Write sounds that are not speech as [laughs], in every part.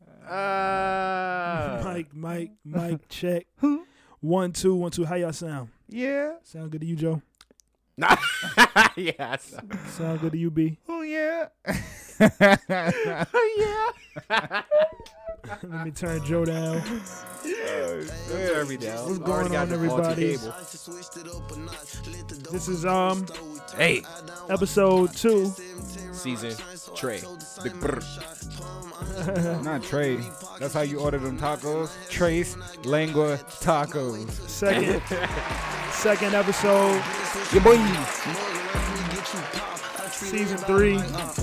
[laughs] Uh, Mike, Mike, [laughs] Mike, check. One, two, one, two. How y'all sound? [laughs] yeah. Sound good to you, Joe? yes. Sound good to you, [laughs] B? Oh [laughs] yeah. oh yeah. Let me turn Joe down. Every down. What's going on, everybody? This is um Hey, episode two. season Trey. The brr. Not Trey. That's how you order them tacos. Trace Lengua Tacos. [laughs] Second second episode, Your boy. season three.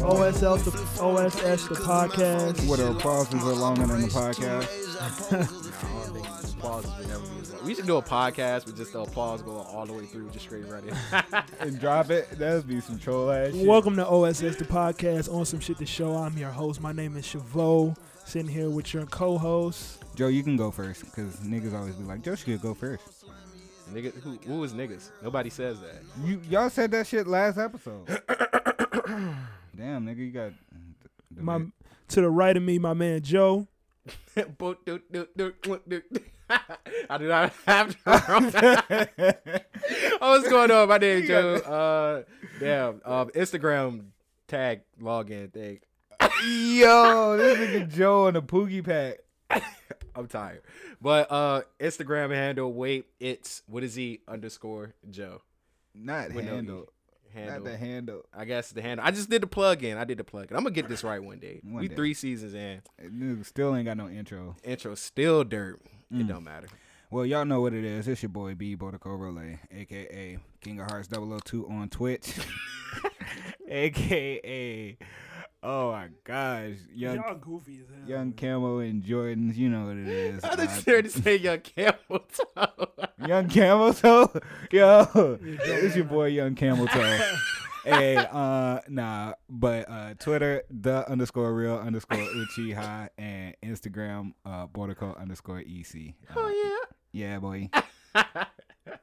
OSL the OSS the podcast. What the pauses are longer than the podcast. Applause would never be as long. We should do a podcast with just the applause going all the way through, just straight running. And drop it. That'd be some troll ass shit. Welcome to OSS the podcast on some shit to show. I'm your host. My name is Chavo. Sitting here with your co-host. Joe, you can go first, because niggas always be like, Joe should go first. Nigga, who, who is niggas? Nobody says that. You y'all said that shit last episode. [coughs] Damn, nigga, you got the- the My to the right of me, my man Joe. Boop, doot, doot, doot, doot, doot. I do not have to. oh, what's going on? My name is Joe. [laughs] Uh, damn. Um, Instagram tag login thing. Yo, this nigga Joe on the Poogie Pack. I'm tired. But uh, Instagram handle, wait, it's what is he underscore Joe? Not With no E. handle. Not Handle. the handle. I guess the handle. I just did the plug in. I did the plug in. I'm gonna get this right one day. One we day. three seasons in. Nigga still ain't got no intro. Intro still dirt. Mm. It don't matter. Well, y'all know what it is. It's your boy B Bordico Relay, aka King of Hearts 002 on Twitch. [laughs] aka Oh my gosh. Young goofy as hell. Young Camo and Jordans, you know what it is. I Uh, didn't sure to say Oh, your camel [laughs] toe. Young Camel Toe, [laughs] yo, [laughs] it's your boy Young [laughs] Camel Toe. hey, uh, nah, but uh, Twitter the underscore real underscore Uchiha and Instagram uh, Bordico underscore EC. Uh, oh yeah, boy. [laughs] All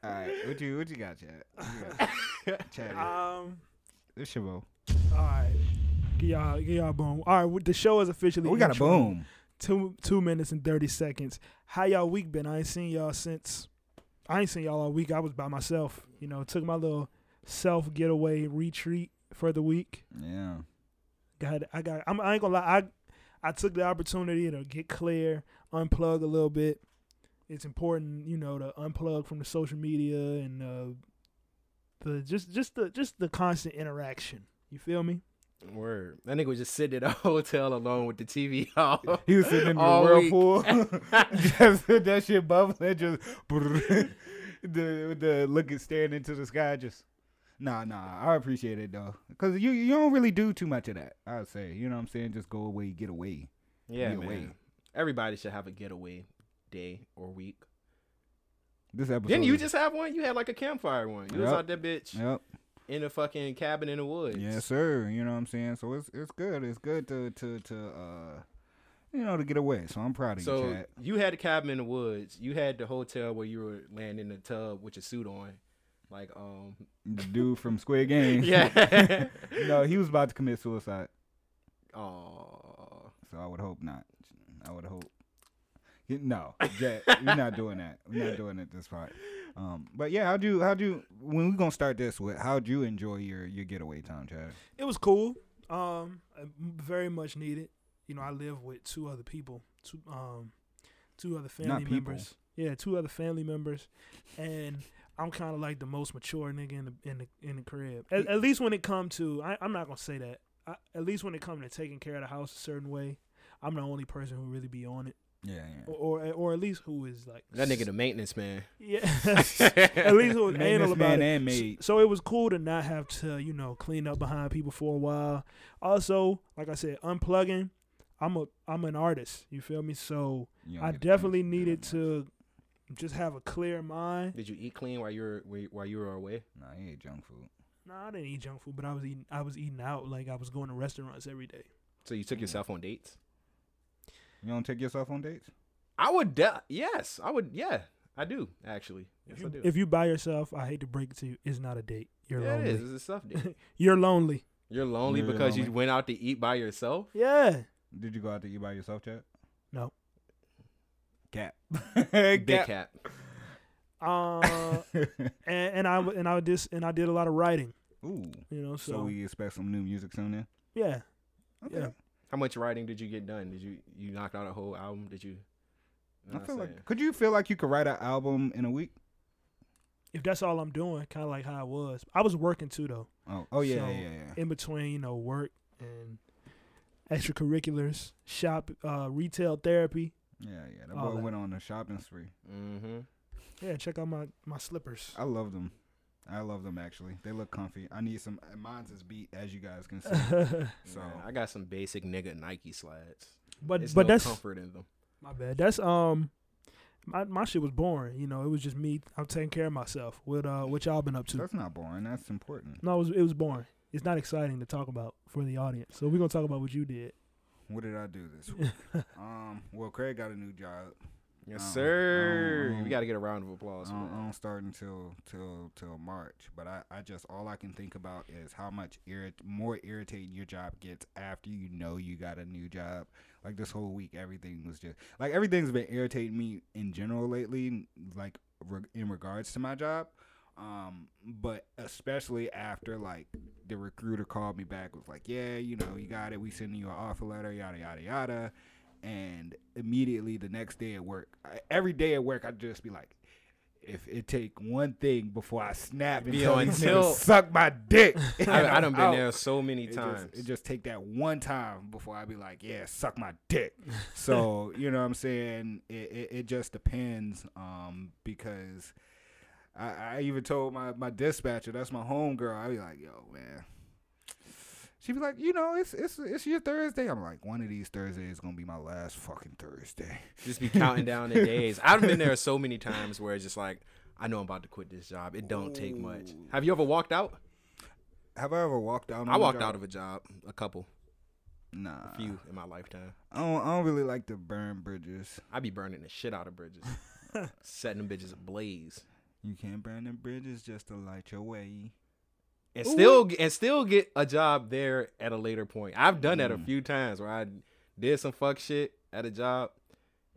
right, what you what you got, Chad? What you got? yeah. [laughs] Uh, Chad, Um. it's your boy. All right. Get y'all, get y'all boom. All right, the show is officially. Oh, We got a intro. boom. Two two minutes and thirty seconds. How y'all week been? I ain't seen y'all since. I ain't seen y'all all week. I was by myself. You know, took my little self getaway retreat for the week. Yeah, Got I got. I'm, I ain't gonna lie. I I took the opportunity to get clear, unplug a little bit. It's important, you know, to unplug from the social media and uh, the just just the just the constant interaction. You feel me? Word. That nigga was just sitting in a [laughs] hotel alone with the TV [laughs] on. he was sitting in the All week. [laughs] whirlpool, [laughs] just that shit bubbling, just brrr. the with the looking staring into the sky, just. Nah, nah, I appreciate it though, cause you you don't really do too much of that. I'd say, you know what I'm saying, just go away, get away. Yeah, Get man. away. Everybody should have a getaway day or week. This episode. Didn't you is- just have one? You had like a campfire one. You was Yep. out that bitch Yep. in a fucking cabin in the woods. Yes, sir. You know what I'm saying. So it's it's good. It's good to to to uh, you know, to get away. So I'm proud of you, So Chad. you had a cabin in the woods. You had the hotel where you were laying in the tub with your suit on. Like, um, The dude from Squid [laughs] Game. yeah. [laughs] no, he was about to commit suicide. Oh, So I would hope not. I would hope. Yeah, No, Jack, we're not doing that. We're not doing it this part. [laughs] Um, but yeah, how'd you how'd you when we gonna start this with how'd you enjoy your your getaway time, Chad? It was cool. Um, uh, m- very much needed. You know, I live with two other people, two um, two other family people. members. Yeah, two other family members, and I'm kind of like the most mature nigga in the in the in the crib. At, at least when it come to, I, I'm not gonna say that. I, at least when it come to taking care of the house a certain way, I'm the only person who really be on it, Yeah, yeah. or or, or at least who is like that nigga, the maintenance [laughs] man. [laughs] Yeah. [laughs] at least it was anal Maintenance about man it. and S- maid. So, it was cool to not have to, you know, clean up behind people for a while. Also, like I said, unplugging. I'm a I'm an artist. You feel me? So You don't I get to definitely think. needed to just have a clear mind. Did you eat clean while you were while you were away? Nah, he ate junk food. Nah, I didn't eat junk food, but I was eating I was eating out. Like I was going to restaurants every day. So you took yourself on dates? You don't take yourself on dates? I would. De- yes, I would. Yeah, I do actually. Yes, If you, I do. if you by yourself, I hate to break it to you, it's not a date. You're yeah, it lonely. is. It's a stuff date. You're lonely. You're lonely You're because you lonely. went out to eat by yourself. Yeah. Did you go out to eat by yourself, Chad? No. Cap. [laughs] Big cap. Uh, and, and I w- and I dis and I did a lot of writing. [laughs] Ooh. You know, so, So, we expect some new music soon then. yeah, Okay. Yeah. How much writing did you get done? Did you you knock out a whole album? Did you? I feel saying. like could you feel like you could write an album in a week? if that's all I'm doing, kind of like how I was. I was working too though, Oh, oh yeah, So- yeah, yeah. in between you know work and extracurriculars, shop, uh, retail therapy. Yeah, yeah. That All boy that. went on a shopping spree. Mm-hmm. Yeah, check out my my [laughs] slippers. I love them. I love them actually. They look comfy. I need some uh, mine's is beat as you guys can see. [laughs] So So I got some basic nigga Nike slides. but It's but no that's comfort in them. my bad. That's um. My, my shit was boring, you know. It was just me. I'm taking care of myself. What uh, what y'all been up to? that's not boring. That's important. No, it was, it was boring. It's not exciting to talk about for the audience. So we're gonna talk about what [sighs] you did. What did I do this week? um, well, Craig got a new job. Yes, I don't- I sir. don't- we got to get a round of I applause. For don't, I that. don't start until till till March. But I, I just all I can think about is how much irrit- more irritating your job gets after you know you got a new job. Like this whole week, everything was just like everything's been irritating me in general lately. Like re- in regards to my job, um, but especially after like the recruiter called me back was like, yeah, you know, you got it. We sending you an offer letter, yada yada yada. And immediately the next day at work, I, every day at work, I'd just be like, if it take one thing before I snap and Be tell on these niggas tilt. suck my dick, [laughs] and I, I I'm [laughs] done been out. there so many It times. just, it just take that one time before I be like, yeah, suck my [laughs] dick. So you know what I'm saying? It, it, it just depends um, because I, I even told my, my dispatcher, that's my home girl. I be like, yo, man. She be like, you know, it's it's it's your Thursday. I'm like, one of these Thursdays is gonna be my last fucking Thursday. just be counting down the days. I've been there so many times where it's just like, I know I'm about to quit this job. It don't take much. Have you ever walked out? Have I ever walked out? On I a walked job? out of a job, a couple, Nah, a few in my lifetime. I don't, I don't really like to burn bridges. I be burning the shit out of [laughs] bridges, setting them bitches ablaze, You can't burn them bridges just to light your way. and Ooh. still and still get a job there at a later point. I've done that a Mm. few times where I did some fuck shit at a job,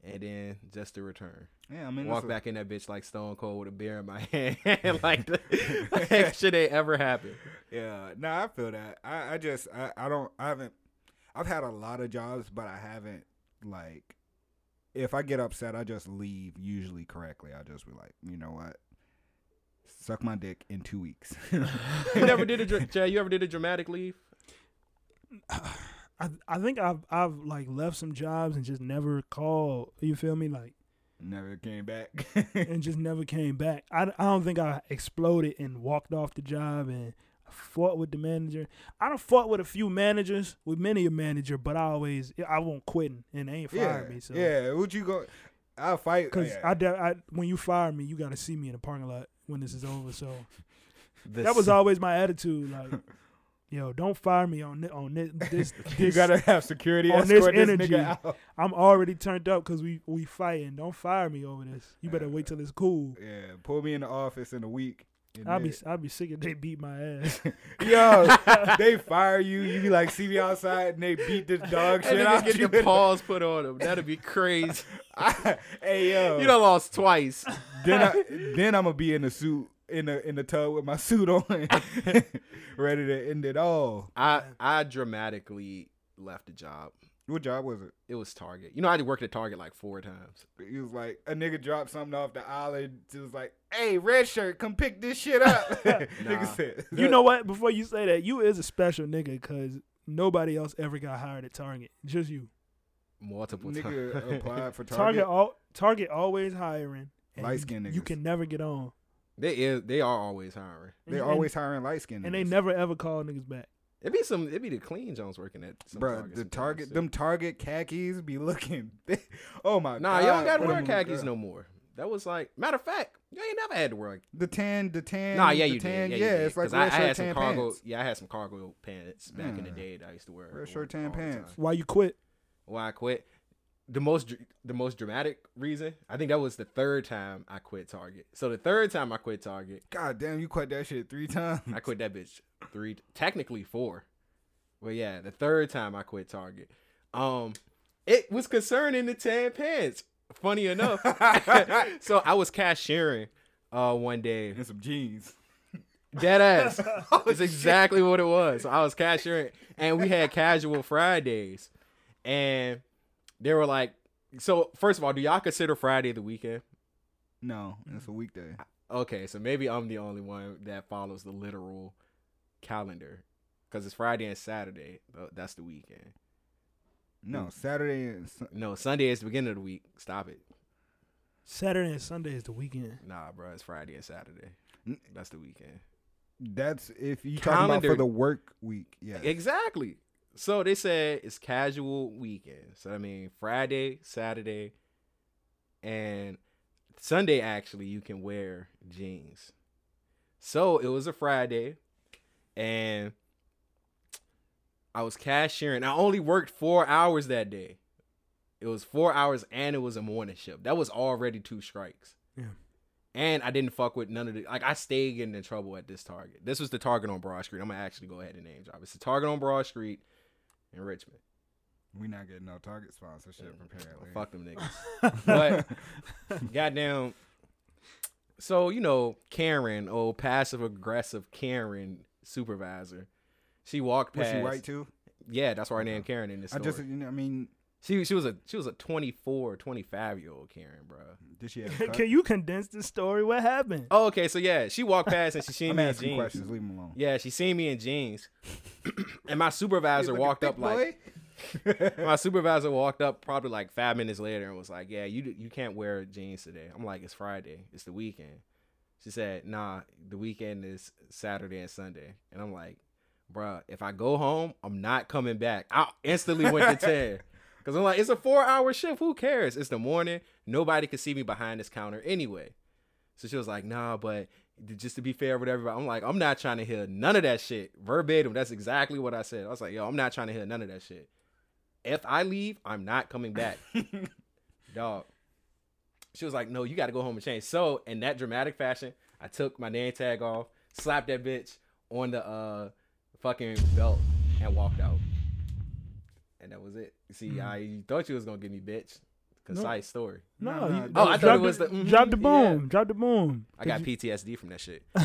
and then just to return. Yeah, I mean, Walk that's a- back in that bitch like Stone Cold with a beer in my [laughs] hand, like, [laughs] the, [laughs] like shit ain't ever happened. Yeah, no, I feel that. I, I just, I, I don't, I haven't, I've had a lot of jobs, but I haven't, like, if I get upset, I just leave usually correctly. I just be like, you know what? Suck my dick in [laughs] two weeks. [laughs] You never did a dra- Jay, you ever did a dramatic leave? I I think I've I've like left some jobs and just never called. You feel me? Like Never came back. [laughs] and just never came back. I, I don't think I exploded and walked off the job and fought with the manager. I don't fought with a few managers, with many a manager, but I always I won't quitting and they ain't yeah, fired me. So yeah. Would you go? I'll fight. Cause yeah. I, de- I, when you fire me, you gotta see me in the parking lot when this is over. So The that was s- always my attitude. Like, [laughs] yo, don't fire me on thi- on thi- this. this you gotta have security on this escort this, energy. nigga out. [laughs] I'm already turned up because we we fighting. Don't fire me over this. You better wait till it's cool. Yeah, pull me in the office in a week. and I'll be then- I'll be sick if they beat my ass. Yo, they fire you. You be like, see me outside, and they beat this dog That shit nigga out get you. [laughs] your paws put on him. That'd be crazy. hey yo, You done lost twice. then I, then I'm gonna be in the suit in the in the tub with my [laughs] suit on, ready to end it all. I I dramatically left the job. What job was it? It was Target. You know, I worked at Target like four times. He was like, a nigga dropped something off the island. It was like, hey, red shirt, come pick this shit up. [laughs] Nah. Nigga said, you know what? Before you say that, you is a special nigga because nobody else ever got hired at Target. Just you. Multiple times. nigga applied for Target, Target. all Target always hiring. and Light-skinned You niggas. can never get on. [laughs] They is they are always hiring. They And- always hiring light skinned. and they never ever call niggas back. It be some it be the clean Jones working at some Bro, Target the sometimes, Target, too. them Target khakis be looking. [laughs] oh my Nah, god! you don't gotta what wear a- khakis no more. That was like matter of fact, you ain't never had to wear The tan, the tan. Nah, yeah, the you tan, did. Yeah, Yeah, you did. it's like 'Cause red I, I shirt, had some tan cargo. pants. Yeah, I had some cargo pants back in the Yeah. day that I used to wear. Red all- shirt, tan all the pants. time. Why you quit? Why I quit? The most dr- the most dramatic reason. I think that was the third time I quit Target. So the third time I quit Target, God damn, you quit that shit three [laughs] times. I quit that bitch three, technically four. Well, yeah, the third time I quit Target. Um, It was concerning the tan pants. Funny [laughs] enough, [laughs] so I was cashiering uh, one day. and some jeans. Dead ass. It's exactly what it was. So I was cashiering, and we had casual Fridays, and they were like, "So first of all, do y'all consider Friday the weekend?" No, it's a weekday. Okay, so maybe I'm the only one that follows the literal calendar because it's Friday and Saturday. Th- That's the weekend. Mm. No, Saturday and Sun- No, Sunday is the beginning of the week. Stop it. Saturday and Sunday is the weekend. [laughs] Nah, bro, it's Friday and Saturday. N- That's the weekend. that's if you talking about for Calendar. the work week. Yeah. Exactly. So they said it's casual weekend. So I mean Friday, Saturday, and Sunday actually you can wear jeans. So it was a Friday and I was cashiering. I only worked 4 hours that day. It was 4 hours and it was a morning shift. That was already two strikes. Yeah. And I didn't fuck with none of the like I stayed getting in trouble at this Target. This was the Target on Broad Street. I'm gonna actually go ahead and name drop. It's the Target on Broad Street in Richmond. We not getting no Target sponsorship apparently. [laughs] Fuck them niggas. But- Goddamn. So you know Karen, old passive aggressive Karen supervisor. She walked was past. she white too? Yeah, that's why her name Karen in this I story. just, you know, I mean, she she was a she was a 24, 25 year old Karen, bro. [laughs] did she have? a cut? Can you condense this story? What happened? Oh, okay, so yeah, she walked past and she seen [laughs] I'm me in asking jeans. questions. Leave them alone. Yeah, she seen me in jeans, and my supervisor walked up like. [laughs] my supervisor walked up probably like five minutes later and was like, "Yeah, you you can't wear jeans today." I'm like, "It's Friday. It's the weekend." She said, "Nah, the weekend is Saturday and Sunday." And I'm like, "Bruh, if I go home, I'm not coming back." I instantly went to ten because I'm like, "It's a four hour shift. Who cares? It's the morning. Nobody can see me behind this counter anyway." So she was like, "Nah, but." Just to be fair with everybody, I'm like, I'm not trying to hear none of that shit verbatim. That's exactly what I said. I was like, yo, I'm not trying to hear none of that shit if I leave, I'm not coming back. Dog. She was like, no, you got to go home and change. So, in that dramatic fashion, I took my name tag off, slapped that bitch on the uh, fucking belt, and walked out. And that was it. See, I you thought you was going to give me bitch. Concise story. No, Nah, you- nah, Oh, I thought drop it was the- mhm, drop the yeah. boom, drop the boom. I got PTSD from that shit. Yo,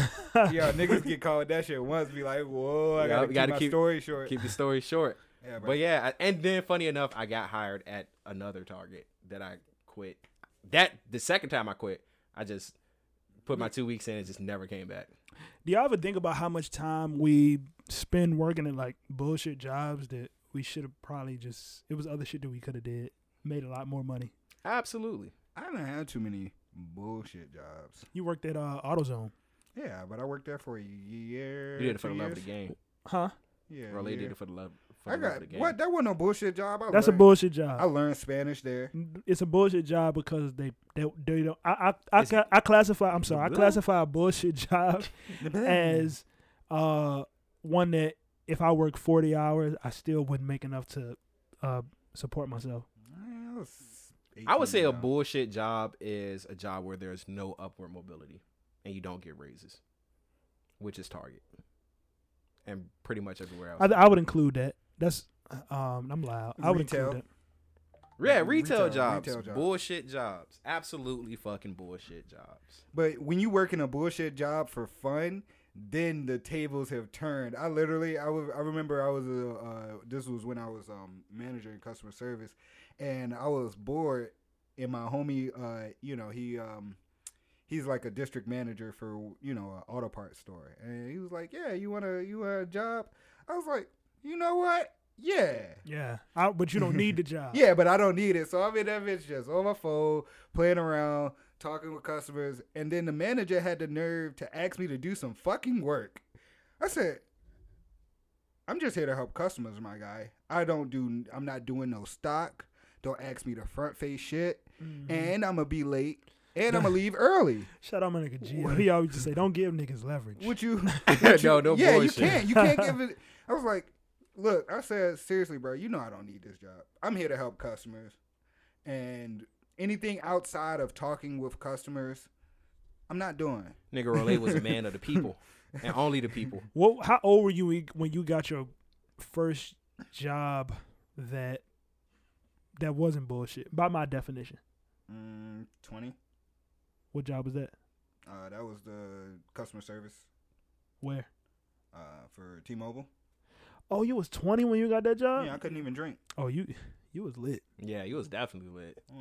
niggas get called that shit once. Be like, whoa, I Yeah, gotta, we gotta keep, keep- my story short. Keep the story short. yeah, bro. But yeah, I, and then funny enough, I got hired at another Target that I quit. That the second time I quit, I just put my two weeks in and just never came back. Do y'all ever think about how much time we spend working at like bullshit jobs that we should have probably just? It was other shit that we could have did, made a lot more money. Absolutely. I don't have too many bullshit jobs. You worked at uh, AutoZone, Yeah, but I worked there for a year. You did it for two the love of the years. game. huh? Yeah, Bro, they yeah. did it for the love, for I the love of got the game. what? That wasn't no bullshit job. I That's a learned- bullshit Oh, I job. learned Spanish there. It's a bullshit job because they they, they don't. I I I, Is- ca- I classify. I'm sorry. I Bleh. classify a bullshit [laughs] job [laughs] as uh one that if I work 40 hours, I still wouldn't make enough to uh support myself. I was I would 18 say a now. bullshit job is a job where there's no upward mobility and you don't get raises, which is Target and pretty much everywhere else. I I would include that. That's um I'm loud. I would Retail. include yeah, retail, Retail- jobs, retail jobs. bullshit jobs, absolutely fucking bullshit [laughs] jobs. But when you work in a bullshit job for fun, then the tables have turned. I literally, I was, I remember I was, a, uh, this was when I was um, manager in customer service, and I was bored. And my homie, uh, you know, he, um, he's like a district manager for, you know, an auto parts store, and he was like, "Yeah, you want to, you want a job?" I was like, "You know what? Yeah." that. Yeah. I, but you don't need [laughs] the job. Yeah, but I don't need it. So I'm in that bitch just on my phone, playing around, talking with customers, and then the manager had the nerve to ask me to do some fucking work. I said, I'm just here to help customers, my guy. I don't do I'm not doing no stock. Don't ask me to front face shit. Mm-hmm. And I'ma be late. And I'ma leave early. Mm. Shout out my nigga Gio. He always just say don't give niggas leverage. Would you [laughs] no, no yeah, you bullshit. can't. You can't [laughs] give it. I was like, look, I said seriously, bro. You know I don't need this job. I'm here to help customers, and anything outside of talking with customers, I'm not doing. Nigga Rolay was a man of the [laughs] people and only the people. What how old were you when- when you got your first job that that wasn't bullshit by my definition. Mm, Twenty. What job was that? Uh, that was the customer service Where? uh, for T-Mobile. Oh, you was 20 when you got that job? yeah, I couldn't even drink. Oh, you you was lit. Yeah, you was definitely lit. Mm.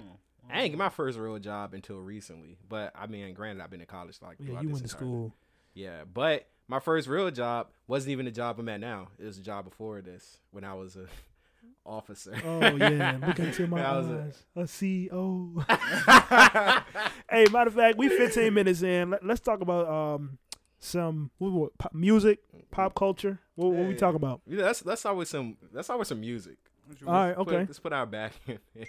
I ain't get my first real job until recently, but I mean, granted, I've been in college like Yeah, throughout you this went to entire- school. Yeah, but my first real job wasn't even the job I'm at now. It was a job before this when I was a [laughs] officer. Oh yeah, [laughs] look [laughs] into my That was a- eyes. A CEO. [laughs] [laughs] hey, matter of fact, we 15 minutes in. Let, us talk about um some what, what, pop, music, pop culture. What, what we Hey. talking about? Yeah, that's that's always some that's always some music. What you All was- right, Put- okay. let's put our back [laughs] in it.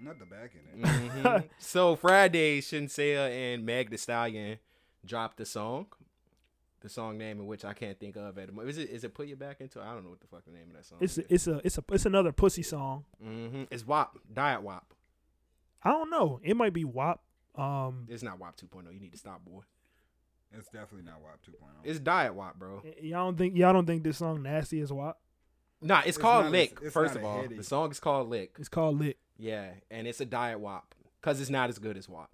Not the back in it. [laughs] Mhm. So Friday, Shinsea and Meg The Stallion dropped the song. The song name in which I can't think of at the moment. Is it is it put you back into? I don't know what the fuck the name of that song. It's Oh, is. it's a it's a it's another pussy song. hmm It's WAP, Diet WAP. I don't know. It might be WAP. Um, It's not WAP 2.0. oh, You need to stop, boy. Oh. It's definitely not WAP oh. 2.0. It's Diet WAP, bro. y- y'all don't think y'all don't think this song nasty is WAP? Nah, it's, It's called not a- Lick. it's first not of a all, headache. the song is called Lick. It's called lit. Yeah, and it's a Diet WAP because it's not as good as WAP.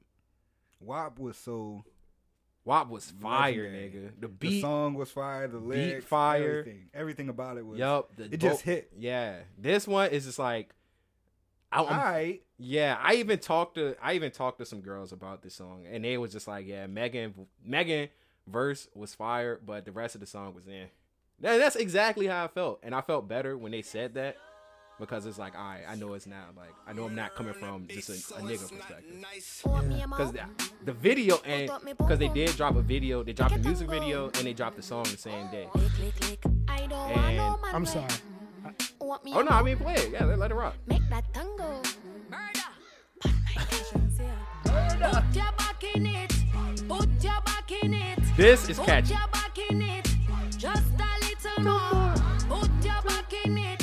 WAP was so. WAP was fire, Legendary. nigga. The the beat, song was fire. The lyrics, fire. Everything, everything about it was. yup. the It just vo- hit. Yeah, this one is just like, I, All I'm right. Yeah, I even talked to I even talked to some girls about this song, and they was just like, "Yeah, Megan Megan verse was fire, but the rest of the song was in." that's exactly how I felt, and I felt better when they said that because it's like, "All right, I know it's not like I know I'm not coming from just a, a nigga perspective." Because the, the video and because they did drop a video, they dropped a music video and they dropped the song the same day. And I'm sorry. oh no, I mean play it, yeah, let, let it rock. Make that tango. Put your back in it. Put your back in it. This is Put catchy. your back in it. Just a little more. Put your back in it.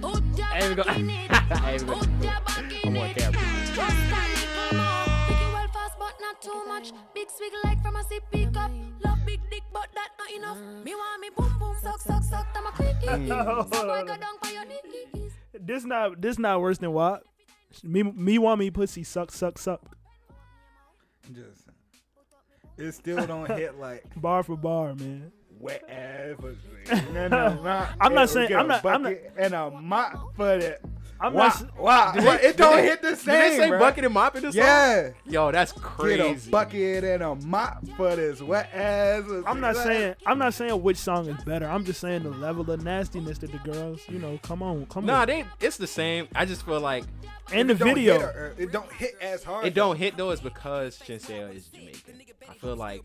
Put your I ain't back even go- in it. I ain't even Put go- your back I'm in on it. camera. Just a little more. Take it well fast, but not too much. Big swig like from a sip pick up. Love big dick, but that not enough. Me want me boom boom suck suck suck. I'm a quickie. [laughs] So boy go down for your knees. This not this not worse than WAP. Me me want me pussy suck suck suck Just. It still don't hit like bar for bar, man. wet ass. pussy. No, [laughs] no, no. I'm not It- saying- get I'm a not- I'm not- bucket And a mop for that. I'm Wow, not. s- [laughs] wow. It don't Did they- hit [laughs] the same. Did they say bruh. bucket and mop in this song? Yeah. Yo, that's Get crazy. a bucket and a mop for this wet ass. I'm not saying I'm not saying which song is better. I'm just saying the level of nastiness that the girls, you know, come on, come Nah, on. they it's the same. I just feel like And the It don't hit video, her- It don't hit as hard. it don't hit though is because Shinseo is Jamaican. I feel like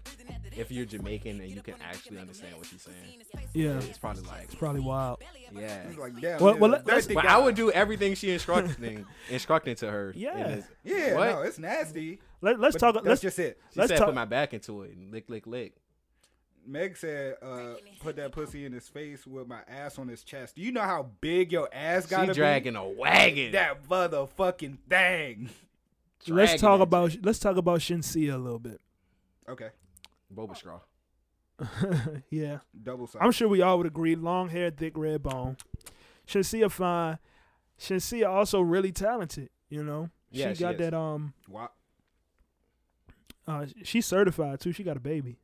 if you're Jamaican and you can actually understand what she's saying, yeah, it's probably like probably wild. yeah. It's like, damn, Well- yeah, well, let- that let's- thing But got- I would do everything she instructing [laughs] instructing to her. in Yeah. this. Yeah, What? no, it's nasty. Let, let's But talk. that's Let's just it. She let's said talk- put my back into it and lick lick lick. Meg said, uh, "Put that pussy in his face with my ass on his chest." Do you know how big your ass She got to dragging a wagon. be? That motherfucking thing. let's dragging talk it. about let's talk about Shinsia a little bit. Okay, Boba straw. yeah, double side. I'm sure we all would agree. Long hair, thick red bone. Shinsia fine. Shinsia also really talented. You know, Yeah, she she got is. that um. Wop. Uh, she's certified too. She got a baby.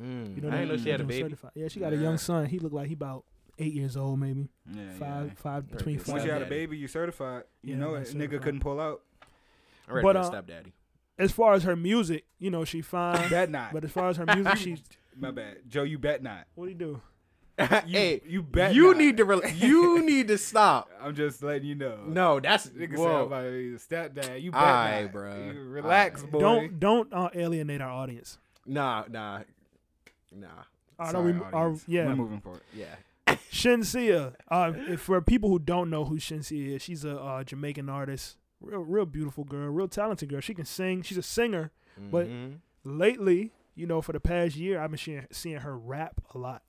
Mm, You know I that? didn't know she had a She's baby. certified. Yeah, she got a Yeah. young son. He looked like he about eight years old, maybe Yeah, five, five between good. five. Once you had a Stepdaddy. baby, you certified. You Yeah, know I'm it. Nigga certified. couldn't [laughs] pull out. I'm ready But, for that uh, stepdaddy. as far as her music, you know, she fine. [laughs] Bet not. but as far as her music, [laughs] she's My bad, Joe. You bet not. what do you do? You, [laughs] hey, you bet. you not. need to rel [laughs] you need to stop. I'm just letting you know. No, that's Nigga whoa. said about his stepdad. You bet Aight, not. bruh. You relax, Aight. boy. Don't don't uh, alienate our audience. Nah, nah, nah. I Sorry, don't rem- our, audience. We're yeah, moving forward. Yeah. Shinsia. Uh, if for people who don't know who Shinsia is, she's a uh, Jamaican artist, real real beautiful girl, real talented girl. She can sing. She's a singer. But- Mm-hmm. Mhm. Lately, you know, for the past year, I've been seeing, seeing her rap a lot.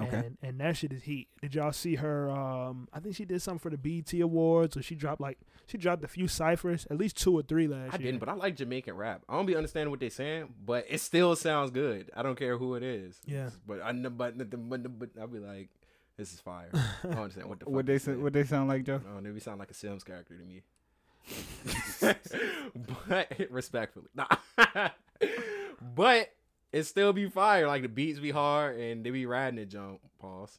Okay. And, and that shit is heat. Did y'all see her? Um, I think she did something for the BT Awards, or she dropped like she dropped a few ciphers, at least two or three last I year. didn't, but I like Jamaican rap. I don't be understanding what they saying, but it still sounds good. I don't care who it is. Yeah. But I kn- but but, but, but I'll be like, This is fire. I don't understand what the fuck. What they this sa- is. what they sound like, [laughs] Joe? Oh, maybe sound like a Sims character to me. [laughs] but respectfully, nah. [laughs] but it still be fire. Like the beats be hard, and they be riding it. Jump pause,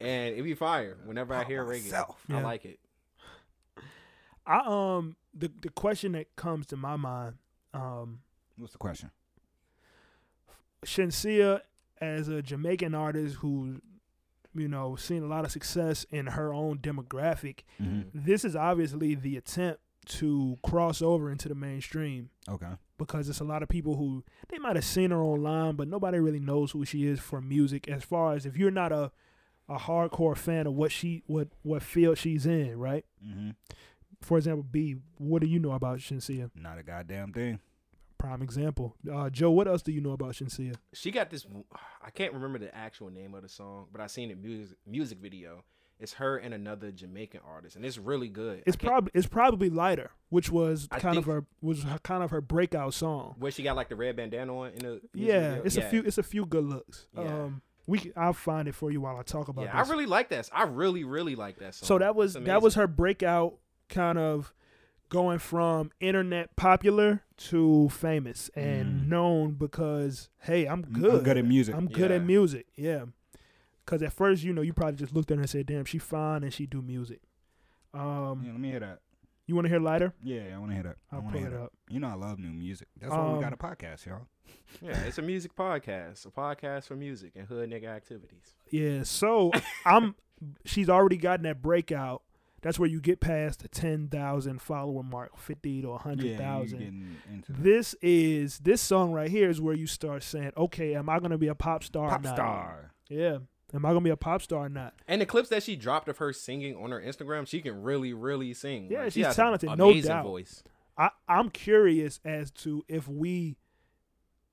and it be fire. Whenever I hear reggae, Myself. I Yeah. like it. I um the the question that comes to my mind um What's the question? Shensia as a Jamaican artist who you know seen a lot of success in her own demographic. Mm-hmm. Mm. This is obviously the attempt to cross over into the mainstream Okay. because it's a lot of people who they might have seen her online, but nobody really knows who she is for music. As far as if you're not a a hardcore fan of what she what what field she's in, right? Mm-hmm. For example, B, what do you know about Shensia? Not a goddamn thing. prime example. Uh, Joe, what else do you know about Shinsia? She got this. I can't remember the actual name of the song, but I seen the music music video. It's her and another Jamaican artist, and it's really good. It's I can't- probably it's probably lighter, which was I kind of think- her was her, kind of her breakout song. where she got like the red bandana on. In the music Yeah, video. it's a Yeah. few it's a few good looks. Yeah. Um, we can, I'll find it for you while I talk about Yeah, I this. really like that. I really, really like that song. so that was It's that was amazing. her breakout kind of going from internet popular to famous and Mm. known because hey, I'm I'm- good. I'm good at music. I'm good at Yeah. music. Yeah. Cause at first, you know, you probably just looked at her and said, "Damn, she fine and she do music." Um, yeah, let me hear that. you want to hear lighter? Yeah, I want to hear that. I I'll want to pull hear it that. up. You know I love new music. That's why Um, we got a podcast, y'all. Yeah, it's a music podcast, a podcast for music and hood nigga activities. Yeah, so I'm. She's already gotten that breakout. That's where you get past the ten thousand follower mark, fifty to hundred Yeah, you thousand. getting into the this is this song right here is where you start saying, "Okay, am I gonna be a pop star? or pop not? star. Yeah, am I gonna be a pop star or not? And the clips that she dropped of her singing on her Instagram, she can really, really sing. Yeah, Like, she she's has an talented, no amazing doubt. voice. I I'm curious as to if we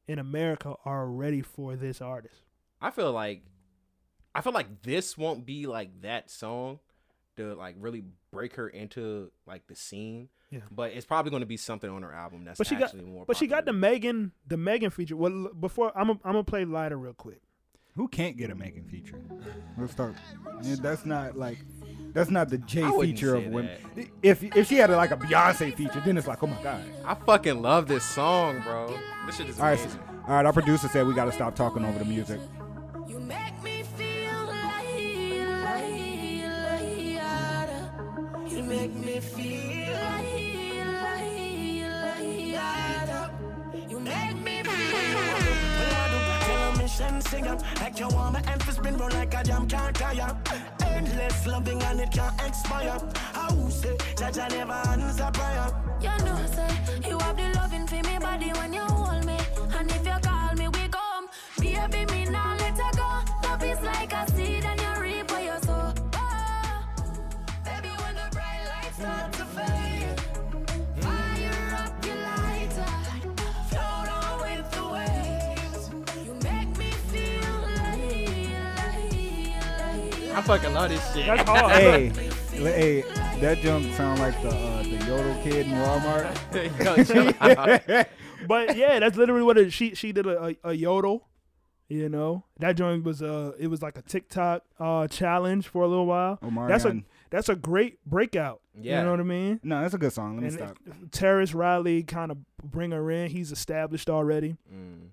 in America are ready for this artist. I feel like, I feel like this won't be like that song to like really break her into like the scene. Yeah. But it's probably going to be something on her album that's But she got actually more. but she got the popular. Megan the Megan feature. Well, l- before I'm i I'm gonna play lighter real quick. Who can't get a Megan feature? Let's start. Yeah, that's not like that's not the J I wouldn't feature say of women. If if she had like a Beyonce feature, then it's like, oh my god. I fucking love this song, bro. This shit is All right, amazing. so- all right. Our producer said we got to stop talking over the music. You make me feel like, like, you make me feel like, like, you make me feel. Tell me shen sing up Like you want my emphasis spin roll like a jam can't tire Endless loving and it can't expire How say Jaja never answer prayer You know, say you have the loving for me body when you hold me, and if you call me, we come. Baby, me now let her go. Love is like a seed, and you reap what you sow. Oh, baby, when the bright lights start to fade, fire up your lighter, float on with the waves. You make me feel like, like, I fucking love this shit. That's hard. Hey, li- hey, that junk sound like the uh, the yodel kid in Walmart. [laughs] Yo, chill [laughs] out. but yeah, that's literally what it, she she did a, a, a yodel. You know that joint was uh it was like a TikTok uh challenge for a little while. Omarion. That's a that's a great breakout. Yeah. you know what I mean. No, that's a good song. Let me And stop. it- Terrence Riley kind of bring her in. He's established already, Mm.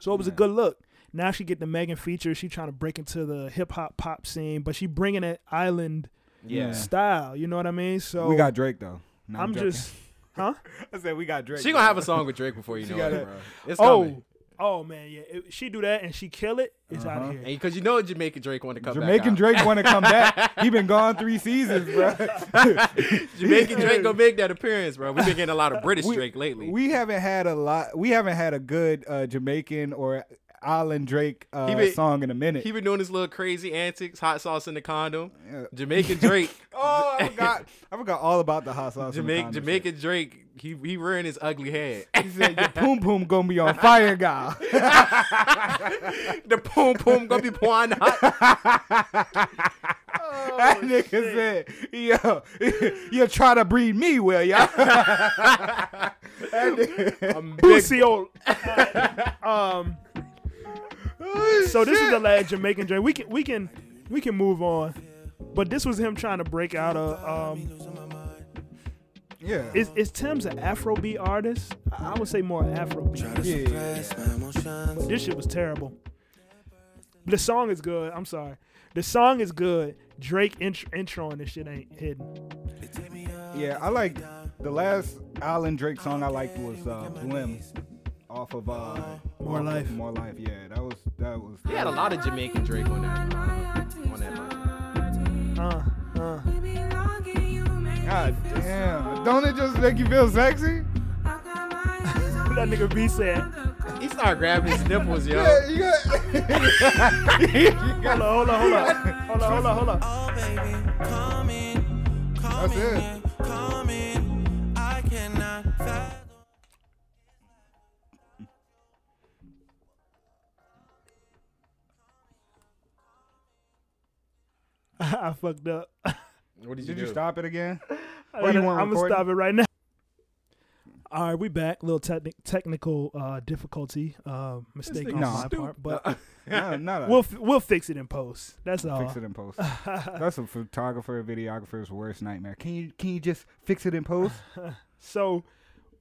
so it was a good look. Now she get the Megan feature. She trying to break into the hip hop pop scene, but she bringing that island Yeah. style. You know what I mean? So we got Drake though. No, I'm joking. just, huh? [laughs] I said we got Drake. She gonna have a song with Drake before you know gotta- it, bro. It's Oh, coming. oh man, yeah. If she do that and she kill it, it's out Uh-huh. of here. Because you know Jamaican Drake want to come Jamaican back. Drake want to [laughs] come back. He been gone three seasons, bro. Drake. Jamaican Drake [laughs] gonna make that appearance, bro. We've been getting a lot of British Drake lately. We haven't had a lot. We haven't had a good uh, Jamaican or island Drake uh, He been- song in a minute. he been doing his little crazy antics, hot sauce in the condom. Yeah. [laughs] Jamaican Drake. oh, I forgot. I forgot all about the hot sauce. and the Jamaican condom shit. Jamaican Drake. He he rearing his ugly head. [laughs] He said, "Your poom poom gonna be on fire, guy." Oh, the poom poom gonna be pouring [laughs] hot. [laughs] that nigga said, "Yo, [laughs] you try to breed me, [laughs] will ya?" I'm big. Pussy old. [laughs] um. So this is the last Jamaican drink. We can we can we can move on. But this was him trying to break out of. Um, Yeah. is is Tim's an Afrobeat artist? I I would say more Afrobeat. yeah. But this shit was terrible. The song is good. I'm sorry. The song is good. Drake int- intro on this shit ain't hidden. Yeah, I like the last Island Drake song I liked was uh, Blim off of uh, More off of Life. More Life. Yeah, that was that was. He had a lot of Jamaican Drake on that. uh, On that. mic. Uh, uh. God damn! Don't it just make you feel sexy? That nigga B said. He started grabbing his nipples, yo. Yeah, you got. you Hold got on, hold on, hold on, hold on, hold on, hold on. that's it. [laughs] I fucked up. What did you [laughs] Did do? you [laughs] stop [laughs] it again? I'm Or you want gonna recording? stop it right now. [laughs] All right, we back. Little technic technical uh, difficulty, uh, mistake nigga on my stupid. part, but No, no. [laughs] we'll f- we'll fix it in post. That's all. fix it in [laughs] post. That's a photographer, videographer's worst nightmare. Can you can you just fix it in [laughs] post? So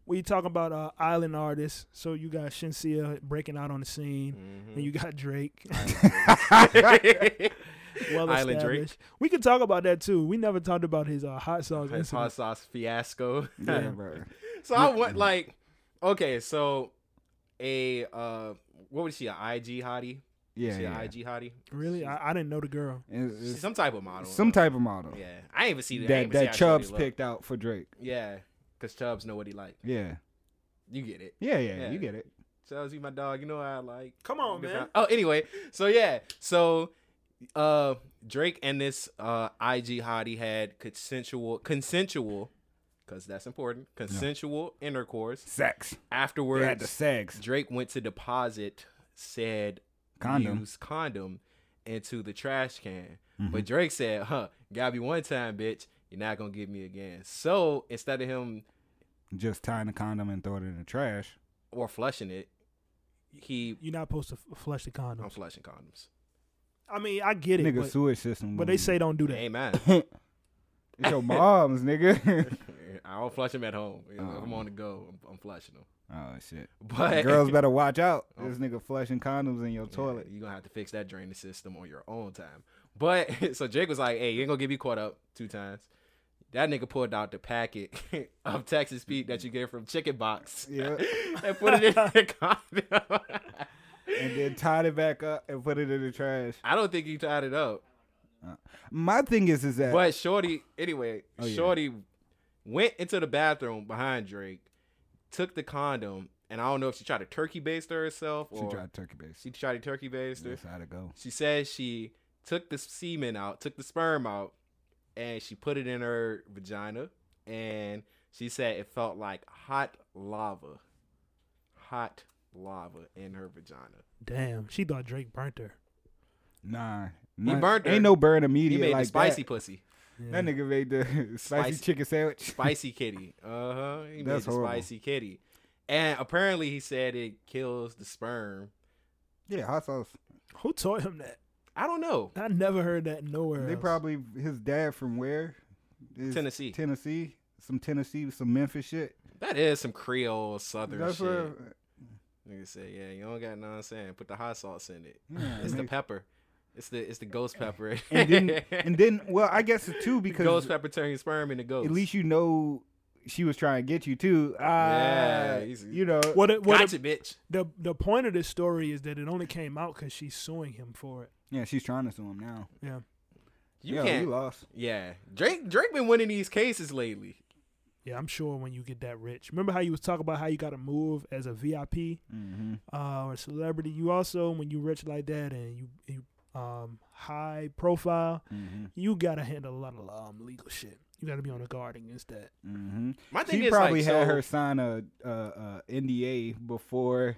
we talking about uh, island artists. So you got Shinsia breaking out on the scene, and you got Drake. [laughs] well Island Drake. established. We could talk about that too. We never talked about his uh, hot songs. His incident. hot sauce fiasco. [laughs] yeah, bro. so I went like, okay, so a uh, what was she? An IG hottie? Yeah, she yeah. an IG hottie? Really, I, I didn't know the girl. It's- She's it's some type of model. some type of model. Yeah, I ain't even see that. I ain't That even see that how shorty Chubbs look. picked out for Drake. Yeah, cause Chubbs know what he like. Yeah. You get it. Yeah, yeah, Yeah. you get it. Chubbs, you my dog. You know how I like. Come on, man. Oh, anyway, so yeah, so uh, Drake and this uh IG hottie had consensual, consensual, cause that's important, consensual intercourse. Sex. They had the Afterwards, sex. Drake went to deposit said Condom. used condom into the trash can. But Drake said, huh, got me one time, bitch. You're not going to get me again. So instead of him Just tying the condom and throwing it in the trash. or flushing it, he. You're not supposed to f- flush the I'm condoms. flushing condoms. I mean, I get it, Nigga but, sewage system. but they wouldn't- say don't do that. Amen. it's your mom's nigga. [laughs] I don't flush them at home. You know, I'm on the go. I'm, I'm flushing them. oh shit. But Girls better watch out. Oh. This nigga flushing condoms in your toilet. You're going to have to fix that draining system on your own time. But [laughs] so Drake was like, hey, you ain't going to get me caught up two times. That nigga pulled out the packet [laughs] of Texas Pete that you get from Chicken Box Yeah. [laughs] and put it in [laughs] the condom. and then tied it back up and put it in the trash. [laughs] I don't think he tied it up. My thing is is that But Shorty, anyway, Oh, yeah. Shorty went into the bathroom behind Drake, took the condom, and I don't know if she tried to turkey baste her herself she or tried turkey base. she tried to turkey baste her. That's how to go. She says she took the semen out, took the sperm out, and she put it in her vagina. And she said it felt like hot lava. Hot lava in her vagina. Damn, she thought Drake burnt her. Nah. nah burnt her. Ain't no burn He immediate made like the spicy that. pussy. That nigga made the [laughs] spicy, Spicy. chicken sandwich. spicy kitty. Uh huh. He made That's the horrible. spicy kitty, and apparently he said it kills the sperm. Yeah, hot sauce. Who taught him that? I don't know. I never heard that nowhere. They else. probably his dad from where? Is Tennessee. Tennessee. Some Tennessee, some Memphis shit. That is some Creole Southern That's shit. where Nigga said, yeah, you don't got none saying. Put the hot sauce in it. Yeah, it's the [laughs] nigga. pepper. It's the it's the ghost pepper. and then [laughs] and then well, I guess it's too The ghost because pepper turns your sperm into ghost. at least you know she was trying to get you too. Ah, Yeah, he's- you know. What? It, what? gotcha, it- bitch. the the point of this story is that it only came out because she's suing him for it. Yeah, she's trying to sue him now. Yeah. You yeah, can't. you lost. yeah, Drake Drake been winning these cases lately. Yeah, I'm sure when you get that rich. Remember how you was talking about how you got to move as a VIP Mm-hmm, uh, or celebrity. You also, when you rich like that and you, you um, high profile, mm-hmm, you gotta handle a lot of um, legal shit. You gotta be on the guard against that. Mm-hmm. My thing She is probably like, had so- her sign a, a, a NDA before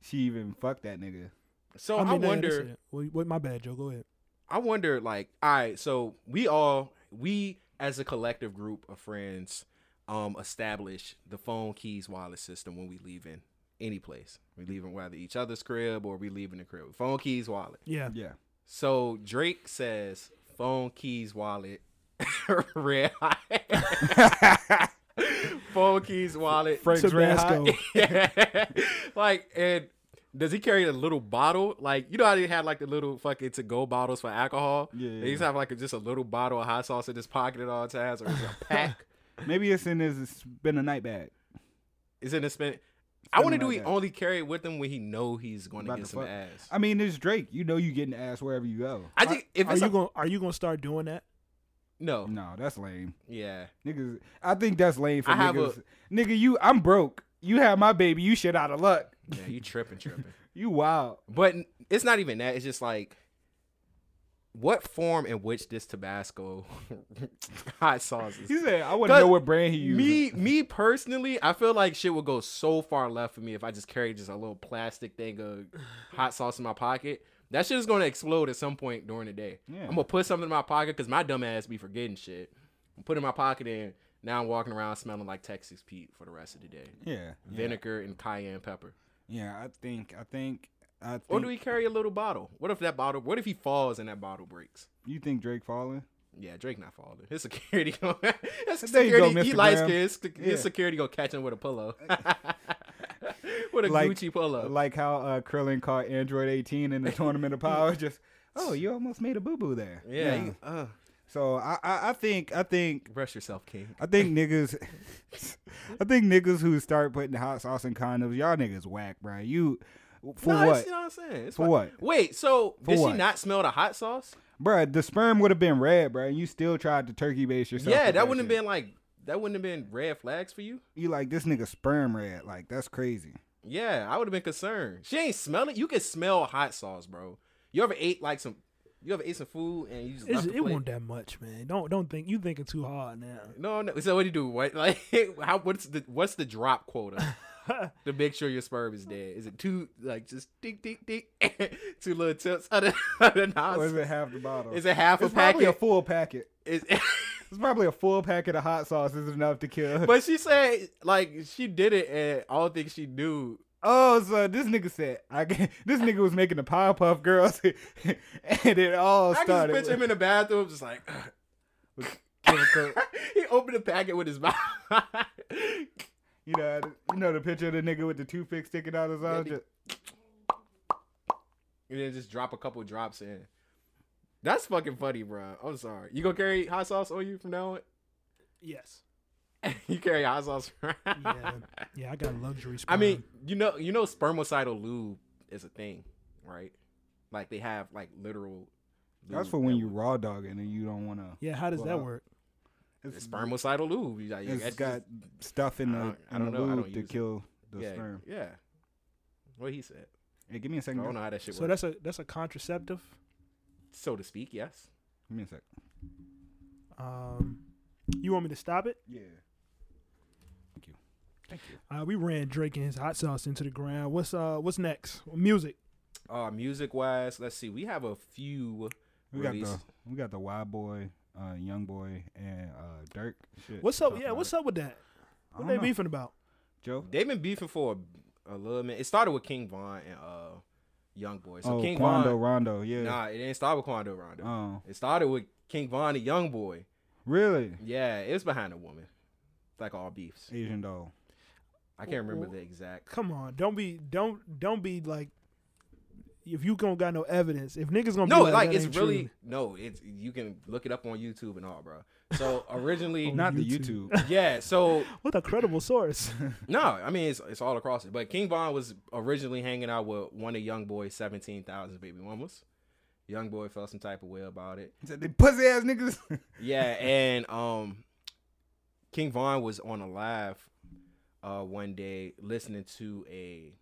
she even fucked that nigga. So I, mean, yeah, wonder. that's it. Well, what? My bad, Joe. Go ahead. I wonder, like, all right, so we all, we as a collective group of friends, um, establish the phone keys wallet system when we leave in any place. We leaving whether each other's crib or we leaving the crib. Phone keys wallet. Yeah. Yeah, So Drake says phone, keys, wallet, [laughs] red hot. [laughs] phone, keys, wallet. Frank's Red Hot. [laughs] Tabasco. like and does he carry a little bottle? Like you know how they had like the little fucking to go bottles for alcohol. Yeah, yeah, They used to have like a, just a little bottle of hot sauce in his pocket at all times, or is [laughs] it a pack. Maybe it's in his spend a night bag. is in his spin. I want to Something do. like He that. only carry it with him when he know he's going to About get to some fuck. ass. I mean, it's Drake. You know you getting ass wherever you go. I think if Are it's you a, gonna Are you gonna start doing that? no, No, that's lame. yeah, Niggas, I think that's lame for I have niggas. Nigga, you, I'm broke. You have my baby. You shit out of luck. yeah, you tripping, tripping. You wild. But n- it's not even that. It's just like what form in which this Tabasco [laughs] hot sauce [laughs] He is. said, I want to know what brand he used. Me, me personally, I feel like shit would go so far left for me if I just carried just a little plastic thing of hot sauce in my pocket. That shit is gonna explode at some point during the day. Yeah. I'm gonna put something in my pocket because my dumb ass be forgetting shit. I'm putting my pocket in. Now I'm walking around smelling like Texas Pete for the rest of the day. Yeah. Vinegar and cayenne pepper. Yeah, I think, I think, I think. Or do we carry a little bottle? What if that bottle? What if he falls and that bottle breaks? you think Drake falling? Yeah, Drake not falling. His security gonna [laughs] his There you go, security he Mr. likes Graham. his, his Yeah. security gonna catch him with a pullo. [laughs] [laughs] with a Like- Gucci pullo. Like how uh, Krillin caught Android [laughs] 18 in the Tournament of Power. Just, oh, you almost made a boo boo there. yeah, You, uh, So I, I, I think, I think, brush yourself, King. [laughs] I think niggas, I think niggas who start putting hot sauce in condoms, y'all niggas whack, bro. You, for no, what? That's, you know what I'm saying? It's For fine. what? Wait, so For did what? she not smell the hot sauce? Bruh, the sperm would have been red, bruh, and you still tried to turkey base yourself. yeah, with that wouldn't have shit. been like that wouldn't have been red flags for you. You like this nigga sperm red, like that's crazy. Yeah, I would have been concerned. She ain't smell it. You can smell hot sauce, bro. You ever ate like some? You ever ate some food and you just It's, left the it plate? won't that much, man. Don't don't think you thinking too hard now. No, no. So what do you do? What [laughs] like how? What's the what's the drop [laughs] quota to make sure your sperm is dead? Is it two like just ding ding ding [laughs] two little tips? Of [laughs] the, of the nozzle? Or is it half the bottle? Is it half a It's probably packet? a full packet. Is- [laughs] It's probably a full packet of hot sauce is enough to kill. but she said like she did it and I don't think she knew. [laughs] oh, so this nigga said, I can, [laughs] this nigga was making the Powerpuff Girls, [laughs] and it all I can started. just picture him in the bathroom, just [laughs] like with- [laughs] with chemical- [laughs] he opened the packet with his [laughs] mouth. you know, you know the picture of the nigga with the toothpick sticking out his eye. Just, and then just drop a couple drops in. That's fucking funny, bro. I'm sorry. You gonna carry hot sauce on you from now Yes. on? [laughs] you carry hot sauce around. Yeah. yeah. I got a luxury. [laughs] Sperm. I Um, mean, you know, you know, spermicidal lube is a thing, right? Like they have like literal. that's lube for when that you would- raw dogging and you don't want to. yeah. How does Well, that work? it's spermicidal lube. You, like, It's that's got just- stuff in I the, don't- I in the don't know. I don't lube to use it. kill the yeah, sperm. yeah. What he said. Hey, give me a I second. don't guys. know how that shit So works, that's a that's a contraceptive. so to speak. Yes. Give me a second. Um, you want me to stop it? Yeah. Uh, we ran Drake and his hot sauce into the ground. What's uh what's next? Music. Uh, music wise, let's see. We have a few. We got release- the we got the Y boy, uh, young boy, and uh, Dirk. Shit. What's up? Talk Yeah. about What's it. up with that? What I don't they know. beefing about? Joe? They've been beefing for a, a little minute. It started with King Von and uh, Young Boy. So oh, King Quando Von, Rondo. Yeah. nah, it didn't start with Quando Rondo. Oh, It started with King Von and Young Boy. really? Yeah, it was behind a woman. It's like all beefs. Asian doll. I can't remember Well- the exact. Come on. Don't be don't don't be like. If you don't got no evidence, if niggas gonna No, be like, like that it's ain't really true. no. It's you can look it up on YouTube and all, bro. So [laughs] Oh, originally, Not the YouTube. [laughs] YouTube. yeah. So what a credible source. [laughs] no, I mean it's it's all across it. But King Von was originally hanging out with one of Young Boy's seventeen thousand baby mamas. Young Boy felt some type of way about it. He [laughs] said, "They pussy ass niggas. Yeah, and um, King Von was on a live uh one day listening to a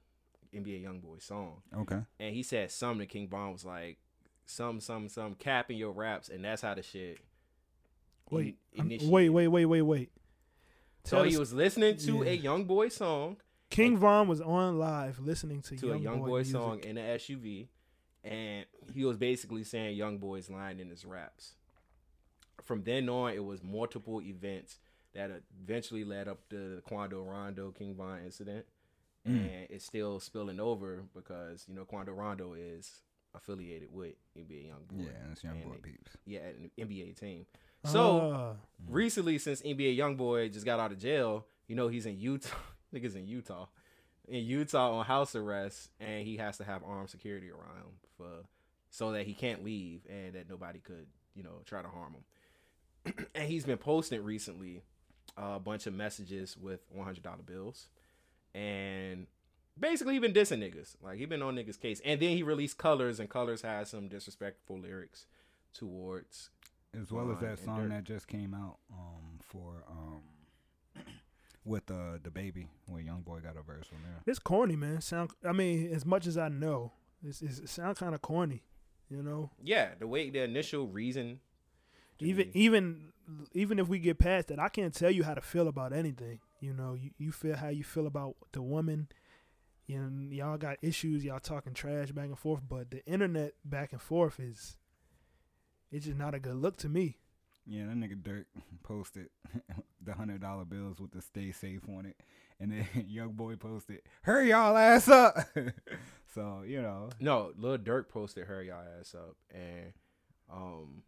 NBA Young Boy song. [laughs] okay. and he said something to King Bond was like some some some cap in your raps and that's how the shit Wait, in- I'm- initiated. wait, wait, wait, wait, wait. so Tell he us- was listening to Yeah. a young boy song King Von was on live listening to, to young a young boy, boy music. song in the SUV and he was basically saying young boy's lying in his raps from then on it was multiple events that eventually led up to the Quando Rondo King Von incident and it's still spilling over because you know Quando Rondo is affiliated with NBA YoungBoy. Yeah, that's young And boy they- peeps. Yeah, an NBA team. So Ah. recently, since NBA YoungBoy just got out of jail, you know he's in Utah. [laughs] Niggas in Utah, in Utah on house arrest, and he has to have armed security around him for so that he can't leave and that nobody could you know try to harm him. [clears throat] and he's been posting recently a bunch of messages with one hundred dollar bills, and basically he been dissing niggas. Like he been on niggas case, and then he released Colors, and Colors has some disrespectful lyrics towards As well as Vaughn and that song Dirk. that just came out um, for um, [clears throat] with uh, the baby, where Young Boy got a verse from there. It's corny, man. Sound. I mean, as much as I know, it's, it's, it sound kind of corny. You know, Yeah, the way the initial reason. to even e me- even even if we get past that, I can't tell you how to feel about anything. You know, you, you feel how you feel about the woman. You know, y'all got issues. Y'all talking trash back and forth, but the internet back and forth is it's just not a good look to me. Yeah, that nigga Dirk [laughs] posted the hundred dollar bills with the "Stay Safe" on it, and then [laughs] Young Boy posted, "Hurry y'all ass up." [laughs] so you know, no, Lil Durk posted her y'all ass up, and um,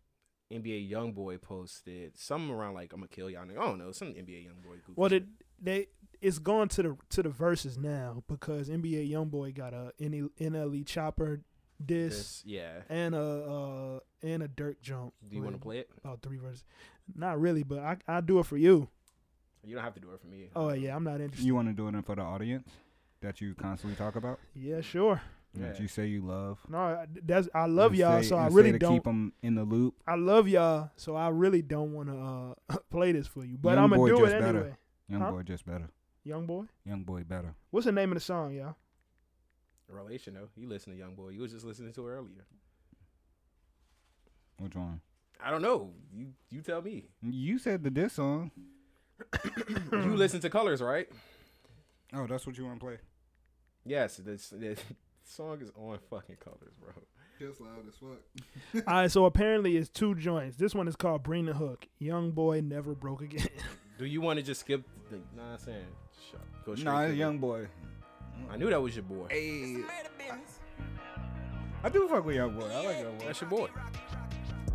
NBA YoungBoy posted something around like I'm gonna kill y'all. Nigga. I don't know some NBA YoungBoy. goofy Well, shit. it they it's going to the to the verses now because NBA YoungBoy got a E, NL- NLE chopper diss. This- yeah. and a uh, and a dirt jump. Do you want to with play it? About three verses. Not really, but I I do it for you. You don't have to do it for me. Oh yeah, I'm not interested. you want to do it for the audience that you constantly talk about, Yeah, sure. that Yeah. you say you love. No, I- that's I love You y'all, say- so I you say really to don't. keep them in the loop. I love y'all, so I really don't want to uh, [laughs] play this for you. But Young I'm gonna boy do it just better. anyway. Young Huh? Boy just better. Young boy, Young Boy better. what's the name of the song, y'all? Relation though, you listen to YoungBoy. You was just listening to it earlier. Which one? I don't know. You you tell [coughs] me. You said the diss song. you listen to Colors, right? Oh, that's what you want to play. Yes. This, this song is on fucking Colors, bro. Just loud as fuck. All right, so apparently it's two joints. This one is called "Bring the Hook." Young boy never broke again. Do you want to just skip? The, nah, I'm saying. Shut, go straight Nah, to it's it. Young Boy. I knew that was your boy. Hey, I do fuck with Young Boy. I like Young Boy. That's your boy.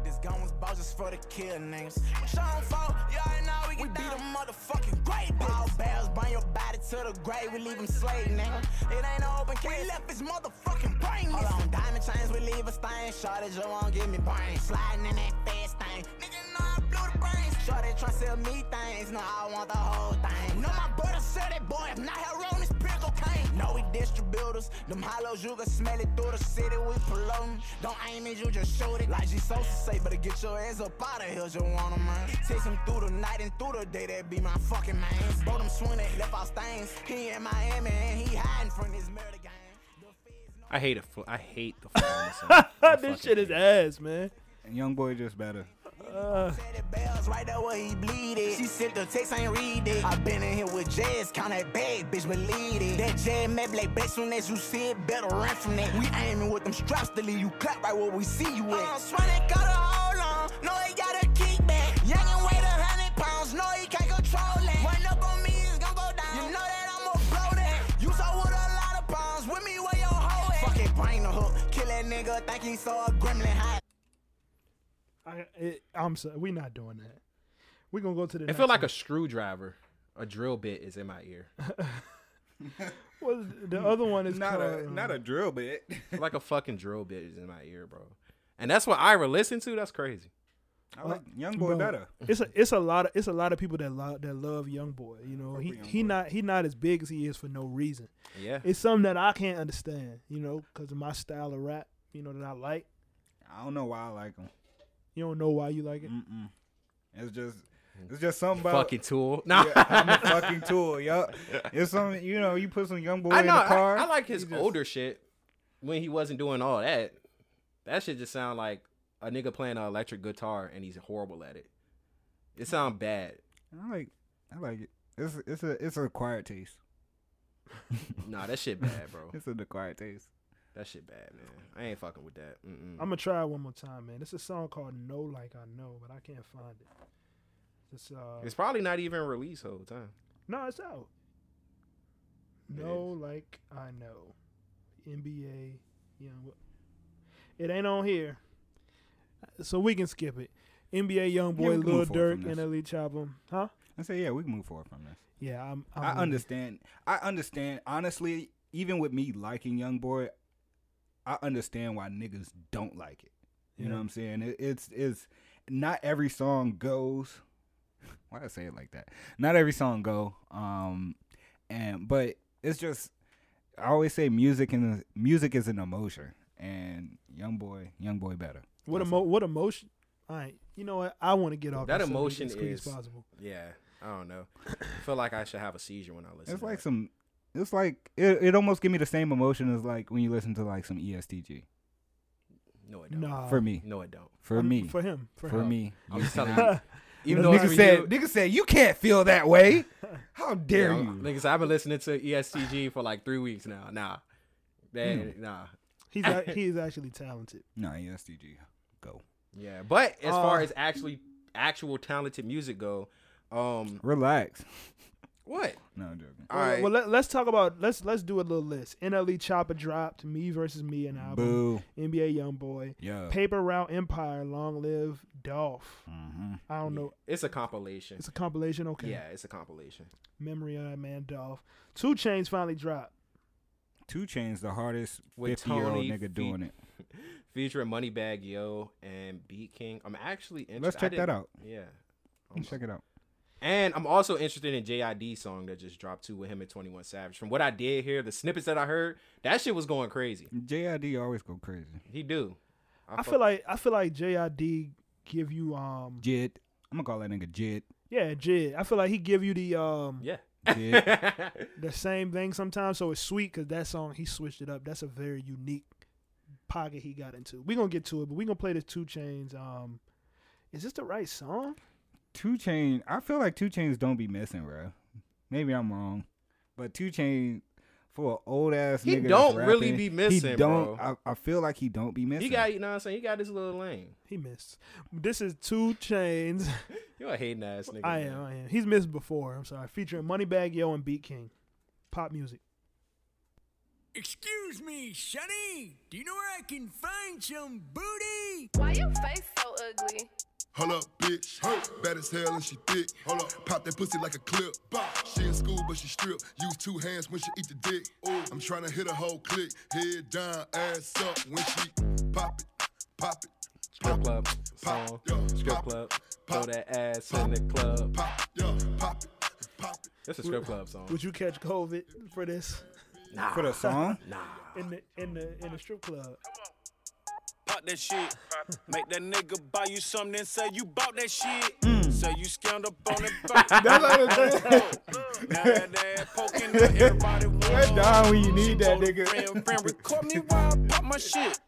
This gun was bought just for the kill names. Sean Fall, y'all know we, we be the motherfucking great. Ball bells, bring your body to the grave. We leave him slave, nigga. It ain't no open case. We left his motherfucking brain. Hold on, diamond chains, we leave a stain. Shorty, you won't give me brain. Sliding in that fast thing. Nigga, know I blew the brains. Shorty tryna sell me things. No, I want the whole thing. No, my brother said it, boy. If not, hell on this pill cocaine. No, we distributors. Them hollows, you can smell it through the city. We promoting. Don't aim it, you just shoot it. Like G Sosa say, better get your ass up out of here, you wanna man. Text him through the night and through the day, that be my fucking man. Bro, them swinging, left out stains. He in Miami and he hiding from this murder gang. The feds know- I hate it. I hate the flow on this song. [laughs] I fucking this shit is hate it. ass, man. And Young Boy just better. Said it bells right there where he bleeded. She sent the text, I ain't read it. I been in here with Jazz, count that bag, bitch, believe it. That Jazz met like best soon as you see it, better run from that. We aiming with them straps to leave you clap right where we see you at. I'm sweating, got a uh, hold on. No, he got a kickback. Young and weighed a hundred pounds. No, he can't control it. Run up on me, it's gonna go down. You know that I'ma blow that. You saw with a lot of pounds. With me, where your hoe at? Fuck it, bring the hook. Kill that nigga, think he so a gremlin high. I, it, I'm sorry, we not doing that. We gonna go to the. It next feel like one. a screwdriver, a drill bit is in my ear, Well, the other one is Not called, a um, not a drill bit. [laughs] like a fucking drill bit is in my ear, bro. And that's what Ira listened to. That's crazy. I like Young Boy Bro, better. It's a it's a lot of it's a lot of people that love that love Young Boy. You know, he he not he not as big as he is for no reason. Yeah, It's something that I can't understand. You know, because of my style of rap. You know that I like. I don't know why I like him. You don't know why you like it. It's just it's just something about. fucking tool. Nah, [laughs] [laughs] Yeah, I'm a fucking tool, yup. It's something you know. You put some young boy I in know. the car. I, I like his you just- older shit when he wasn't doing all that. That shit just sound like a nigga playing an electric guitar and he's horrible at it. It sound bad. I like. I like it. It's it's a it's a quiet taste. Nah, that shit bad, [laughs] bro. It's an acquired taste. That shit bad, man. I ain't fucking with that. Mm-mm. I'm gonna try it one more time, man. It's a song called "No Like I Know," but I can't find it. It's uh, It's probably not even released whole time. no, it's out. It No, like I know, NBA. You know, It ain't on here, so we can skip it. NBA Yeah, we YoungBoy, can Lil move forward Durk, from and this. Elite Chopper. Huh? I say, yeah, we can move forward from this. Yeah, I'm. I'm I understand. I understand. Honestly, even with me liking Young Boy, I understand why niggas don't like it. You know Yeah. what I'm saying? It, it's it's not every song goes. [laughs] Why I say it like that? Not every song go. Um, and but it's just I always say music and music is an emotion. And Young Boy, Young Boy better. What That's emo- all. what emotion? All right, you know what? I want to get off That this subject emotion as quick as is- possible. Yeah, I don't know. I feel like I should have a seizure when I listen. It's to like that. some. It's like it. It almost give me the same emotion as like when you listen to like some E ESTG. no, it don't. Nah, For me, No, it don't. for I'm- me, for him, for, for him. me. I'm you just [laughs] telling cannot- you. Even though it's nigga for said, you- nigga said, you can't feel [laughs] that way. How Yeah, dare I'm- you? Niggas, I've been listening to E ESTG for like three weeks now. Nah, Hmm. man, nah. He's a- he's actually talented. No, yeah, SDG. Go. Yeah, but as far Uh, as actually actual talented music go, um, Relax. what? No, I'm joking. All right, Well, let, let's talk about let's let's do a little list. NLE Chopper dropped Me versus Me an album. Boo. NBA YoungBoy, Yo. Paper Route Empire, Long Live Dolph. hmm I don't know. it's a compilation. It's a compilation. Okay. Yeah, it's a compilation. Memory of that man Dolph. Two Chains finally dropped. Two Chains, the hardest With 50 year old Tony nigga Fe- doing it. Featuring Moneybag Yo and Beat King. I'm actually interested. Let's I check that didn't- out. Yeah. Oh Let's check it out. And I'm also interested in JID song that just dropped too with him and 21 Savage. From what I did hear, the snippets that I heard, that shit was going crazy. JID always go crazy. He do. I feel like I feel like JID give you um Jid. I'm going to call that nigga Jid. yeah Jid. I feel like he give you the um yeah. Jid. [laughs] the same thing sometimes. So it's sweet because that song he switched it up. That's a very unique pocket he got into. We gonna get to it, but we gonna play this Two Chains. Um, is this the right song? Two Chain. I feel like Two Chains don't be missing, bro. Maybe I'm wrong. But Two Chain. For an old ass He nigga, that's don't really rapping, be missing, He don't. bro. I, I feel like he don't be missing. he got, you know what I'm saying? He got his little lane. He missed. This is Two Chains. You're a hating ass nigga. I man. am. I am. He's missed before. I'm sorry. Featuring Moneybag Yo and Beat King, pop music. Excuse me, Sonny. Do you know where I can find some booty? Why your face so ugly? Hold up, bitch. Bad as hell and she thick. Hold up. Pop that pussy like a clip. Bop. She in school, but she stripped. Use two hands when she eat the dick. Ooh. I'm tryna hit a whole click. Head down, ass up when she pop it, pop it, Strip club song. yo, Strip pop, club. Throw pop, that ass in the club. pop, yo, pop it, pop it. That's a strip club song. Would you catch COVID for this for the song. in the in the in the strip club? [laughs] Pop that shit. Make that nigga buy you something and say you bought that shit. Say you scammed up on it. [laughs] Now that ass poking up, everybody want Nah, when you need that Told a nigga. [laughs] Friend, friend, record me while I pop my shit.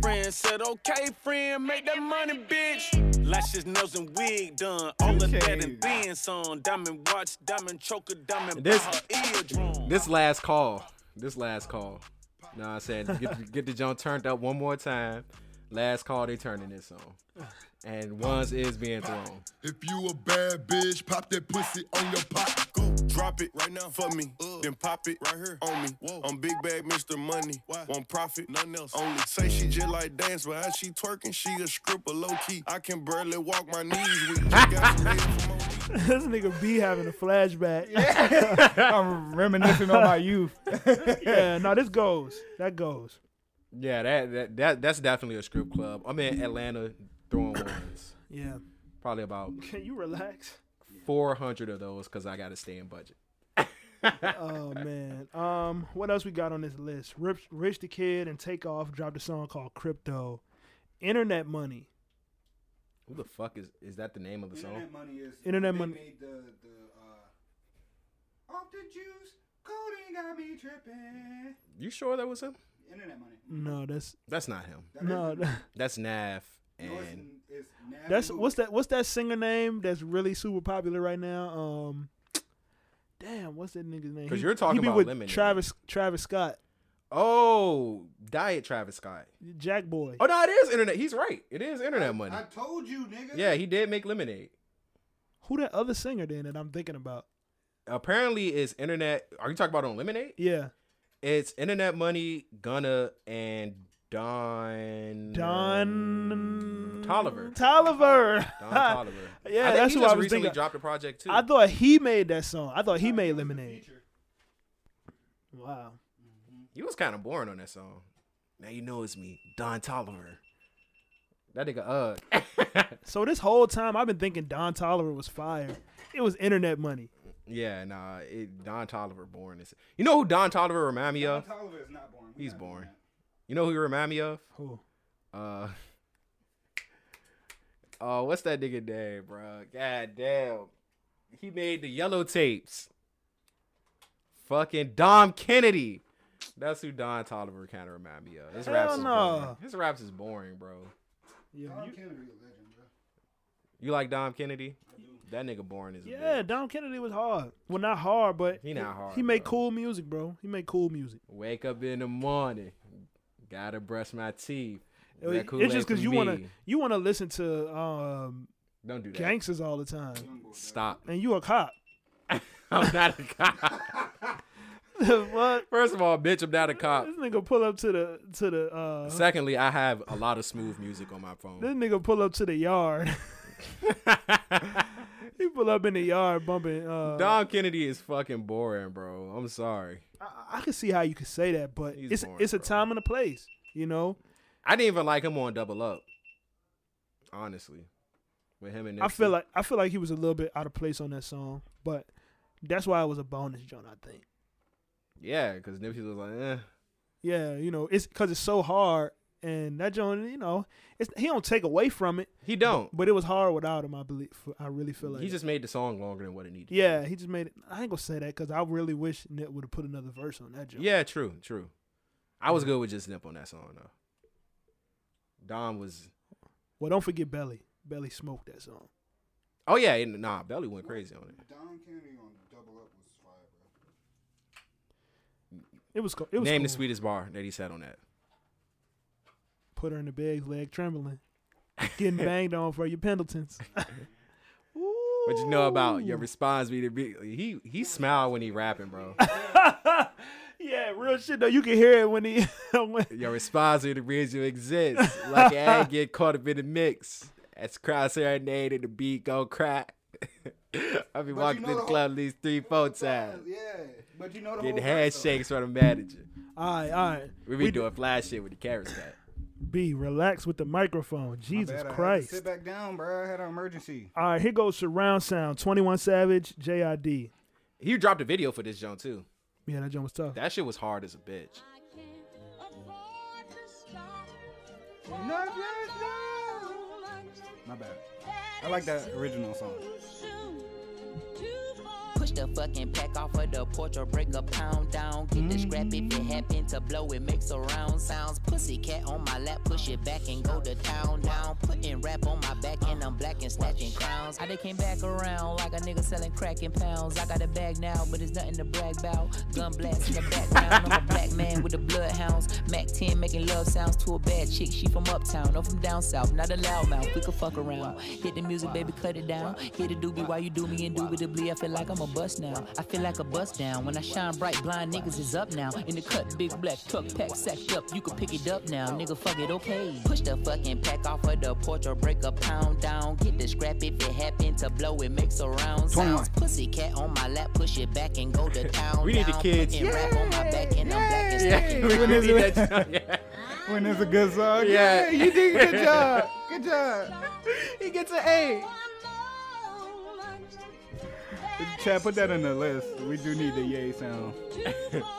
Friend said, okay, friend, make that money, bitch. Lashes, nails, and wig done. All of that and then some. Diamond watch, diamond choker, diamond This- bar, eardrum. This last call. This last call. No, I said get the, get the jump turned up one more time. Last call they turning this on. And ones is being thrown. If you a bad bitch, pop that pussy on your pop. Go. Drop it right now for me, then pop it right here on me. I'm big bag Mr. Money, one profit, nothing else. Only say she just like dance, but how she twerking, she a stripper low key. I can barely walk my knees. We just got some head from Monique. this nigga B having a flashback. I'm reminiscing on my youth. [laughs] [laughs] yeah, no, this goes. That goes. Yeah, that, that that that's definitely a strip club. I'm in Atlanta throwing ones. Yeah. Probably about Can you relax? 400 of those because I got to stay in budget. Oh man. Um, what else we got on this list? Rich, Rich the Kid and Takeoff dropped a song called Crypto. Internet money. Who the fuck is is that the name of the song? money [laughs] is. Internet they money- Made the, the, uh, off the juice. Coding got me tripping. You sure that was him? Internet money. No, that's That's not him. no. That's Nav and That's what's that? What's that singer name that's really super popular right now? Um, damn, what's that nigga's name? 'Cause He- you're talking he be about with Lemonade. Travis Travis Scott, oh, Diet Travis Scott. Jack Boy. Oh no, it is internet. He's right. It is internet money. told you, nigga. Yeah, he did make lemonade. Who that other singer then that I'm thinking about? Apparently, it's internet. Are you talking about on lemonade? Yeah, It's internet money, Gunna, and Don Don Mm, Tolliver. Tolliver. [laughs] Don Tolliver. Yeah, I think that's he what just I was recently thinking. dropped a project too. I thought he made that song. I thought he made Lemonade. Wow. he was kind of boring on that song. Now you know it's me, Don Tolliver. That nigga, [laughs] uh, So this whole time I've been thinking Don Tolliver was fire. It was internet money. yeah, nah, it, Don Tolliver boring. Is, you know who Don Tolliver remind me of? Tolliver is not born. He's boring. You know who he remind me of? Who? Uh, [laughs] oh, what's that nigga name, bro? God damn, he made the yellow tapes. Fucking Dom Kennedy. That's who Don Tolliver kind of remind me of. His raps Hell is no. boring. His raps is boring, bro. Yeah, You like Dom Kennedy? That nigga boring is yeah Don Kennedy was hard. Well, not hard, but He not hard, He made bro. cool music, bro. He made cool music. Wake up in the morning, gotta brush my teeth. That It- Kool-Aid it's just because for you want to me. you want to listen to um, don't do that. gangsters all the time, Stop. [laughs] and you a cop. [laughs] I'm not a cop. what? First of all, bitch, I'm not a cop. [laughs] This nigga pull up to the to the uh, Secondly, I have a lot of smooth music on my this phone. nigga pull up to the yard. [laughs] he pull up in the yard bumping. Uh, [laughs] Dom Kennedy is fucking boring, bro. I'm sorry. I, I can see how you could say that, but He's it's boring, it's a bro. time and a place, you know. I didn't even like him on Double Up. Honestly, with him and I feel Nipsey. like I feel like he was a little bit out of place on that song, but that's why it was a bonus joint, I think. yeah, because Nipsey was like, eh. Yeah, you know, it's because it's so hard, and that joint, you know, it's he don't take away from it, he don't. but it was hard without him. I believe I really feel like He that. just made the song longer than what it needed. to be. yeah, he just made it. I ain't gonna say that because I really wish Nip would have put another verse on that joint. Yeah, true, true. I was good with just Nip on that song though. Dom was. Well, don't forget Belly. Belly smoked that song. Oh yeah, and, nah, Belly went crazy on it. Don Kennedy on Double Up was fire, bro. It was co- it was Name the cool. sweetest bar that he said on that. Put her in the bed's leg trembling, getting banged on for your Pendletons. What you know about your response? Be to be he he smiled when he rapping, bro. Yeah, real shit though. You can hear it when he. [laughs] when, Your response to the reason you exist. Like I ain't get caught up in the mix. That's crosshair and the beat go crack. [laughs] I be walking know through the the club at least three, four times. Yeah, but you know the Getting whole verse, though. handshakes from the manager. all right, all right. We be doing fly shit with the carrot cat. B, relax with the microphone. Jesus Bad, I had to Christ. Sit back down, bro. I had an emergency. All right, here goes surround sound. Twenty One Savage, JID. He dropped a video for this joint too. Yeah, that joint was tough. That shit was hard as a [laughs] bitch. My bad. I like that original song. Push the fucking pack off of the porch or break a pound down. Get the scrap if it happen to blow, it makes a round sounds. Pussycat on my lap, push it back and go to town down. Putting rap on my back and I'm black and stacking crowns. I done came back around like a nigga selling crack in pounds. I got a bag now, but it's nothing to brag about. Gun blast in the background. I'm a black man with the bloodhounds. Mac 10 making love sounds to a bad chick. She from uptown, or from down south. Not a loudmouth, we could fuck around. Hit the music, baby, cut it down. Hit a doobie while you do me indubitably. I feel like I'm a bust now. I feel like a bust down. When I shine bright, blind niggas is up now. In the cut, big black truck pack sacked up. You can pick it up now, nigga, fuck it, okay. Push the fucking pack off of the porch or break a pound down. Get the scrap if it happen to blow, it makes a round 21. sounds. Pussycat on my lap, push it back and go to [laughs] town. We need the down. kids. Putting rap on my back and I'm black and stacking we When is need [laughs] it? that joint. Yeah. When it's a good song. Yeah. Yeah, you did [laughs] a good job. Good job. He gets an A. Chad, put that in the list. We do need the yay sound.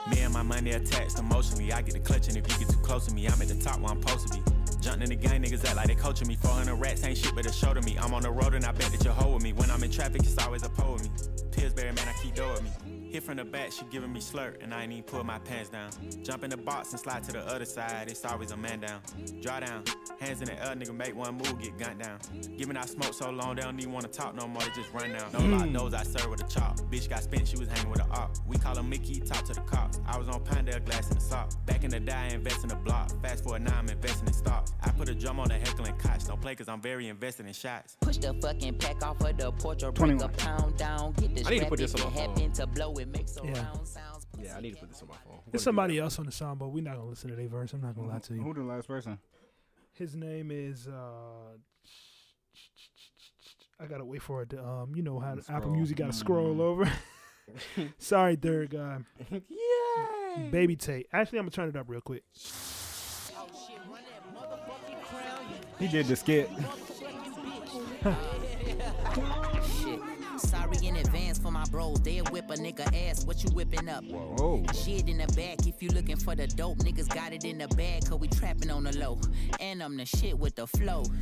Me and my money attached emotionally. I get the clutch, and if you get too close to me, I'm at the top where I'm supposed to be. Jumped in the game, niggas act like they coaching me. 400 rats ain't shit but a show to me. I'm on the road and I bet that you're hoeing me. When I'm in traffic, it's always a pole with me. Pillsbury, man, I keep door with me. Hit from the back, she giving me slurp, and I ain't even pull my pants down. Jump in the box and slide to the other side, it's always a man down. Draw down, hands in the air, nigga, make one move, get gunned down. Giving out smoke so long, they don't even wanna talk no more, they just run down. No lie, those I serve with a chop. Bitch got spent, she was hanging with a op. We call her Mickey, talk to the cops. I was on Pinedale, glass in the sock. Back in the day, I invest in the block. Fast forward now, I'm investing in stock. I put a drum on the heckling cotch. Don't play, cause I'm very invested in shots. Push the fucking pack off of the porch or break a 21. pound down. Get the I need to strap put this if on it my phone. happen to blow, it makes a Yeah. round sounds. Yeah, I need to put this on my phone. I'm gonna do There's somebody that. else on the song, but we're not gonna listen to their verse. I'm not gonna lie to you. Who the last person? His name is. uh I gotta wait for it. To, um, you know how Gotta Apple scroll. Music gotta Mm. scroll over. [laughs] Sorry, third guy. Yay! Baby Tate. Actually, I'm gonna turn it up real quick. He did the skit. Shit. Sorry in advance for my bros. They'll whip a nigga ass. What you whipping up? Whoa. Shit in the back. If you looking for the dope, niggas got it in the bag. Cause we trapping on the low. And I'm the shit with the flow. [laughs]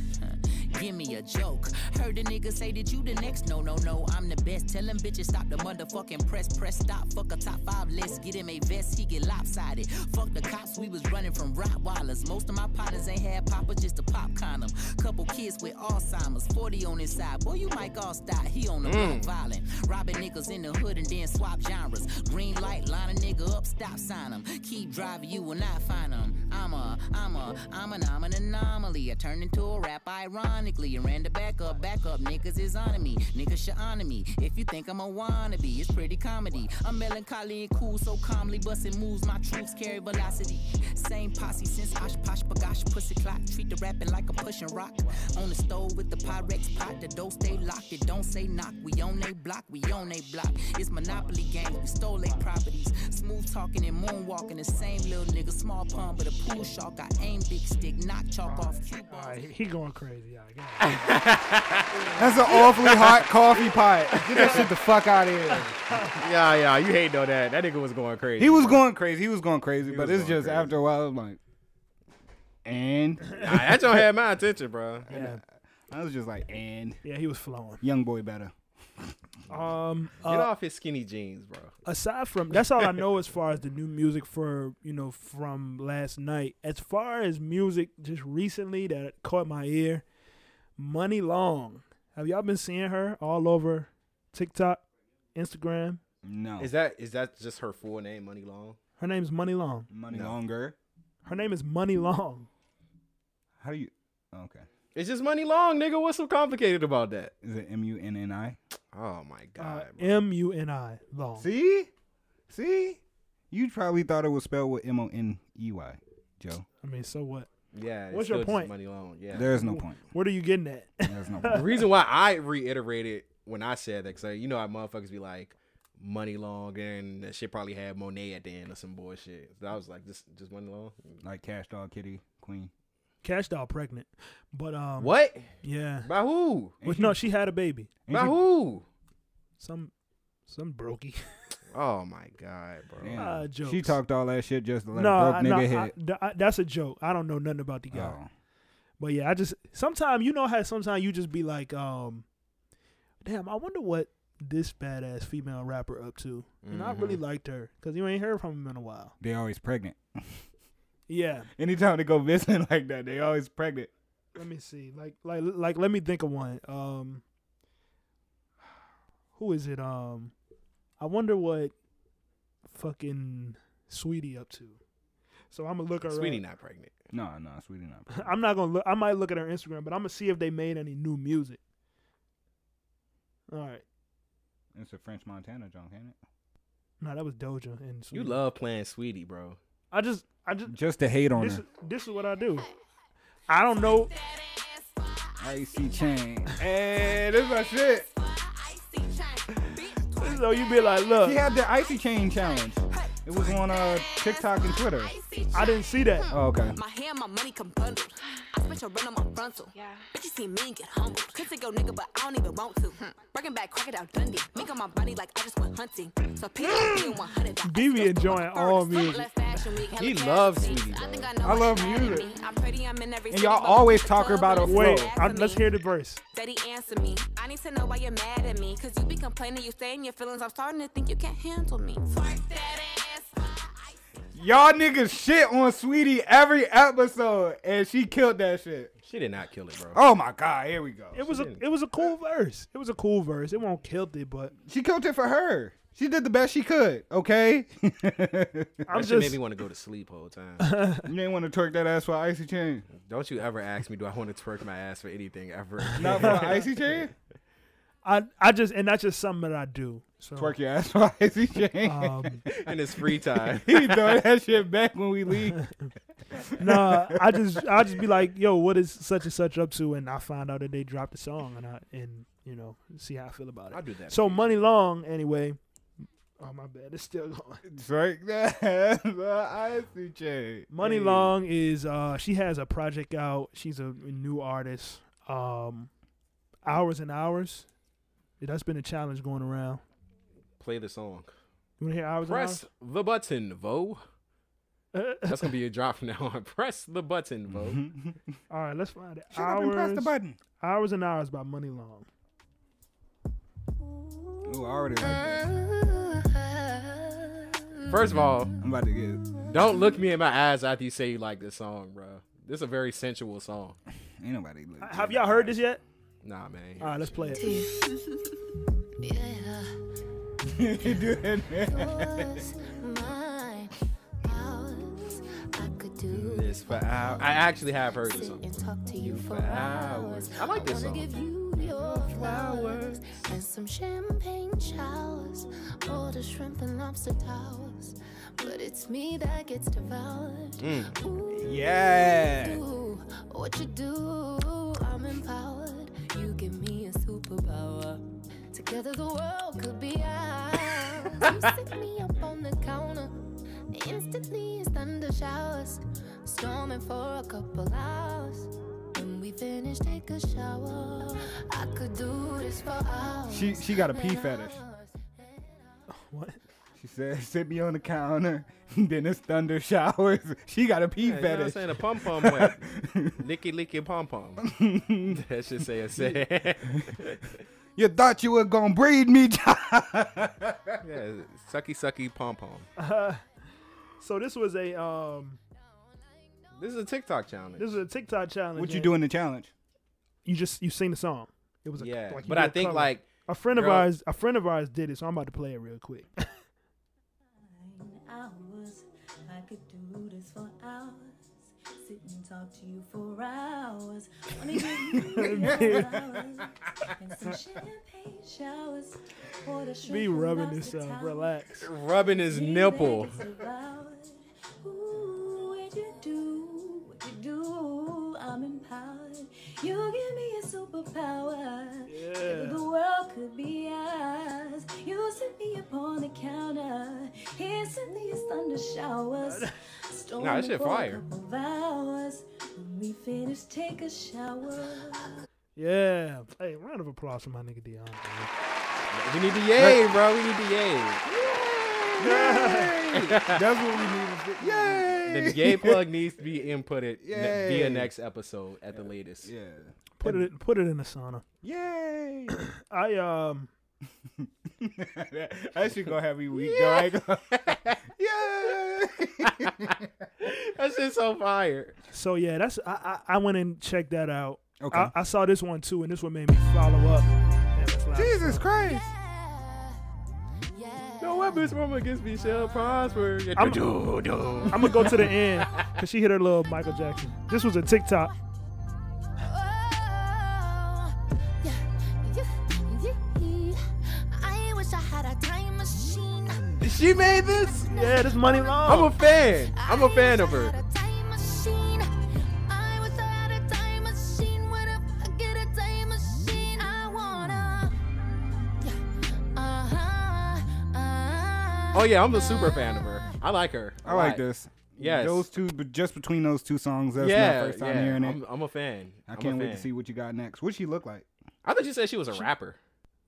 Give me a joke. Heard the nigga say that you the next. No, no, no. I'm the best. Tell them bitches stop the motherfucking press. Press stop. Fuck a top five list. Get him a vest. He get lopsided. Fuck the cops. We was running from Rottweilers. Most of my partners ain't had popper, just a pop condom. Couple kids with Alzheimer's. 40 on his side. Boy, you Mike all style. He on the block violent. Robbing niggas in the hood and then swap genres. Green light, line a nigga up, stop sign him. Keep driving, you will not find him. I'm a, I'm a, I'm an, I'm an anomaly. I turned into a rap ironically. I ran the back up, back up. Niggas is on me. Niggas should honor me. If you think I'm a wannabe, it's pretty comedy. I'm melancholy and cool, so calmly busting moves. My troops carry velocity. Same posse since Osh Posh Bagosh Pussy Clock. Treat the rapping like I'm pushing rock. On the stove with the Pyrex pot. The door stay locked. It don't say knock. We on they block. We on they block. It's Monopoly games. We stole they properties. Smooth talking and moonwalking. The same little nigga. Small pond, but a pool shark. I aim big stick. Knock chalk off. Cue All right, he going crazy. All right, go ahead. That's an [laughs] awfully hot coffee pot. Get that shit the fuck out of here. Yeah, yeah, you hate know that. That nigga was going crazy. He was going crazy. He was going crazy, but was it's going just crazy. after a while, I'm like, and Nah, that don't have my attention, [laughs] bro. Yeah, I was just like, and yeah, he was flowing. young boy better. Um, Get uh, off his skinny jeans, bro. aside from that's all I know as far as the new music for you know from last night. As far as music just recently that caught my ear, Money Long. Have y'all been seeing her all over TikTok, Instagram? No, Is that is that just her full name, Money Long? Her name's Money Long. money No. longer? Her name is Money Long. How do you? Okay, It's just Money Long, nigga. What's so complicated about that? is it M U N N I? Oh my Uh, god, bro. M U N I Long. See, see, you probably thought it was spelled with M O N E Y, Joe. I mean, so what? yeah. it's what's your still just point? Money Long, yeah. There's no point. What are you getting at? [laughs] There's no the point. [laughs] reason why I reiterated when I said that, because you know how motherfuckers be like, Money Long, and that shit probably had Monet at the end or some bullshit. So I was like, just just Money Long. like Cash Dog Kitty Queen. Cash doll pregnant, but um, What? Yeah, By who? Which, no, she had a baby. Ain't By she- who? Some, some brokey. Oh my god, bro. Damn. Uh, she jokes. talked all that shit just to let no, a broke I- nigga no, I, hit. th- I- that's a joke. I don't know nothing about the guy. Oh. But yeah, I just sometimes you know how sometimes you just be like, um, damn, I wonder what this badass female rapper up to. And I Mm-hmm. really liked her because you ain't heard from him in a while. They always pregnant. Yeah, Anytime they go missing [laughs] like that, they always pregnant. let me see. Like, like, like, let me think of one. Um, who is it? Um, I wonder what fucking sweetie up to. So I'm gonna look her. up. Sweetie not pregnant. No, no, sweetie, not. pregnant. [laughs] I'm not gonna look. I might look at her Instagram, but I'm gonna see if they made any new music. All right, It's a French Montana John, ain't it? no, that was Doja and You Sweetie. love playing Sweetie, bro. I just, I just. Just to hate on This, her. this is what I do. I don't know. Icy chain. Hey, this is my shit. [laughs] So you be like, She look, had the icy chain challenge. It was on uh, TikTok and Twitter. I didn't see that. Oh, okay. My hair, my money come bundled. I spent your run on my frontal. Yeah. Bitch, you see me and get humbled. Could take your nigga, but I don't even want to. Breaking back crocodile Dundee. Make on my body like I just went hunting. So pick up being 100. BB enjoying all music. He loves Sweetie, bro. I love music. I'm pretty, I'm in every And city, y'all but always the talk club about is a so Wait, bad I, for let's me. hear the verse. Daddy, answer me. I need to know why you're mad at me. Cause you be complaining, you stay in your feelings. I'm starting to think you can't handle me. Y'all niggas shit on Sweetie every episode, and she killed that shit. She did not kill it, bro. Oh my god, here we go. It was a, it was a cool verse. It was a cool verse. It won't killed it, but She killed it for her. She did the best she could, [laughs] okay? you I'm That shit made just. me want to go to sleep whole time. didn't want to twerk that ass for an [laughs] icy chain. Don't you ever ask me, do I want to twerk my ass for anything ever? Not for an icy chain? I I just and that's just something that I do. So, Twerk your ass while [laughs] Icy Chain. [laughs] um, in his free time. he throwing that shit back when we leave. nah, I just I just be like, yo, what is such and such up to? And I find out that they dropped a song, and I and you know see how I feel about I it. do that. So money long anyway. Oh my bad, it's still going. [laughs] Twerk that ass while Icy Chain. Money Hey. Long is uh she has a project out. She's a new artist. Um Hours and Hours. That's been a challenge going around. Play the song. You wanna hear Hours Press the button, Vo. and Hours? [laughs] That's gonna be a drop from now on. [laughs] Press the button, Vo. All right, let's find it. Shut up and press the Hours- button. Hours and Hours by Money Long. Ooh, I already like this. Uh-huh. First of all, I'm about to get. don't look me in my eyes after you say you like this song, bro. This is a very sensual song. Ain't nobody. look- Have y'all heard this yet? Nah, man. All right, let's play it. You doing that? This for hours. I actually have heard this song. Talk to [laughs] you for For hours. I like this wanna song. give you your flowers and some champagne showers, all the shrimp and lobster towers. But it's me that gets devoured. Mm. Ooh, Yeah. what you do, I'm empowered. You give me a superpower. Together the world could be ours. [laughs] you sit me up on the counter. Instantly it's thunder showers. Storming for a couple hours. When we finish, take a shower. I could do this for hours. She she got a pee and fetish. [laughs] hours and What? She said, "Sit me on the counter." [laughs] then it's thunder showers. [laughs] She got a pee Yeah, you know what I'm fetish. saying? A pom pom [laughs] wet. licky licky pom pom. that should say a sad. You thought you were gonna breed me, [laughs] yeah, sucky sucky pom pom. So this was a um This is a TikTok challenge. this was a TikTok challenge. What you and doing the challenge? You just you sing the song. It was a yeah, like you but did I a think cover. like a friend of girl- ours a friend of ours did it, so I'm about to play it real quick. hours. I could do this for hours. Sit and talk to you for hours. Wanna give [laughs] you flowers and some champagne showers. Pour the shrimp Be and rubbing this lobster up. towels. Relax. rubbing his nipple. Ooh, what you do, what you do, I'm empowered. You give me a superpower. Yeah. The world could be ours. You set me upon the counter. Here, suddenly it's thunder showers. [laughs] Storm Nah, that shit for a fire. couple of hours. When we finish, take a shower. Yeah. Hey, round of applause for my nigga Dion. man. We need the yay, bro. We need the yay. [laughs] That's what we need. Yay! [laughs] The yay plug needs to be inputted ne- Yay. via next episode at the latest. [laughs] Yeah. Put it put it in the sauna. Yay! [laughs] I um that, that shit gonna have me weak. though. I [laughs] ain't [laughs] gonna- Yay! That's just so fire. so yeah, that's I I, I went and checked that out. Okay. I, I saw this one too, and this one made me follow up. Damn, that's loud. Jesus Christ! No weapon is formed against me shall prosper. I'm- do, do. I'm gonna go to the end because she hit her little Michael Jackson. This was a TikTok. Oh, yeah, yeah, yeah. I wish I had a time machine. She made this. Yeah, this money I'm a long. fan. I'm a fan of her. uh-huh, Oh yeah, I'm a super fan of her. I like her. a I like lot. this. Yes. Those two, but just between those two songs, that's yeah, my first time yeah. hearing it. I'm, I'm a fan. I I'm a can't wait fan. to see what you got next. What she look like? I thought you said she was a rapper.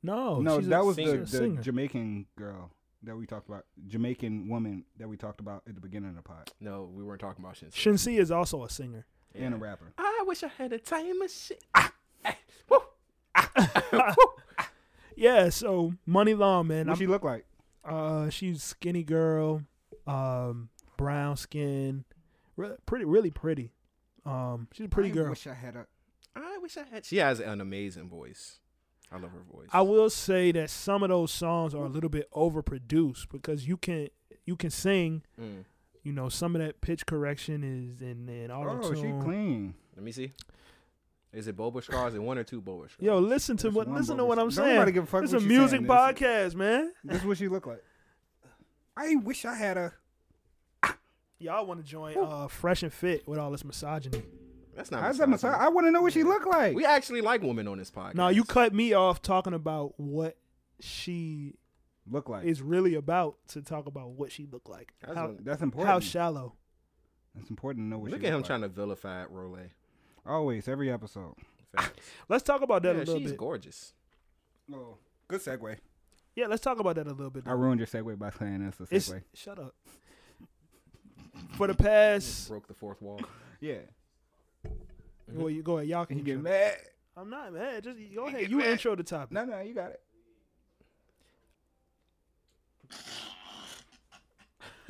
No, no, Oh, she's a that was singer, the, the singer. Jamaican girl that we talked about, Jamaican woman that we talked about at the beginning of the pod, No, we weren't talking about shit. Shinsi is also a singer. and a rapper. I wish I had a time machine. Ah, ah, woo. ah, [laughs] Yeah, so money long man. What I'm- she look like? Uh, she's skinny girl, um, brown skin, re- pretty, really pretty. Um, she's a pretty I girl. Wish I had a. I wish I had. She has an amazing voice. I love her voice. I will say that some of those songs are a little bit overproduced because you can you can sing. Mm. You know, some of that pitch correction is in and auto Oh, she tune. clean. Let me see. Is it Boba Scar? Is it one or two Boba Scar? Yo, listen to what one listen to Boba what I'm Scar. saying. Nobody give a fuck It's what a you music saying. podcast, man. This is what she look like. I wish I had a. Y'all want to join uh, Fresh and Fit with all this misogyny? That's not. How's that massage? I want to know what she look like. We actually like women on this podcast. No, you cut me off talking about what she look like. is really about to talk about what she looked like. That's how, what- that's How important. shallow. It's important to know what Look she at look him like. trying to vilify Rolay. Always, every episode. Let's talk about Ah, that Yeah, a little she's bit. gorgeous. Oh, good segue. Yeah, let's talk about that a little bit. I ruined your segue by saying that's a segue. It's, shut up. For the past, Broke the fourth wall. yeah, well, you go ahead. Y'all can you get intro. mad. I'm not mad. Just go ahead. You intro the topic. No, no, you got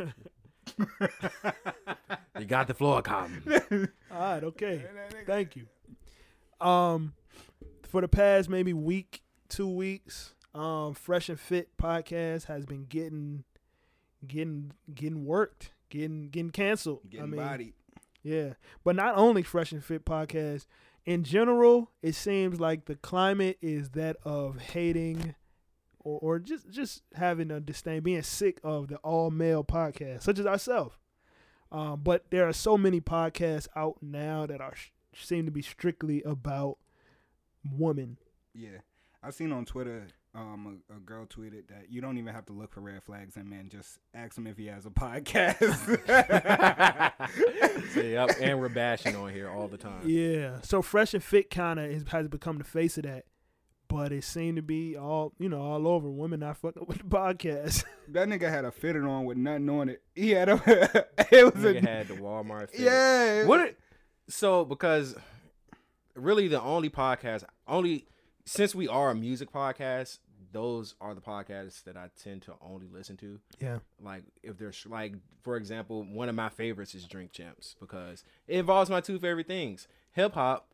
it. [laughs] You got the floor, [laughs] Cotton. All right, okay. Thank you. Um, for the past maybe week, two weeks, um, Fresh and Fit podcast has been getting, getting, getting worked, getting, getting canceled. Getting bodied. Yeah, but not only Fresh and Fit podcast. In general, it seems like the climate is that of hating, or, or just just having a disdain, being sick of the all male podcast, such as ourselves. Um, but there are so many podcasts out now that are seem to be strictly about women. Yeah, I've seen on Twitter. Um, a, a girl tweeted that you don't even have to look for red flags and man, just ask him if he has [laughs] a [laughs] podcast. So, yep, and we're bashing on here all the time. Yeah. So fresh and fit kind of has become the face of that, but it seemed to be all you know all over women not fucking [laughs] with the podcast. that nigga had a fitted on with nothing on it. He had a. [laughs] it was Nigga [laughs] a. had the Walmart. fit. Yeah. What? It, so because really the only podcast, only since we are a music podcast, those are the podcasts that I tend to only listen to. Yeah. Like if there's like for example, one of my favorites is Drink Champs because it involves my two favorite things: hip hop,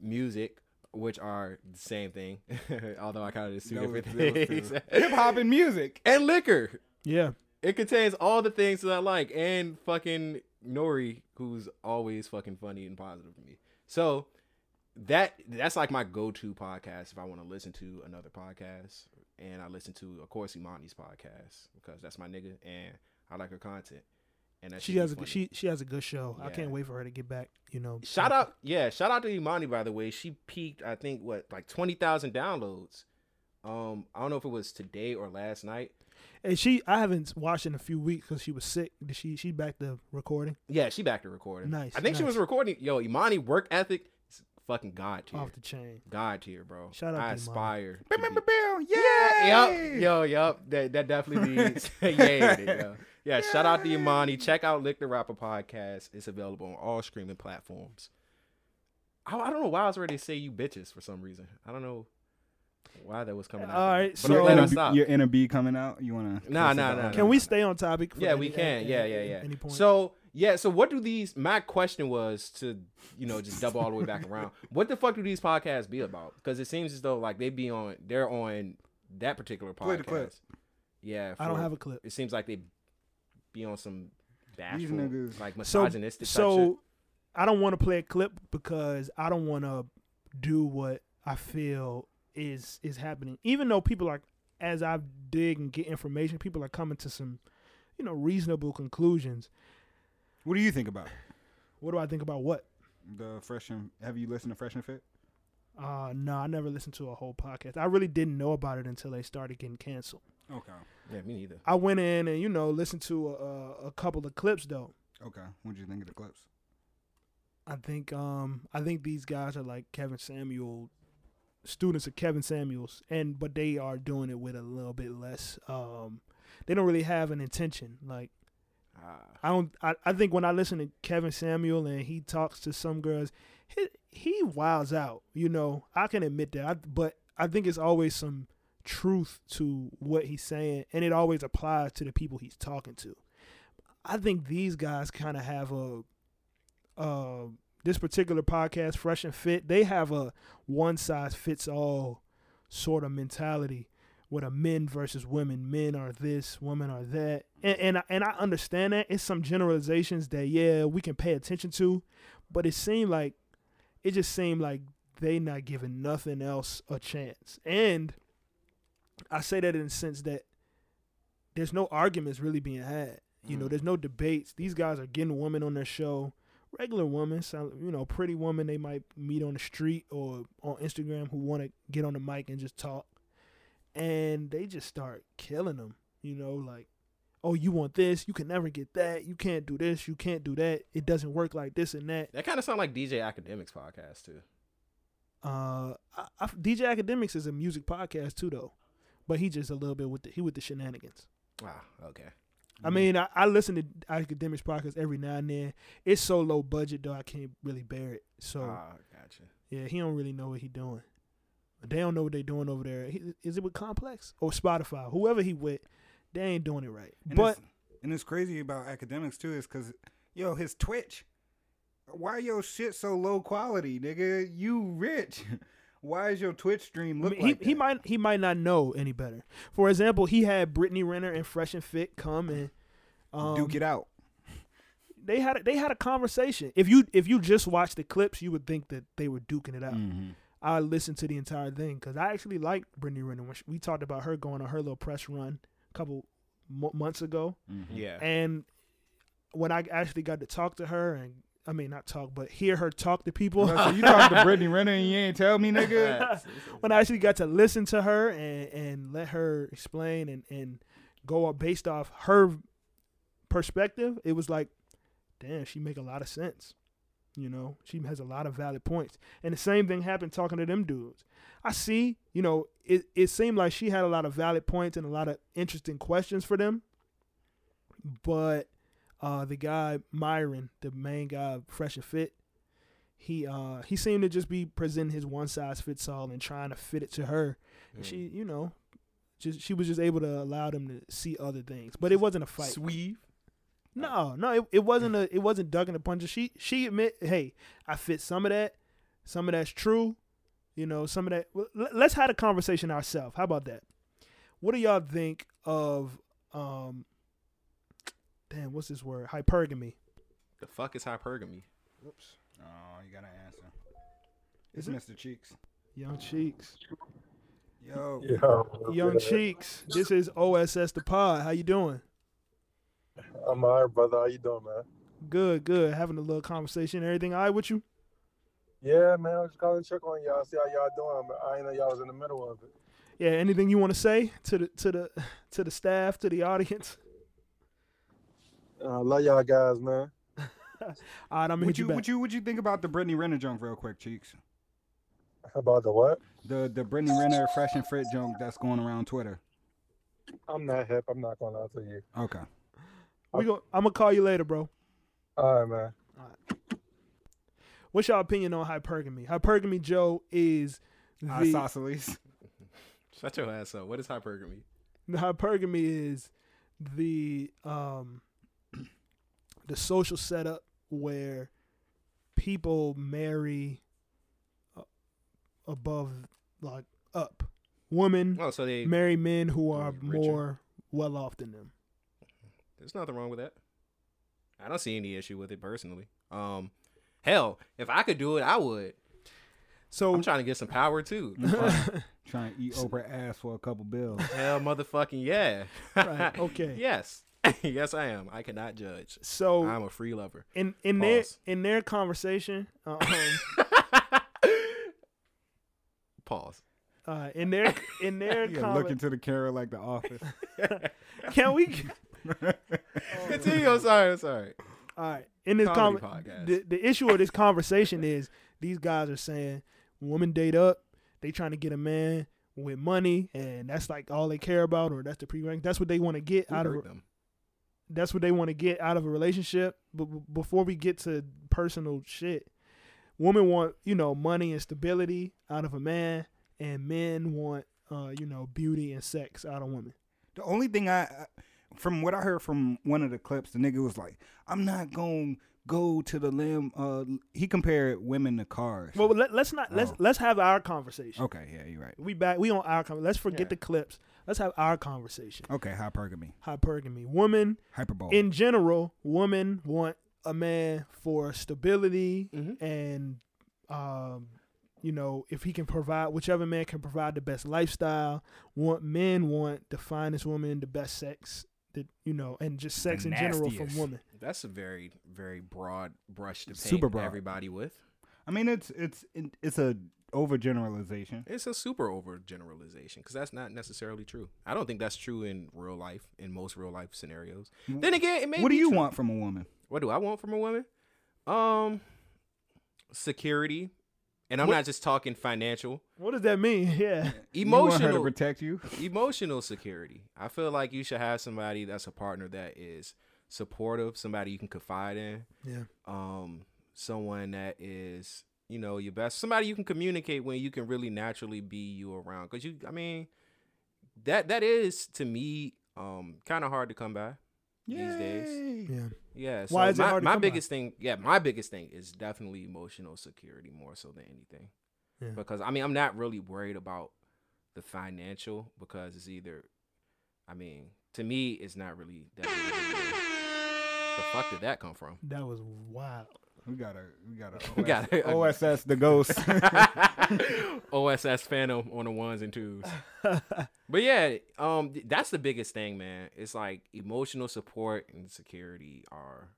music. Which are the same thing, [laughs] although I counted it as two That was- different that was things. terrible. Hip hop and music. [laughs] and liquor. Yeah. It contains all the things that I like and fucking Nori, who's always fucking funny and positive to me. So that that's like my go-to podcast if I want to listen to another podcast. And I listen to, of course, Imani's podcast because that's my nigga and I like her content. And that She shit be has a funny. she she has a good show. I Yeah. can't wait for her to get back. You know. Shout out, yeah, shout out to Imani by the way. She peaked, I think, what like twenty thousand downloads. Um, I don't know if it was today or last night. And she I haven't watched in a few weeks because she was sick. Did She she back to recording Yeah, she back to recording. Nice, I think she nice. was recording. Yo, Imani work ethic, is fucking god tier. off the chain. God tier, bro. Shout out I to Imani. aspire. to Remember be- Bill? Yeah. Yeah. Yup. Yo. Yup. That that [laughs] definitely [laughs] needs. yay. nigga. Yeah. Shout out to Imani. Check out Lick the Rapper podcast. It's available on all streaming platforms. I, I don't know why I was ready to say you bitches for some reason. I don't know why that was coming out. All All right, right, so- I'm glad I Your, stopped. inner, your inner B coming out. You wanna? Nah, listen nah, to nah, all nah. Can that? we stay on topic? for yeah any- we at- can at- yeah at yeah yeah Any point. so yeah so what do these my question was to you know just double all the way back [laughs] around what the fuck do these podcasts be about because it seems as though like they be on they're on that particular Play podcast the clip. yeah I don't for- have a clip. it seems like they be on some These bashful niggas- like So- misogynistic type So, shit. I don't want to play a clip because I don't want to do what I feel is is happening. Even though people are, as I dig and get information, people are coming to some, you know, reasonable conclusions. What do you think about What do I think about what? the Fresh and? Have you listened to Fresh and Fit? Uh no, I never listened to a whole podcast. I really didn't know about it until they started getting canceled. Okay. yeah me neither I went in and you know listened to a, a couple of clips though. Okay. What'd you think of the clips? I think um I think these guys are like Kevin Samuel students of Kevin Samuels and but they are doing it with a little bit less um they don't really have an intention like Ah, I don't I, I think when I listen to Kevin Samuel and he talks to some girls he he wows out you know I can admit that I, but I think it's always some truth to what he's saying and it always applies to the people he's talking to I think these guys kind of have a uh, this particular podcast, Fresh and Fit, they have a one size fits all sort of mentality with a men versus women. Men are this, women are that. And and I, and I understand that. It's some generalizations that yeah, we can pay attention to, but it seemed like it just seemed like they not giving nothing else a chance. And I say that in the sense that there's no arguments really being had. You know, there's no debates. These guys are getting women on their show. Regular women, so, you know, pretty women they might meet on the street or on Instagram who want to get on the mic and just talk. And they just start killing them, you know, like, oh, you want this, you can never get that, you can't do this, you can't do that, it doesn't work like this and that. That kind of sound like DJ Academics podcast too. Uh, I, I, DJ Academics is a music podcast too, though, but he just a little bit with the he with the shenanigans. Ah, okay. I mean, I, I listen to academics podcasts every now and then. It's so low budget though, I can't really bear it. So Uh, Ah, gotcha. yeah, he don't really know what he doing. They don't know what they doing over there. He, is it with Complex or Spotify? Whoever he with, they ain't doing it right. And but it's- and it's crazy about academics too is because yo his Twitch. Why your shit so low quality, nigga? You rich. [laughs] Why is your Twitch stream I look mean, like he, he that? might he might not know any better. For example, he had Brittany Renner and Fresh and Fit come and um, duke [laughs] it out? They had a, they had a conversation. If you if you just watch the clips, you would think that they were duking it out. I listened to the entire thing because I actually liked Brittany Renner. When she, we talked about her going on her little press run a couple mo- months ago, Yeah. mm-hmm. and when I actually got to talk to her and I mean not talk but hear her talk to people, Bro, so you talked to Brittany Renner and you ain't tell me, nigga. when I actually got to listen to her and, and let her explain and, and go up based off her perspective, it was like, damn, she make a lot of sense. You know, she has a lot of valid points. And the same thing happened talking to them dudes. I see, you know, it, it seemed like she had a lot of valid points and a lot of interesting questions for them. But uh, the guy Myron, the main guy, Fresh and Fit, he uh he seemed to just be presenting his one size fits all and trying to fit it to her. And she, you know, just she was just able to allow them to see other things. But it wasn't a fight. Sweeve. No, no, it, it wasn't a it wasn't ducking the punches. She she admit, hey, I fit some of that, some of that's true, you know, some of that. well, let- Let's have a conversation ourselves. How about that? What do y'all think of um? Damn, what's this word? Hypergamy. The fuck is hypergamy? Oops. Oh, you gotta answer. Is It's it- Mr. Cheeks. Young cheeks. Yo. Um, Young cheeks. This is OSS the pod. How you doing? I'm all right, brother. How you doing, man? Good, good. Having a little conversation. Everything all right with you? Yeah, man. I was just calling to check on y'all, see how y'all doing. But I ain't know y'all was in the middle of it. Yeah. Anything you want to say to the to the to the staff to the audience? Uh, I love y'all guys, man. [laughs] All right, I'm gonna Would hit you, you back. would you would you think about the Brittany Renner junk real quick, Cheeks? About the what? The the Brittany Renner fresh and fit junk that's going around Twitter. I'm not hip. I'm not gonna lie to you. Okay. We go. I'm gonna call you later, bro. All right, man. What's your opinion on hypergamy? Hypergamy, Joe, is the, Isosceles. Shut your ass up. What is hypergamy? the [laughs] hypergamy is the um the social setup where people marry a- above like up women Oh, so they marry men who are Richard. more well off than them. There's nothing wrong with that. I don't see any issue with it personally. Um, hell, if I could do it, I would. So I'm trying to get some power [laughs] too. Trying to eat Oprah ass for a couple bills. hell, motherfucking yeah. Right, okay. [laughs] yes. yes, I am. I cannot judge. so I'm a free lover. [laughs] in in Pause. their in their conversation, uh, um, Pause. uh, in their [laughs] in their Yeah, conver- look into the camera like the office. [laughs] can we? [laughs] Oh. Continue. I'm sorry. I'm sorry. All right. In this Comedy con- podcast. the, the issue of this conversation is these guys are saying women date up, they trying to get a man with money and that's like all they care about or that's the pre-rank. That's what they want to get Who out of hurt them? that's what they want to get out of a relationship. But b- before we get to personal shit, women want, you know, money and stability out of a man and men want uh, you know, beauty and sex out of women. The only thing I, I- from what I heard from one of the clips, the nigga was like, "I'm not gonna go to the limb." Uh, he compared women to cars. Well, let, let's not let's Oh. let's have our conversation. okay, yeah, you're right. We back. We on our conversation. Let's forget Yeah. the clips. Let's have our conversation. Okay, hypergamy, Hypergamy. Women hyperbole. in general, women want a man for stability and um, you know, if he can provide whichever man can provide the best lifestyle, want men want the finest woman, the best sex, that you know, and just sex in general from nastiest. women. That's a very, very broad brush to paint Super broad. everybody with. I mean, it's it's it's a overgeneralization. It's a super overgeneralization because that's not necessarily true. I don't think that's true in real life, in most real life scenarios. Then again, it may what do be you true. want from a woman? What do I want from a woman? Um, security, and I'm What- not just talking financial. What does that mean? [laughs] Yeah. want her to Emotional protect you? Emotional security. I feel like you should have somebody that's a partner that is supportive, somebody you can confide in. Yeah. Um, someone that is you know your best, somebody you can communicate when you can really naturally be you around. Cause you, I mean, that that is to me um kind of hard to come by these days. Yeah. Yeah. So Why is it my, hard to my come by? biggest thing, yeah, my biggest thing is definitely emotional security more so than anything. Yeah. Because I mean, I'm not really worried about the financial because it's either, I mean, to me, it's not really that. big of a deal. The fuck did that come from? That was wild. [laughs] We gotta we gotta [laughs] We OS, got a- OSS the ghost. [laughs] [laughs] OSS Phantom on the ones and twos. but yeah, um, th- that's the biggest thing, man. It's like emotional support and security are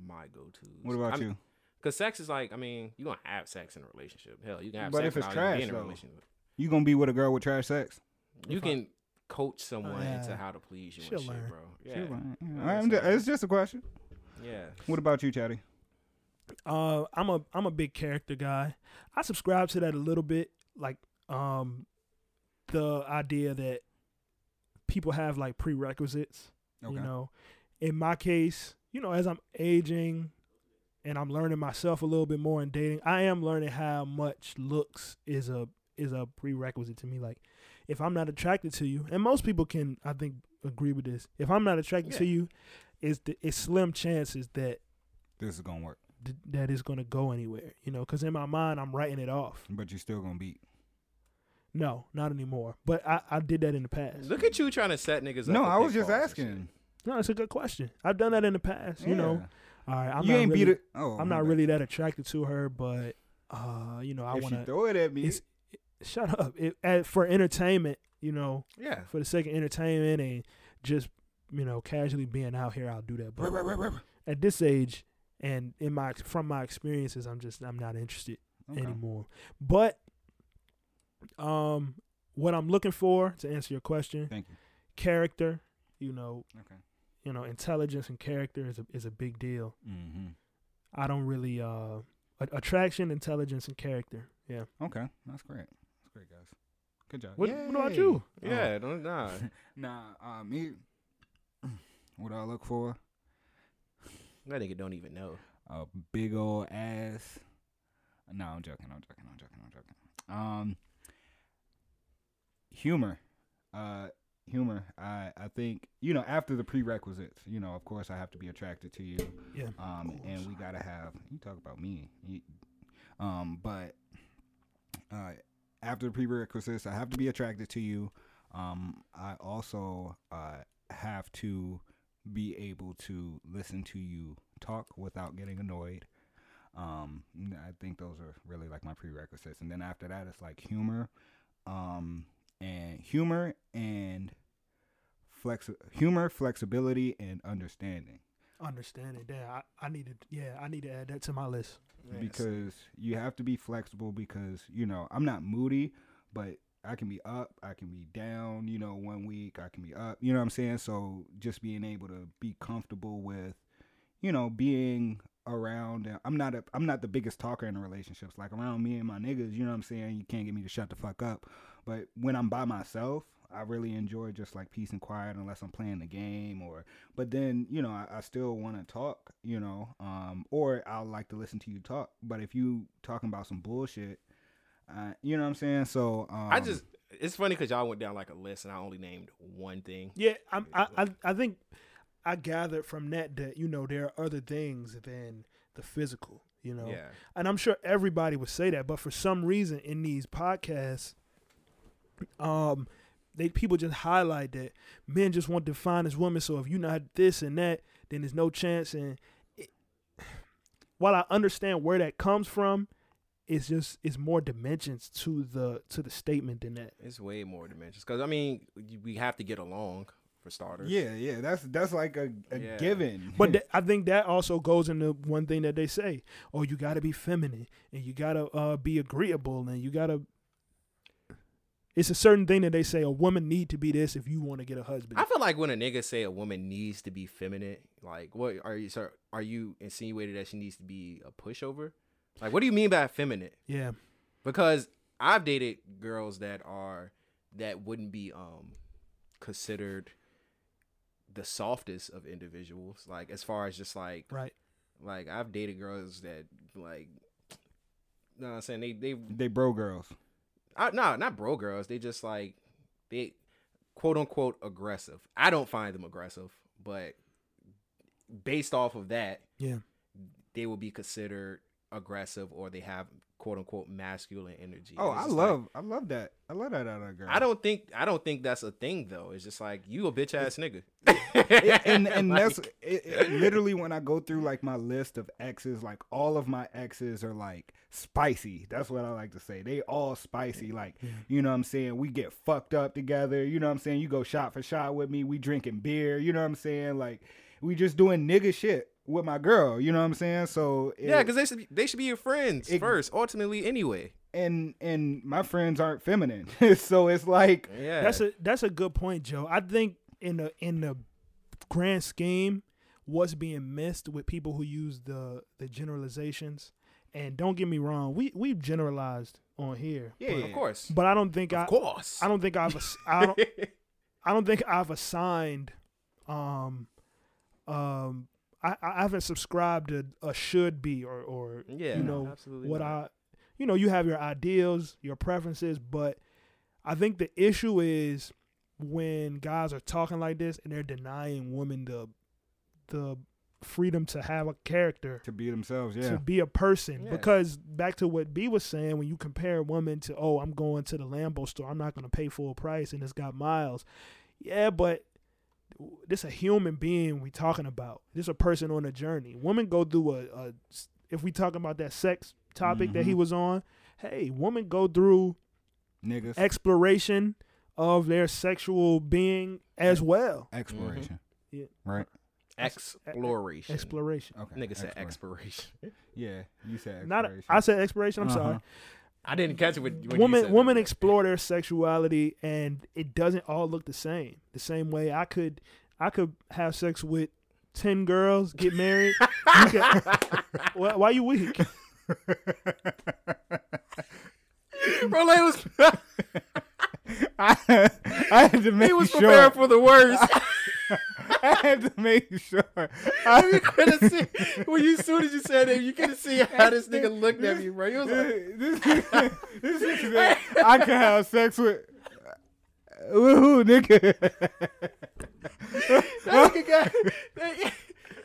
my go-tos. What about I'm- you? Cause sex is like, I mean, you don't have sex in a relationship. Hell, you can have But sex if it's without even trash, being in a though, relationship. you gonna be with a girl with trash sex? You can coach someone Oh, yeah. into how to please you She'll and shit, learn. bro. Yeah, Sure, right. You know Yeah. what I'm I'm just, saying? it's just a question. yeah. What about you, Chatty? Uh, I'm a I'm a big character guy. I subscribe to that a little bit, like um, the idea that people have like prerequisites. Okay. You know, in my case, you know, as I'm aging and I'm learning myself a little bit more in dating, I am learning how much looks is a is a prerequisite to me. Like, if I'm not attracted to you, and most people can, I think, agree with this. If I'm not attracted to Yeah. you, it's the, it's slim chances that This is gonna work, th- that is going to go anywhere, you know, because in my mind, I'm writing it off. but you're still gonna beat. No, not anymore. But I, I did that in the past. Look at you trying to set niggas up. No, for I was just pitfalls and asking. No, it's a good question. I've done that in the past, you know. All right, I'm you not ain't really, beat it. Oh, I'm my not bad. really that attracted to her, but, uh, you know, I if want she to. throw it at me, It's, shut up. It, at, for entertainment, you know, shit. Yeah. for the sake of entertainment and just, you know, casually being out here, I'll do that. But at this age and in my from my experiences, I'm just, I'm not interested. Okay. anymore. But um what I'm looking for to answer your question, Thank you. character, you know, Okay. you know, intelligence and character is a is a big deal. Mm-hmm. I don't really uh a- attraction, intelligence and character. Yeah. Okay, that's great. That's great, guys. Good job. What, what about Yay. you? Oh. Yeah. Don't [laughs] nah. Nah, uh, me. [clears throat] What I look for? That nigga don't even know. a big old ass. No, I'm joking. I'm joking. I'm joking. I'm joking. Um, humor, uh, humor. I I think you know after the prerequisites. You know, of course, I have to be attracted to you. Yeah. Um, and we gotta have. You talk about me. You- um, but uh, after the prerequisites, I have to be attracted to you. Um, I also uh have to be able to listen to you talk without getting annoyed. Um, n- I think those are really like my prerequisites. And then after that, it's like humor, um, and humor and flex humor, flexibility, and understanding. Understanding. Damn, I, I needed yeah, I need to add that to my list. Yes. because you have to be flexible because you know i'm not moody but i can be up i can be down you know one week i can be up you know what i'm saying so just being able to be comfortable with you know being around i'm not a i'm not the biggest talker in the relationships like around me and my niggas you know what i'm saying you can't get me to shut the fuck up but when i'm by myself i really enjoy just like peace and quiet unless i'm playing the game or but then you know I, I still want to talk you know um or i would like to listen to you talk but if you talking about some bullshit uh, you know what i'm saying so um, I just. It's funny because y'all went down like a list and I only named one thing. Yeah, I'm, I, I I think I gathered from that that you know there are other things than the physical, you know. Yeah. And I'm sure everybody would say that, but for some reason in these podcasts, um, they people just highlight that men just want the finest woman. So if you're not this and that, then [sighs] there's no chance. And it, while I understand where that comes from, it's just it's more dimensions to the to the statement than that. It's way more dimensions because I mean you- we have to get along for starters. Yeah, yeah, that's that's like a, a Yeah. given. But th- I think that also goes into one thing that they say: oh, you got to be feminine and you got to uh, be agreeable and you got to. It's a certain thing that they say a woman need to be this if you want to get a husband. I feel like when a nigga say a woman needs to be feminine, like what are you? Sir, are you insinuating that she needs to be a pushover? Like what do you mean by feminine? yeah, because I've dated girls that are that wouldn't be um considered the softest of individuals. Like as far as just like right. like I've dated girls that like no I'm saying they they they bro girls. I, no not bro girls they just like they quote unquote aggressive. I don't find them aggressive, but based off of that, Yeah. they will be considered aggressive or they have quote unquote masculine energy. Oh, It's I just like- love, I love that. I love that out of a girl. I don't think I don't think that's a thing though. It's just like you a bitch ass nigga. Yeah, [laughs] and [laughs] and that's Like, it, it- literally when I go through like my list of exes, like all of my exes are like spicy. That's what I like to say. They all spicy. Like you know what I'm saying. We get fucked up together. You know what I'm saying. You go shot for shot with me. We drinking beer. You know what I'm saying. Like we just doing nigga shit with my girl. You know what I'm saying. So it- yeah, because they should be, they should be your friends It- first, ultimately anyway. and and my friends aren't feminine. [laughs] so it's like Yeah, That's a that's a good point, Joe. I think in the in the grand scheme, what's being missed with people who use the the generalizations. And don't get me wrong, we we've generalized on here. yeah, of course, But I don't think I of course. I don't think I've ass- [laughs] I don't I don't think I've assigned um um I, I haven't subscribed to a should be or or Yeah, you no, know absolutely what not. I you know you have your ideals, your preferences, but I think the issue is when guys are talking like this and they're denying women the the freedom to have a character to be themselves. Yeah, to be a person. Yeah. Because back to what B was saying, when you compare a woman to, oh, I'm going to the Lambo store, I'm not going to pay full price, and it's got miles. Yeah, but this a human being we talking about. This a person on a journey. Women go through a, a if we talking about that sex topic that he Mm-hmm. was on. Hey, women go through niggas exploration of their sexual being as well. exploration. Mm-hmm. Yeah. Right. exploration. Exploration. Okay. Nigga said exploration. e-, exploration. Yeah, you said Not exploration. I said exploration. I'm Uh-huh. sorry. [laughs] I didn't catch it when, when you women said women that. explore their sexuality and it doesn't all look the same the same way i could i could have sex with 10 girls get [laughs] married you could, why, why you weak Bro, like, [laughs] was I, I had to make he was sure. prepared for the [laughs] worst. I had to make [laughs] sure. you couldn't see when you soon as you said it, you couldn't see how this nigga looked at me, bro. You was [laughs] like, [laughs] this, this is it. I could have sex with. [laughs] Woohoo, nigga. [laughs] That [laughs] nigga got. That,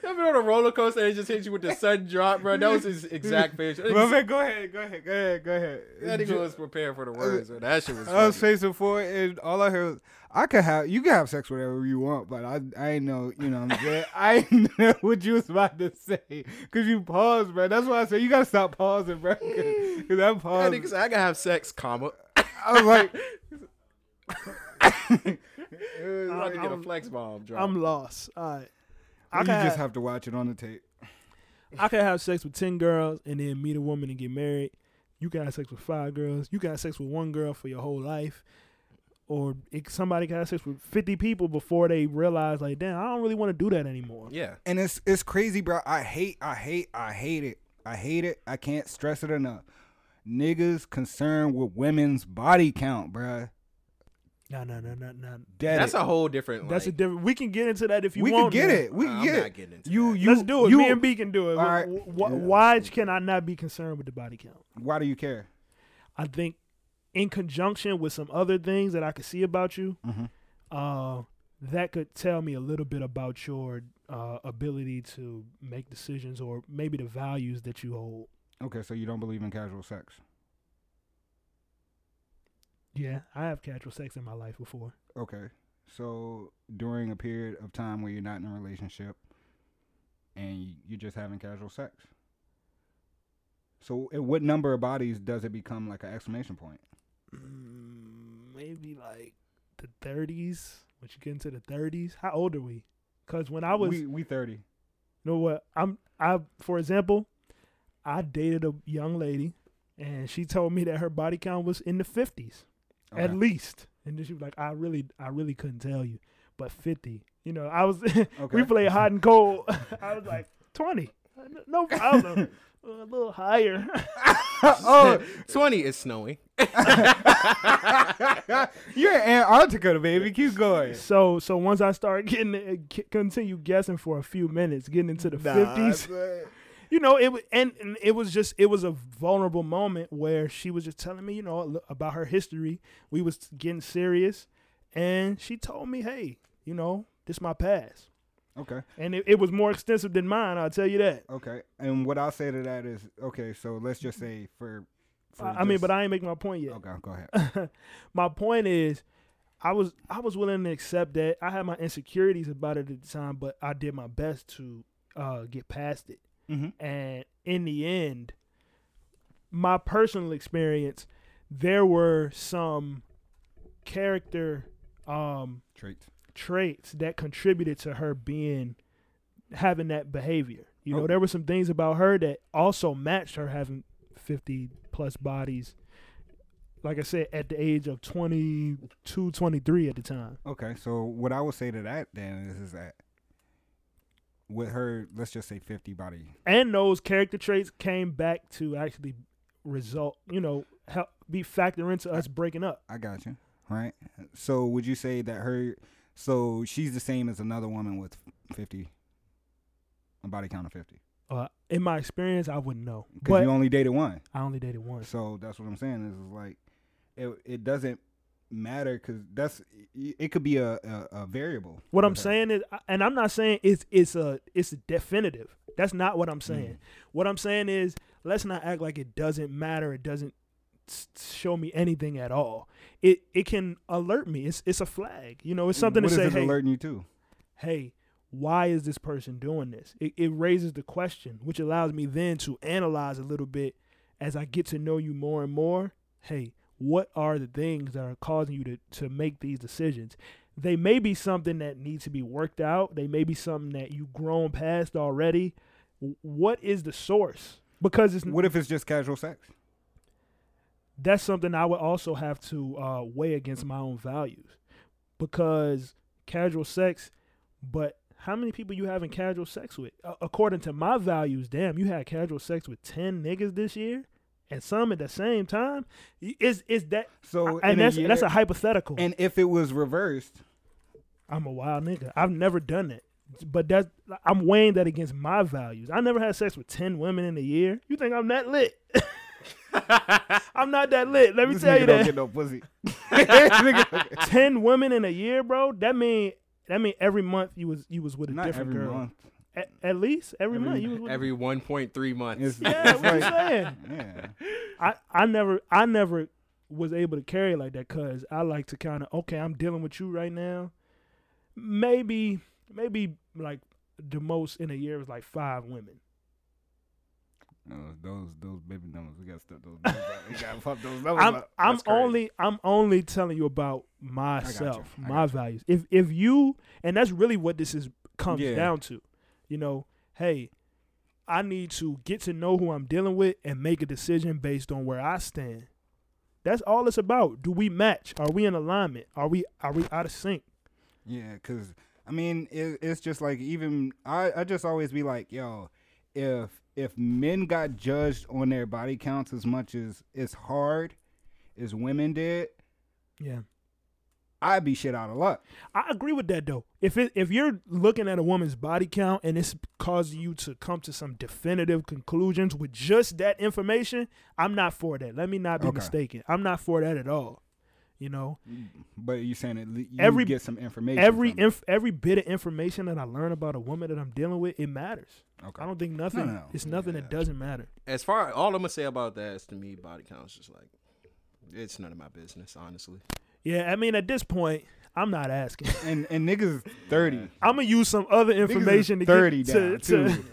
that been on a roller coaster and just hit you with the sudden drop, bro. That was his exact face. That My nigga- man, go ahead, go ahead, go ahead, go ahead. that nigga was prepared for the words. bro. That shit was. I was funny. facing forward, and all I heard was, "I could have, you can have sex whatever you want, but I, I ain't know, you know, what I'm saying? I ain't [laughs] know what you was about to say, cause you paused, bro. That's why I said you gotta stop pausing, bro. [laughs] Cause, 'cause I That paused. nigga said, "I gotta have sex, comma." I was [laughs] like, I'm about to get a I'm- flex bomb drop. i'm lost all right I you could, have, just have to watch it on the tape. I could have sex with 10 girls and then meet a woman and get married you can have sex with five girls you can have sex with one girl for your whole life or it, somebody can have sex with 50 people before they realize like damn i don't really want to do that anymore yeah, and it's it's crazy, bro. I hate, I hate, I hate it. I hate it. I can't stress it enough. Niggas concerned with women's body count, bro. no no no no no Dead that's it. a whole different. That's a like, different. We can get into that if you we want. can get man. it. We can I'm get not it. getting into You, that. you, Let's do it. you- Me and B can do it. All right. Wh- wh- Yeah. Why can I not be concerned with the body count? Why do you care? I think, in conjunction with some other things that I could see about you, Mhm. uh, that could tell me a little bit about your uh, ability to make decisions or maybe the values that you hold. Okay, so you don't believe in casual sex. Yeah, I have casual sex in my life before. Okay, so during a period of time where you're not in a relationship, and you- you're just having casual sex. So, at what number of bodies does it become like an exclamation point? Mm, maybe like the 30s. Once you get into the 30s, how old are we? Because when I was, we you we thirty. know what? I'm I for example, I dated a young lady, and she told me that her body count was in the 50s, at Okay. least. And then she was like, "I really, I really couldn't tell you, but 50." You know, I was [laughs] we Okay. played hot and cold. [laughs] I was like 20, no [laughs] problem, a little higher. [laughs] oh, 20 is snowy. You're in Antarctica, baby. Keep going. So so once I start getting uh, c- continue guessing for a few minutes, getting into the [laughs] fifties, you know it wa- and, and it was just it was a vulnerable moment where she was just telling me you know l- about her history. We was getting serious, and she told me, hey, you know this my past, Okay. and it, it was more extensive than mine. I'll tell you that. Okay. And what I'll say to that is, okay, so let's just say for, for I, I mean, just- but I ain't make my point yet. Okay, go ahead. [laughs] my point is I was I was willing to accept that. I had my insecurities about it at the time, but I did my best to uh, get past it. Mhm. And in the end, my personal experience, there were some character um, Traits. traits that contributed to her being having that behavior. You know, Oh. there were some things about her that also matched her having 50 plus bodies. Like I said, at the age of 22, 23 at the time. Okay, so what I would say to that then is, is that with her, let's just say 50 body. And those character traits came back to actually result, you know, help be factor into us breaking up. I got you. Right? So would you say that her, so she's the same as another woman with 50, a body count of 50? Uh, in my experience, I wouldn't know. Because But you only dated one. I only dated once. So that's what I'm saying. Is it's like it it doesn't matter because that's it it could be a a, a variable. What I'm with her. saying is, and I'm not saying it's it's a it's definitive. That's not what I'm saying. What I'm saying is, let's not act like it doesn't matter. It doesn't s- show me anything at all. It it can alert me. It's it's a flag. You know, it's something What to is say, it hey, alerting you to? hey, why is this person doing this? It it raises the question, which allows me then to analyze a little bit as I get to know you more and more. Hey, what are the things that are causing you to to make these decisions? they may be something that needs to be worked out. They may be something that you've grown past already. W- What is the source? Because it's What if it's just casual sex? that's something I would also have to uh, weigh against my own values. Because casual sex, but how many people you having casual sex with? A- according to my values, damn, you had casual sex with ten niggas this year, and some at the same time. Y- Is is that So in and a that's that's year- a hypothetical. And if it was reversed, I'm a wild nigga. I've never done that. But that's I'm weighing that against my values. I never had sex with ten women in a year. You think I'm that lit? [laughs] I'm not that lit. Let me this tell nigga you don't that. [laughs] get no pussy. Nigga- ten women in a year, bro. That mean that mean every month you was you was with a Not different every girl. month. At, at least every, month you was with. Every 1.3 months. [laughs] It's- yeah, it's what you like- saying? yeah. I I never I never was able to carry like that because I like to kind of okay I'm dealing with you right now. Maybe maybe like the most in a year was like five women. No, those those baby numbers. We gotta step those. Numbers up. We gotta pump those numbers I'm up. I'm That's crazy. only I'm only telling you about myself, I my values. If if you and that's really what this is comes Yeah. down to, you know, hey, I need to get to know who I'm dealing with and make a decision based on where I stand. That's all it's about. Do we match? Are we in alignment? Are we are we out of sync? Yeah, cause I mean, it, it's just like even I, I just always be like, yo, if if men got judged on their body counts as much as it's hard as women did, Yeah. I'd be shit out of luck. I agree with that though. If it if you're looking at a woman's body count and it's causing you to come to some definitive conclusions with just that information, I'm not for that. Let me not be Okay. mistaken. I'm not for that at all. You know, But you saying it, you Every- get some information. every from it. inf- every bit of information that I learn about a woman that I'm dealing with, it matters. Okay. I don't think nothing. no. It's nothing that doesn't matter. As far all I'm gonna say about that is to me, body count's just like it's none of my business, honestly. Yeah, I mean, at this point, I'm not asking. [laughs] and and niggas is thirty. I'm gonna use some other Niggas is information to thirty get down to, to too.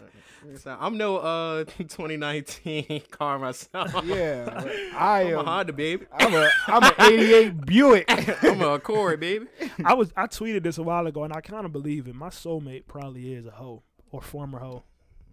So I'm no uh [laughs] 2019 [laughs] car myself. [laughs] Yeah, I am am- a Honda [laughs] baby. I'm a I'm [laughs] an '88 Buick. I'm a Accord baby. I was I tweeted this a while ago, and I kind of believe it. My soulmate probably is a hoe or former hoe.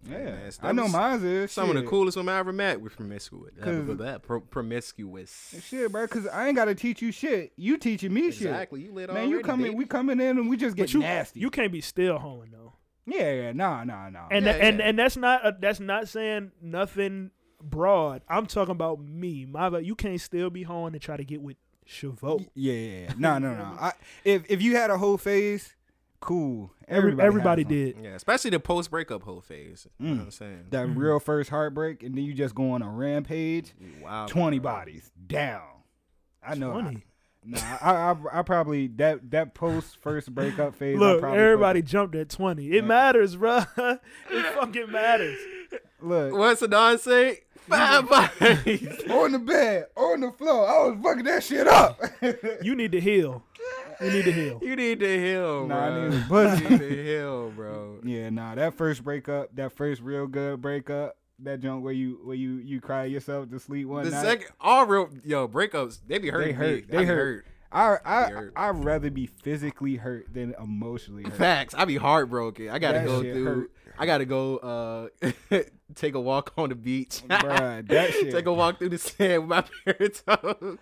Yeah, Man, I know mine's is Some of shit. the coolest women I ever met were promiscuous. 'Cause- That pro- promiscuous. Shit, bro, because I ain't gotta teach you shit. You teaching me shit. Exactly, you lit Man, you already, coming? baby. We coming in and we just get you, nasty. You can't be still hoeing though. yeah, yeah, nah, nah, nah. And yeah, and and that's not a, that's not saying nothing broad. I'm talking about me. My you can't still be hoeing and try to get with Chavo. yeah, yeah, yeah. no, no, no. I, if if you had a whole phase, cool. Every- Everybody, everybody has one. did. Yeah, especially the post breakup whole phase. You know Mm. what I'm saying? that Mm-hmm. real first heartbreak, and then you just go on a rampage. Wow. Twenty bodies down. I know. I- 20. nah, I, I I probably that that post [laughs] first breakup phase. I Look, probably everybody jumped at twenty. It matters, bro. [laughs] it fucking matters. Look, What's the non say? Five [laughs] bodies. on the bed, on the floor. I was fucking that shit up. [laughs] You need to heal. You need to heal. You need to heal, Nah, I bro. need a pussy. you need to heal, [laughs] bro. yeah, nah, that first breakup, that first real good breakup, that junk where you where you you cry yourself to sleep one The night. second, all real yo breakups, they be hurting. me. they hurt. I They be hurt. I They I hurt. I'd rather be physically hurt than emotionally hurt. Facts. I be heartbroken. I gotta That go shit through. hurt. I gotta go. Uh, [laughs] take a walk on the beach. Bruh, [laughs] that shit. Take a walk through the sand with my [laughs] bare toes.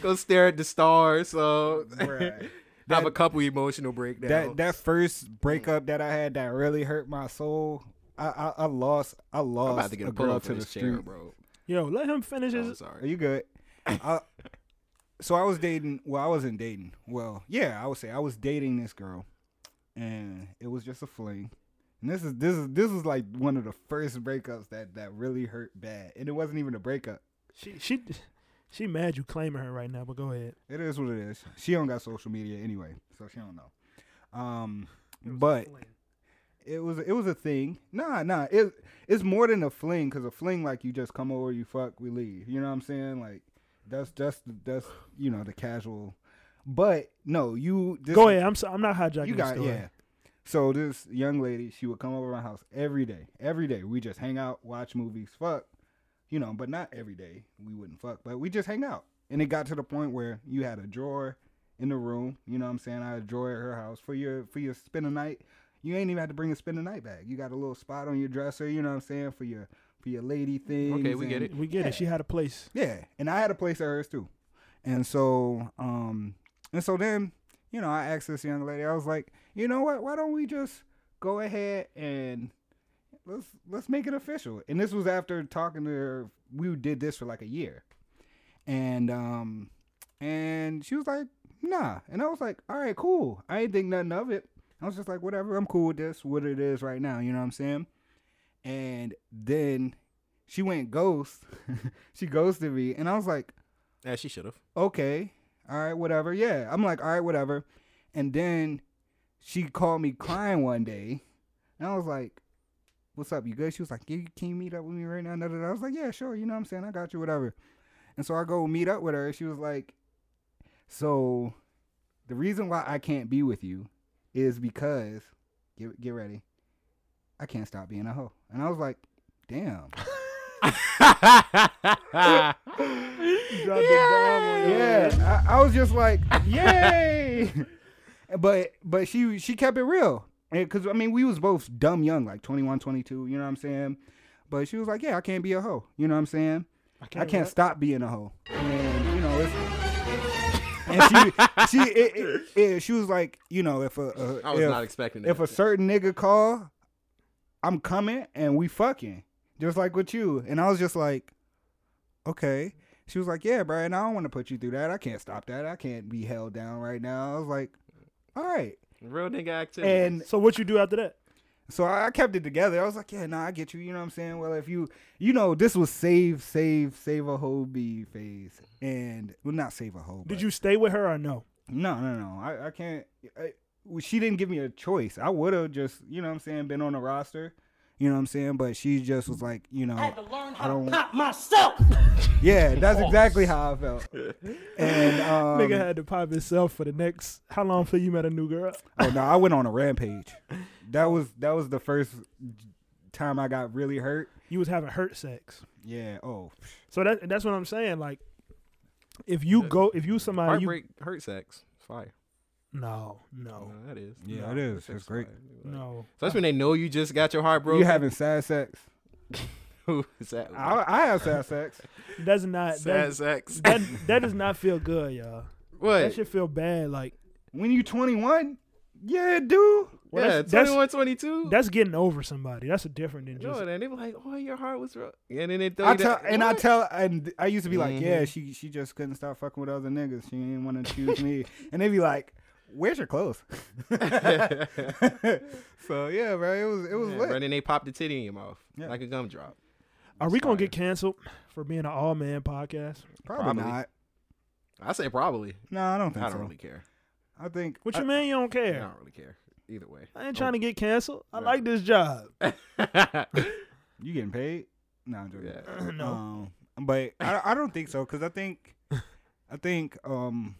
go stare at the stars. So Bruh. [laughs] have a That- couple emotional breakdowns. that that first breakup that I had that really hurt my soul. I I, I lost I lost I'm about to get a pull girl up to to the this chair, street. bro. Yo, let him finish I'm his. Are sorry. you good? I, so I was dating. Well, I wasn't dating. Well, yeah, I would say I was dating this girl, and it was just a fling. And this is this is this was like one of the first breakups that that really hurt bad, and it wasn't even a breakup. She she she mad you claiming her right now, but go ahead. It is what it is. She don't got social media anyway, so she don't know. Um, but it was it was a thing. Nah, nah. It it's more than a fling because a fling like you just come over, you fuck, we leave. You know what I'm saying? Like that's that's that's you know the casual. But no, you this, Go ahead. I'm so, I'm not hijacking You the got story. yeah. So this young lady, she would come over my house every day. Every day we just hang out, watch movies, fuck. You know, but not every day we wouldn't fuck, but we just hang out. And it got to the point where you had a drawer in the room. You know what I'm saying? I had a drawer at her house for your for your spend a night. You ain't even had to bring a spend a night bag. You got a little spot on your dresser. You know what I'm saying for your for your lady thing. Okay, we get it. We get it. She had a place. Yeah, and I had a place at hers too, and so um and so then you know I asked this young lady. I was like, you know what? Why don't we just go ahead and let's let's make it official. And this was after talking to her. We did this for like a year, and um and she was like, nah. And I was like, all right, cool. I ain't think nothing of it. I was just like, whatever. I'm cool with this. What it is right now. You know what I'm saying? And then she went ghost. [laughs] she ghosted me, and I was like, Yeah, she [laughs] should have. okay, all right, whatever. Yeah, I'm like, all right, whatever. And then she called me crying one day, and I was like, what's up? You good? She was like, yeah, you can you meet up with me right now? Da, da, da. I was like, yeah, sure. You know what I'm saying? I got you, whatever. And so I go meet up with her. She was like, so the reason why I can't be with you is because get get ready. I can't stop being a hoe. And I was like, damn. [laughs] Yeah, I, I was just like, [laughs] yay! but but she she kept it real, because I mean we was both dumb young, like 21, 22, You know what I'm saying? But she was like, yeah, I can't be a hoe. You know what I'm saying? I can't, stop being a hoe. And you know it's. And she she it, it, it- she was like, you know, if a, a I was if- not expecting that. if a certain nigga call, I'm coming and we fucking. Just like with you. And I was just like, okay. She was like, yeah, bro. And I don't want to put you through that. I can't stop that. I can't be held down right now. I was like, all right. Real nigga activity. And So what you do after that? so I I kept it together. I was like, yeah, nah, I get you. You know what I'm saying? Well, if you, you know, this was save, save, save a whole bee phase. And, well, not save a whole. Did you stay with her or no? No, no, no. I, I can't. I, well, she didn't give me a choice. I would have just, you know what I'm saying, been on the roster. You know what I'm saying? But she just was like, you know, I, don't. myself. Yeah, that's exactly how I felt. And um, Nigga had to pop himself for the next. How long till you met a new girl? oh no, I went on a rampage. That was that was the first time I got really hurt. You was having hurt sex. Yeah. Oh. So that that's what I'm saying. Like, if you go, if you somebody, you- Heartbreak hurt sex. It's fire. no, No, no, that is. Oh. Yeah, No, it is. sex It's great. fire. Like- no. So that's when they know you just got your heart broken. You [laughs] having sad sex? Who is that? I, I have sad sex. That's not Sad that, sex. [laughs] that. That does not feel good, y'all. That What? should feel bad. Like, When you 21? Yeah, dude. well, yeah, that's, that's 21, 22. that's getting over somebody. That's a different than just. no, and they were like, "Oh, your heart was broken," and then they throw I you tell that- and [laughs] I What? tell and I used to be like, Mhm. yeah, she she just couldn't stop fucking with other niggas. She didn't want to choose [laughs] me, and they be like, "Where's your clothes?" [laughs] so yeah, bro, it was it was Yeah, lit. right, and they pop the titty in your mouth Yeah. like a gumdrop. Are we gonna get canceled for being an all man podcast? Probably, Probably. not. I say probably. No, I don't I think don't so. really care. I think What I- you mean you don't I care? don't really care either [laughs] way. [laughs] I ain't trying to get canceled. I like this job. [clears throat] to. you getting paid? No, I'm joking. Yeah. No. Um, but I, I don't think so because I think I think um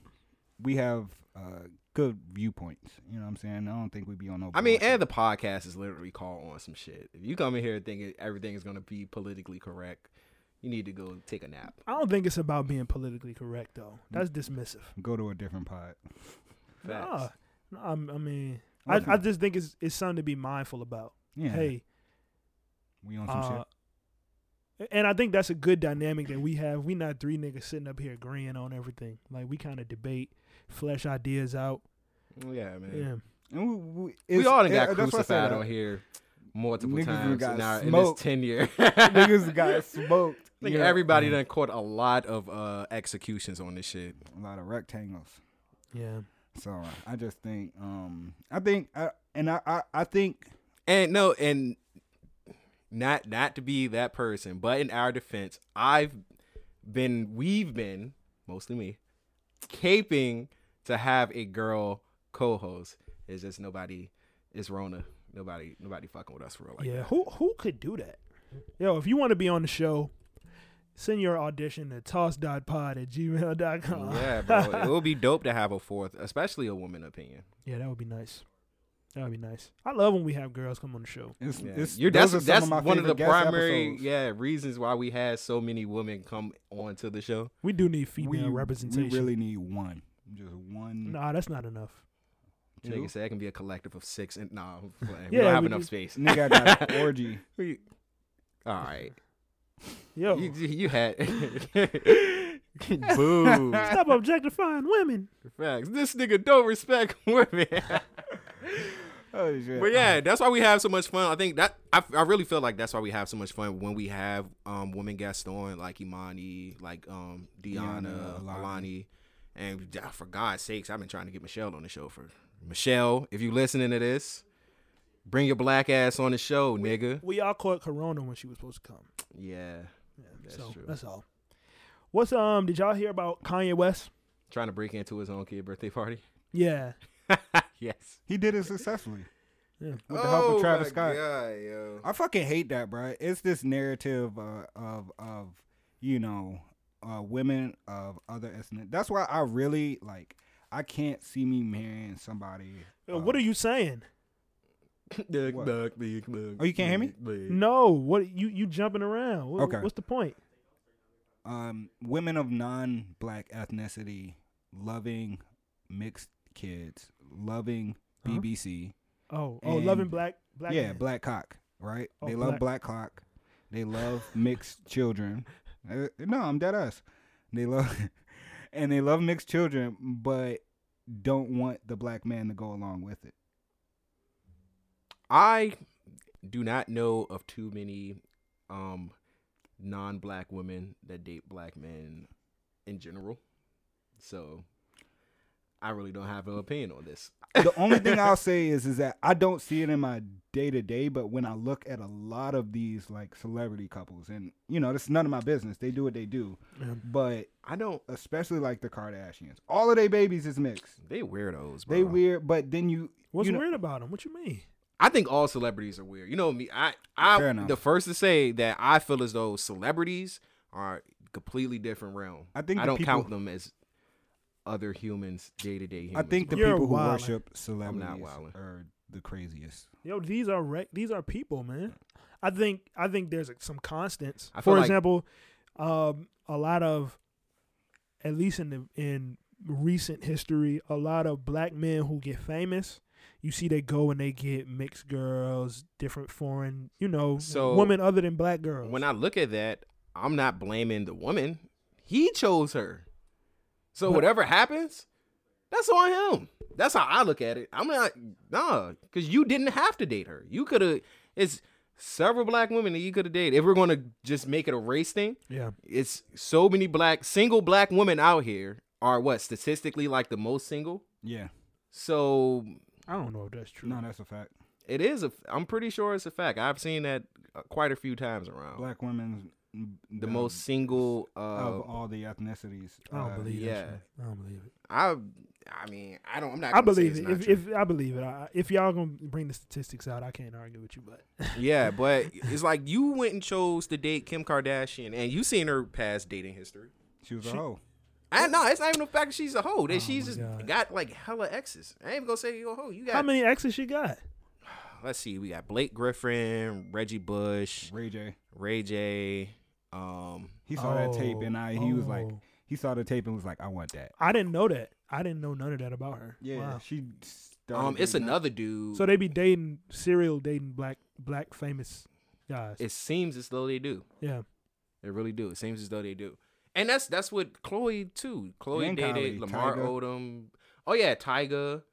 we have uh good viewpoints. You know what I'm saying? I don't think we be on no. I mean, bullshit. and the podcast is literally called on some shit. If you come in here thinking everything is gonna be politically correct, you need to go take a nap. I don't think it's about being politically correct though. That's dismissive. go to a different pod. Facts. Nah, Nah, I'm- I mean, I, I just think it's it's something to be mindful about. Yeah, Hey, we on some uh, and I think that's a good dynamic that we have. We not three niggas sitting up here agreeing on everything. Like we kind of debate, flesh ideas out. Yeah, man. Yeah, shit. And we, we, We it's- all done it- got that's why I said uh, crucified that. on here multiple Niggas done times got now in smoked. this tenure. Niggas got smoked. [laughs] Like Yeah. everybody done caught a lot of uh, executions on this shit. a lot of rectangles. yeah. So uh, I just think, um, I think, I, and I, I, I think, And no, and not not to be that person, but in our defense, I've been we've been, mostly me, caping to have a girl co host. It's just nobody it's Rona. Nobody nobody fucking with us for real like yeah, who who could do that? Yo, if you want to be on the show, send your audition to toss.pod at gmail.com. [laughs] Yeah, [laughs] bro. it would be dope to have a fourth, especially a woman opinion. yeah, that would be nice. That would be nice. I love when we have girls come on the show. it's, Yeah. it's You're, those that's are some that's of my one of the favorite guest primary episodes. yeah reasons why we had so many women come onto the show. We do need we, female representation. We really need one, just one. nah, that's not enough. two. Jake said it can be a collective of six and nah, I'm playing. we Yeah, don't have we enough just- space. Nigga, [laughs] I got an orgy. We- [laughs] all right, Oh. Yo, you, you you had boo stop objectifying women. facts. This nigga don't respect [laughs] women. Oh shit! But yeah, that's why we have so much fun. I think that I, I really feel like that's why we have so much fun when we have um women guests on like Imani, like um Deanna, Deanna, Alani. Alani, and ah, for God's sakes, I've been trying to get Michelle on the show for Michelle. If you listening to this, bring your black ass on the show, nigga. We all caught Corona when she was supposed to come. Yeah, that's so true. that's all. What's um? Did y'all hear about Kanye West? Trying to break into his own kid birthday party. [laughs] Yeah, yes. he did it successfully Yeah. with the help of Travis Scott. Oh, [laughs] yo. I fucking hate that, bro. It's this narrative uh, of of you know uh, women of other ethnic. That's why I really like. I can't see me marrying somebody. Yo, Uh, what are you saying? What? Oh, you can't hear me? No, what you you jumping around? What, Okay. What's the point? um, women of non-black ethnicity loving mixed kids, loving Uh-huh. BBC. Oh, oh, And- loving black black. yeah, men. black cock, right? Oh, they love black cock. They love mixed children. Uh, no, I'm dead ass. They love [laughs] and they love mixed children, but don't want the black man to go along with it. I do not know of too many um non-black women that date black men in general. So I really don't have an opinion on this. The only thing I'll say is is that I don't see it in my day to day, but when I look at a lot of these like celebrity couples, and you know, that's none of my business. They do what they do, Yeah. but I don't especially like the Kardashians, all of their babies is mixed. they weirdos, bro. They weird, but then you What's you know- weird about him? What you mean? I think all celebrities are weird. You know me. I Fair I enough. the first to say that I feel as though celebrities are completely different realm. I think I the don't people- count them as other humans, day-to-day humans. I think the You're people who wildin'. worship celebrities wildin'. are the craziest. Yo, these are re- these are people, man. I think I think there's like, some constants. I feel For like- example, um, a lot of, at least in the in recent history, a lot of black men who get famous, you see they go and they get mixed girls, different foreign, you know, So- women other than black girls. When I look at that, I'm not blaming the woman. He chose her. So But- whatever happens, that's on him. That's how I look at it. I'm not nah, because you didn't have to date her. You could have. It's several black women that you could have dated. If we're gonna just make it a race thing, Yeah. it's so many black single black women out here are what statistically like the most single. Yeah. So I don't know if that's true. No, that's a fact. it is. A, I'm pretty sure it's a fact. I've seen that uh, quite a few times around. Black women, Oh. um, the most single uh, of all the ethnicities. I don't uh, believe that. yeah. shit. I don't believe it. I I mean I don't I'm not. I gonna say believe it's it. not If, true. if I believe it, I, if y'all gonna bring the statistics out, I can't argue with you. But [laughs] yeah, but it's like you went and chose to date Kim Kardashian, and you seen her past dating history. She was a She- hoe. I know it's not even the fact that she's a hoe that Oh she's my just God. got like hella exes. I ain't even gonna say you a hoe. You got how many exes she got? let's see, we got Blake Griffin, Reggie Bush, Ray J. Ray J. Um, He saw that tape and I, he was like, Oh. he saw the tape and was like, I want that. I didn't know that. I didn't know none of that about her. Yeah. Wow. She started. um, it's dating- another dude. So they be dating serial dating black black famous guys. it seems as though they do. yeah. They really do. It seems as though they do. And that's that's what Chloe too. Chloe And dated Kylie, Lamar Tyga. Odom. Oh yeah, Tyga.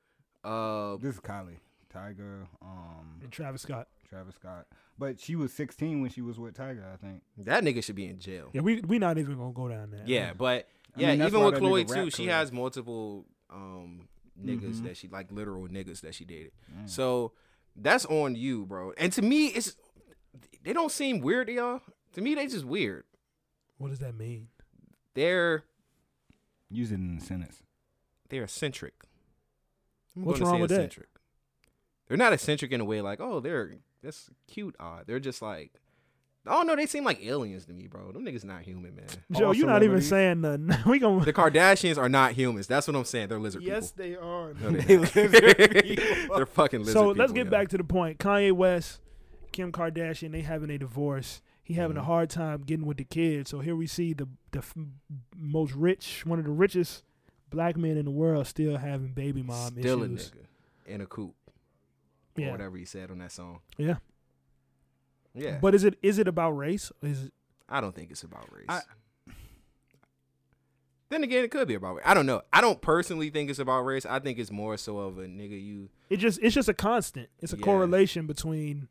Uh, This is Kylie. Tiger, um, And Travis Scott. Travis Scott. But she was 16 when she was with Tiger, I think. that nigga should be in jail. Yeah, Yeah, we we not even gonna go down there. but I yeah, mean, that's even why with that Chloe nigga too, rap Mm-hmm. she career. has multiple um niggas that she like literal niggas that she dated. Mm. So that's on you, bro. And to me, it's they don't seem weird to y'all. To me, they just weird. What does that mean? They're Use it in a sentence. they're eccentric. I'm What's gonna wrong say with that? eccentric. They're not eccentric in a way like, oh, they're that's cute odd. They're just like, oh no, they seem like aliens to me, bro. Them niggas not human, man. Joe, All you're not even celebrities. saying nothing. [laughs] we gonna The Kardashians are not humans. That's what I'm saying. They're lizard they are. [laughs] people. No, They they're, not. [laughs] lizard They're fucking lizard so people. let's get yo. back to the point. Kanye West, Kim Kardashian, they having a divorce. He having Mm-hmm. a hard time getting with the kids. So here we see the the f- most rich, one of the richest black men in the world, still having baby mom still issues. a nigga in a coop Yeah, or whatever he said on that song. yeah. Yeah, but But is it is it about race? Is it, I don't think it's about race. I- then again, it could be about race. I don't know. I don't personally think it's about race. I think it's more so of a nigga you it just it's just a constant. It's a Yeah. Mm. correlation between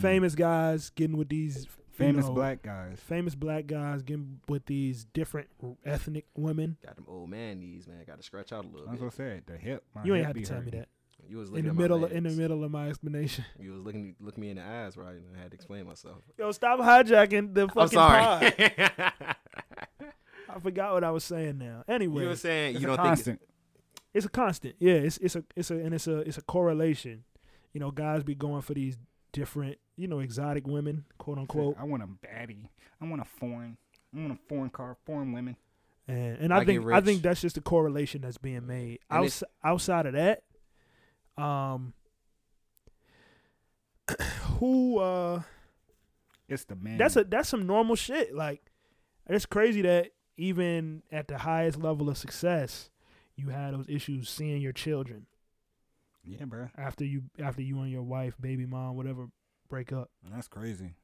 famous guys getting with these you mm, Famous know, black guys. famous black guys getting with these different ethnic women. Got them old man knees, man. Got to stretch out a little That's bit. what I said. The hip. my you ain't hip have to be tell me hurting. that You was in looking the at my middle in the legs. middle of [laughs] my explanation. You was looking look me in the eyes, right? And I had to explain myself. Yo, stop hijacking the fucking I'm sorry. pod. [laughs] I forgot what I was saying now. Anyway, you were saying It's you a don't think constant. it's a constant. Yeah, it's it's a it's a and it's a it's a correlation. You know, guys be going for these different, you know, exotic women, quote unquote. I want a baddie. I want a foreign. I want a foreign car. Foreign women. And, and Like I it think I rich. think that's just a correlation that's being made. And it's- Outs- outside of that, um, [clears throat] who uh, It's the man. that's a that's some normal shit. Like it's crazy that even at the highest level of success, you had those issues seeing your children yeah, bro. after you after you and your wife, baby mom, whatever, break up. That's crazy.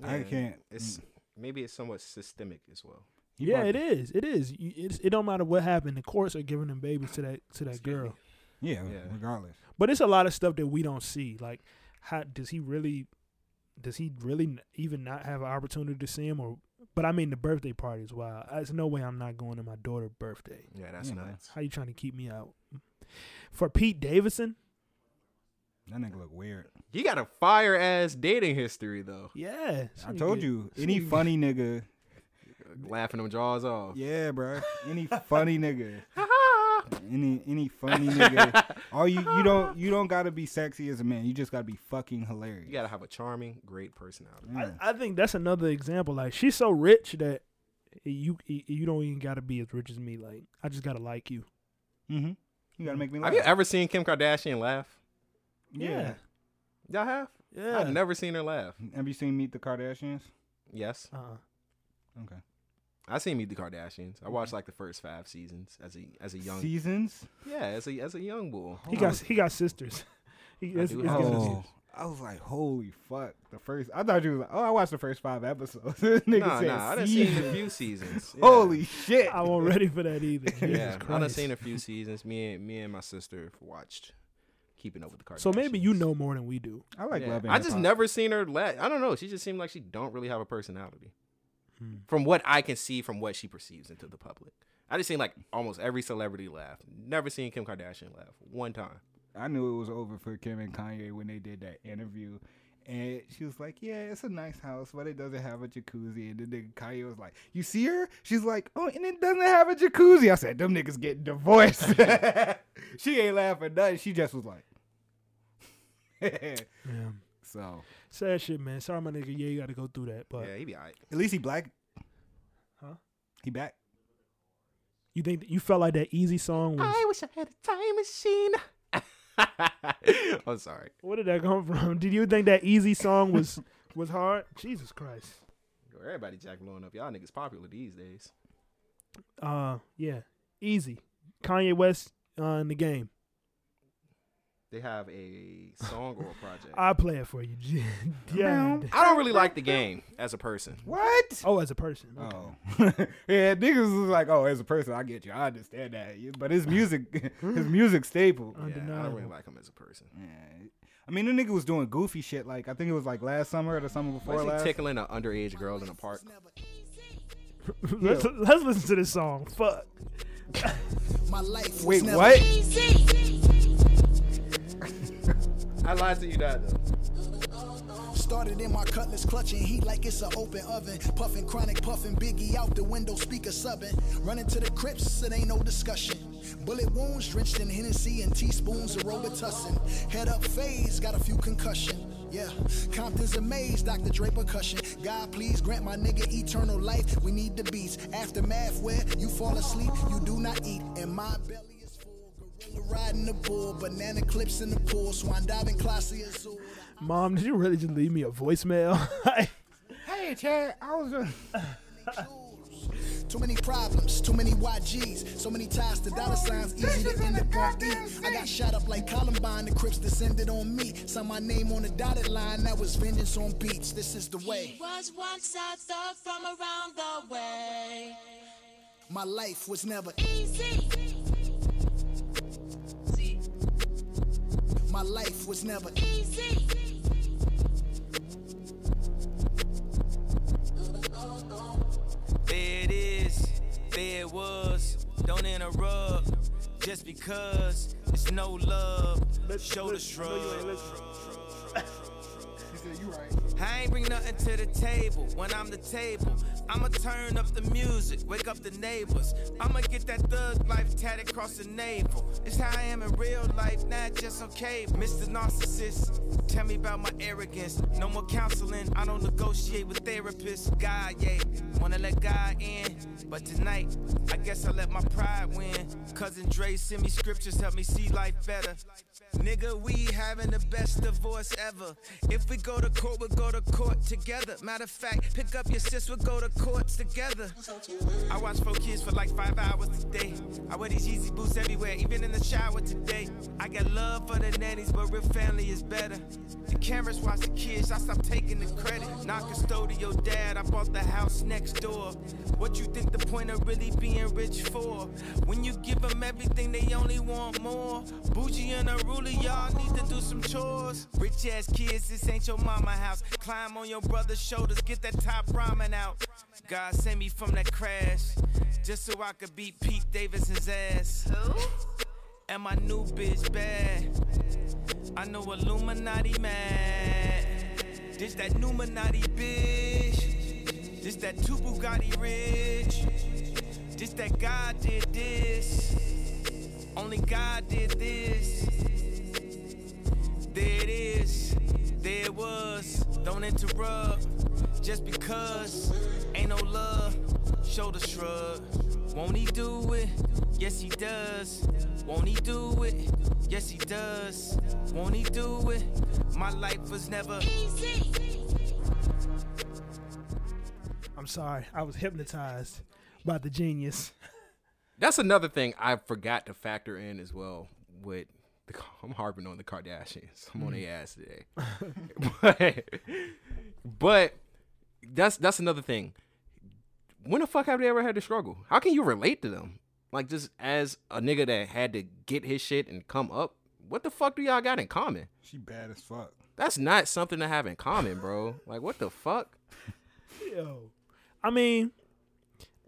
it. I Yeah, can't. It's mm. maybe it's somewhat systemic as well. He yeah, bought it the- is. It is. You, it's, it don't matter what happened. The courts are giving them babies to that to that Excuse girl. me. Yeah, Yeah. regardless. But it's a lot of stuff that we don't see. Like, how does he really? Does he really n- even not have an opportunity to see him? Or, but I mean, the birthday party is wild. There's no way I'm not going to my daughter's birthday. Yeah, that's Yeah, man. nuts. How you trying to keep me out? For Pete Davidson, That nigga look weird. You got a fire ass dating history though. yeah. I some told good- you. some Any good- funny nigga. Laughing them jaws off. Yeah, bro. [laughs] Any funny nigga. Any any funny nigga. All you you don't you don't gotta be sexy as a man. You just gotta be fucking hilarious. You gotta have a charming, great personality. Yeah. I, I think that's another example. Like, she's so rich that you you don't even gotta be as rich as me. Like, I just gotta like you. Mm-hmm. You gotta make me laugh. Have you ever seen Kim Kardashian laugh? yeah. Yeah. Y'all have? Yeah. I've never seen her laugh. Have you seen Meet the Kardashians? Yes. Uh-uh. Okay. I seen Meet the Kardashians. I watched like the first five seasons as a as a young Seasons? Yeah, as a as a young boy. He got he got sisters. [laughs] He, I it's, do it's have got- sisters. I was like, holy fuck. The first, I thought you was like, oh, I watched the first five episodes. [laughs] this nigga Nah, said nah, I done seen a seasons. few seasons. Yeah. [laughs] Holy shit. I wasn't ready for that either. [laughs] Yeah, Jesus I done Christ. seen a few seasons. Me and me and my sister watched Keeping Up with the Kardashians. So maybe you know more than we do. I like Yeah. Love and I just Hip Hop. never seen her laugh. I don't know. She just seemed like she don't really have a personality. From what I can see, from what she perceives into the public, I just seen like almost every celebrity laugh. Never seen Kim Kardashian laugh one time. I knew it was over for Kim and Kanye when they did that interview. And she was like, Yeah, it's a nice house, but it doesn't have a jacuzzi. And then nigga Kanye was like, You see her? She's like, Oh, and it doesn't have a jacuzzi. I said, Them niggas getting divorced. [laughs] she ain't laughing nothing. She just was like, Yeah. [laughs] So Sad shit, man. Sorry, my nigga. Yeah, you got to go through that. But Yeah, he be alright. at least he black. Huh? He back. you think you felt like that easy song was? [laughs] wish I had a time machine. [laughs] I'm sorry. Where did that come [laughs] from? Did you think that easy song [laughs] was was hard? Jesus Christ. Yo, Everybody jack blowing up. Y'all niggas popular these days. Uh, yeah, easy. Kanye West uh, in the game. They have a song or a [laughs] project. I play it for you. [laughs] yeah. I don't really like the game as a person. What? Oh, as a person. Okay. Oh. [laughs] yeah, niggas was like, Oh, as a person, I get you. I understand that. Yeah, But his music [laughs] his music staple. Yeah, I don't really Undeniable. like him as a person. Yeah. I mean, the nigga was doing goofy shit. Like, I think it was like last summer or the summer Why before is he last. tickling an underage girl in a park? [laughs] let's, let's listen to this song. Fuck. My life Wait, was never what? easy. I lied to you, that though. Started in my cutlass clutching heat like it's an open oven. Puffing chronic puffing biggie out the window speaker subbing. Running to the crypts, it ain't no discussion. Bullet wounds drenched in Hennessy and teaspoons of Robitussin. Head up phase, got a few concussion. Yeah, Compton's amazed, Dr. Dre percussion. God, please grant my nigga eternal life. We need the beats. Aftermath where you fall asleep, you do not eat. And my belly is full. Gorilla riding the bull, banana clips in the pool, swan diving, classy azul. Mom, did you really just leave me a voicemail? [laughs] Hey, Chad, I was just. Too many problems, too many YGs, so many ties to dollar signs, easy to end up on E. I got shot up like Columbine, the Crips descended on me. Saw my name on the dotted line, that was vengeance on beats. This is the way. Was once a thug from around the way. My life was never Easy. My life was never Easy. There it is, there it was. Don't interrupt just because it's no love. Shoulder shrug. I ain't bring nothing to the table when I'm the table. I'ma turn up the music, wake up the neighbors. I'ma get that thug life tatted across the navel. It's how I am in real life, not just on cable. Mr. Narcissist, tell me about my arrogance. No more counseling, I don't negotiate with therapists. God, yeah, wanna let God in. But tonight, I guess I let my pride win. Cousin Dre send me scriptures, help me see life better. Nigga, we having the best divorce ever. If we go to court, we'll go to court together. Matter of fact, pick up your sis, we'll go to courts together. I watch four kids for like five hours today. I wear these Yeezy boots everywhere, even in the shower today. I got love for the nannies, but real family is better. The cameras watch the kids, I stop taking the credit. Not custodial dad, I bought the house next door. What you think the point of really being rich for? When you give them everything, they only want more. Bougie and a ruler, y'all need to do some chores. Rich ass kids, this ain't your mama house. Climb on your brother's shoulders, get that top ramen out. God save me from that crash, just so I could beat Pete Davidson's ass. And my new bitch bad. I know Illuminati mad. This that Numinati bitch. This that two Bugatti rich. This that God did this. Only God did this. There it is. There it was. Don't interrupt. Just because ain't no love. Shoulder shrug. Won't he do it? Yes, he does. Won't he do it? Yes, he does. Won't he do it? My life was never easy. I'm sorry. I was hypnotized by the genius. That's another thing I forgot to factor in as well. With the, I'm harping on the Kardashians. I'm on Mm. their ass today, [laughs] but, but that's that's another thing. When the fuck have they ever had to struggle? How can you relate to them? Like just as a nigga that had to get his shit and come up. What the fuck do y'all got in common? [laughs] She bad as fuck. That's not something to have in common, bro. Like what the fuck? Yo, I mean,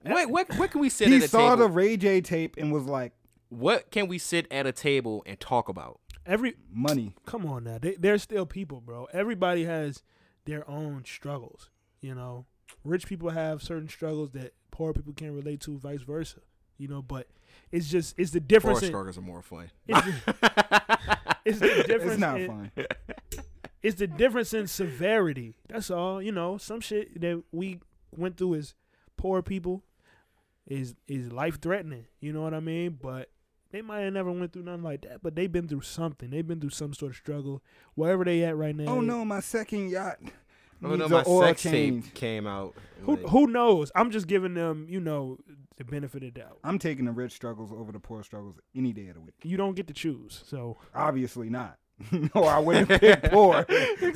What what what can we sit he at a saw table? the Ray J tape and was like, what can we sit at a table and talk about? every money. Come on now, they, they're still people, bro. Everybody has their own struggles. You know, rich people have certain struggles that poor people can't relate to, vice versa. You know, but it's just it's the difference. Forest in- Gardens are more fun. It's, it's [laughs] the It's difference. not in- [laughs] fun. It's the difference in severity. That's all. You know, some shit that we went through as poor people is is life threatening. You know what I mean? But they might have never went through nothing like that, but they've been through something. They've been through some sort of struggle. Wherever they at right now. "Oh no, my second yacht." Oh no, needs my a oil sex change. tape came out. Who like- who knows? I'm just giving them, you know, the benefit of the doubt. I'm taking the rich struggles over the poor struggles any day of the week. You don't get to choose. So Obviously not. [laughs] or I wouldn't [laughs] pick poor.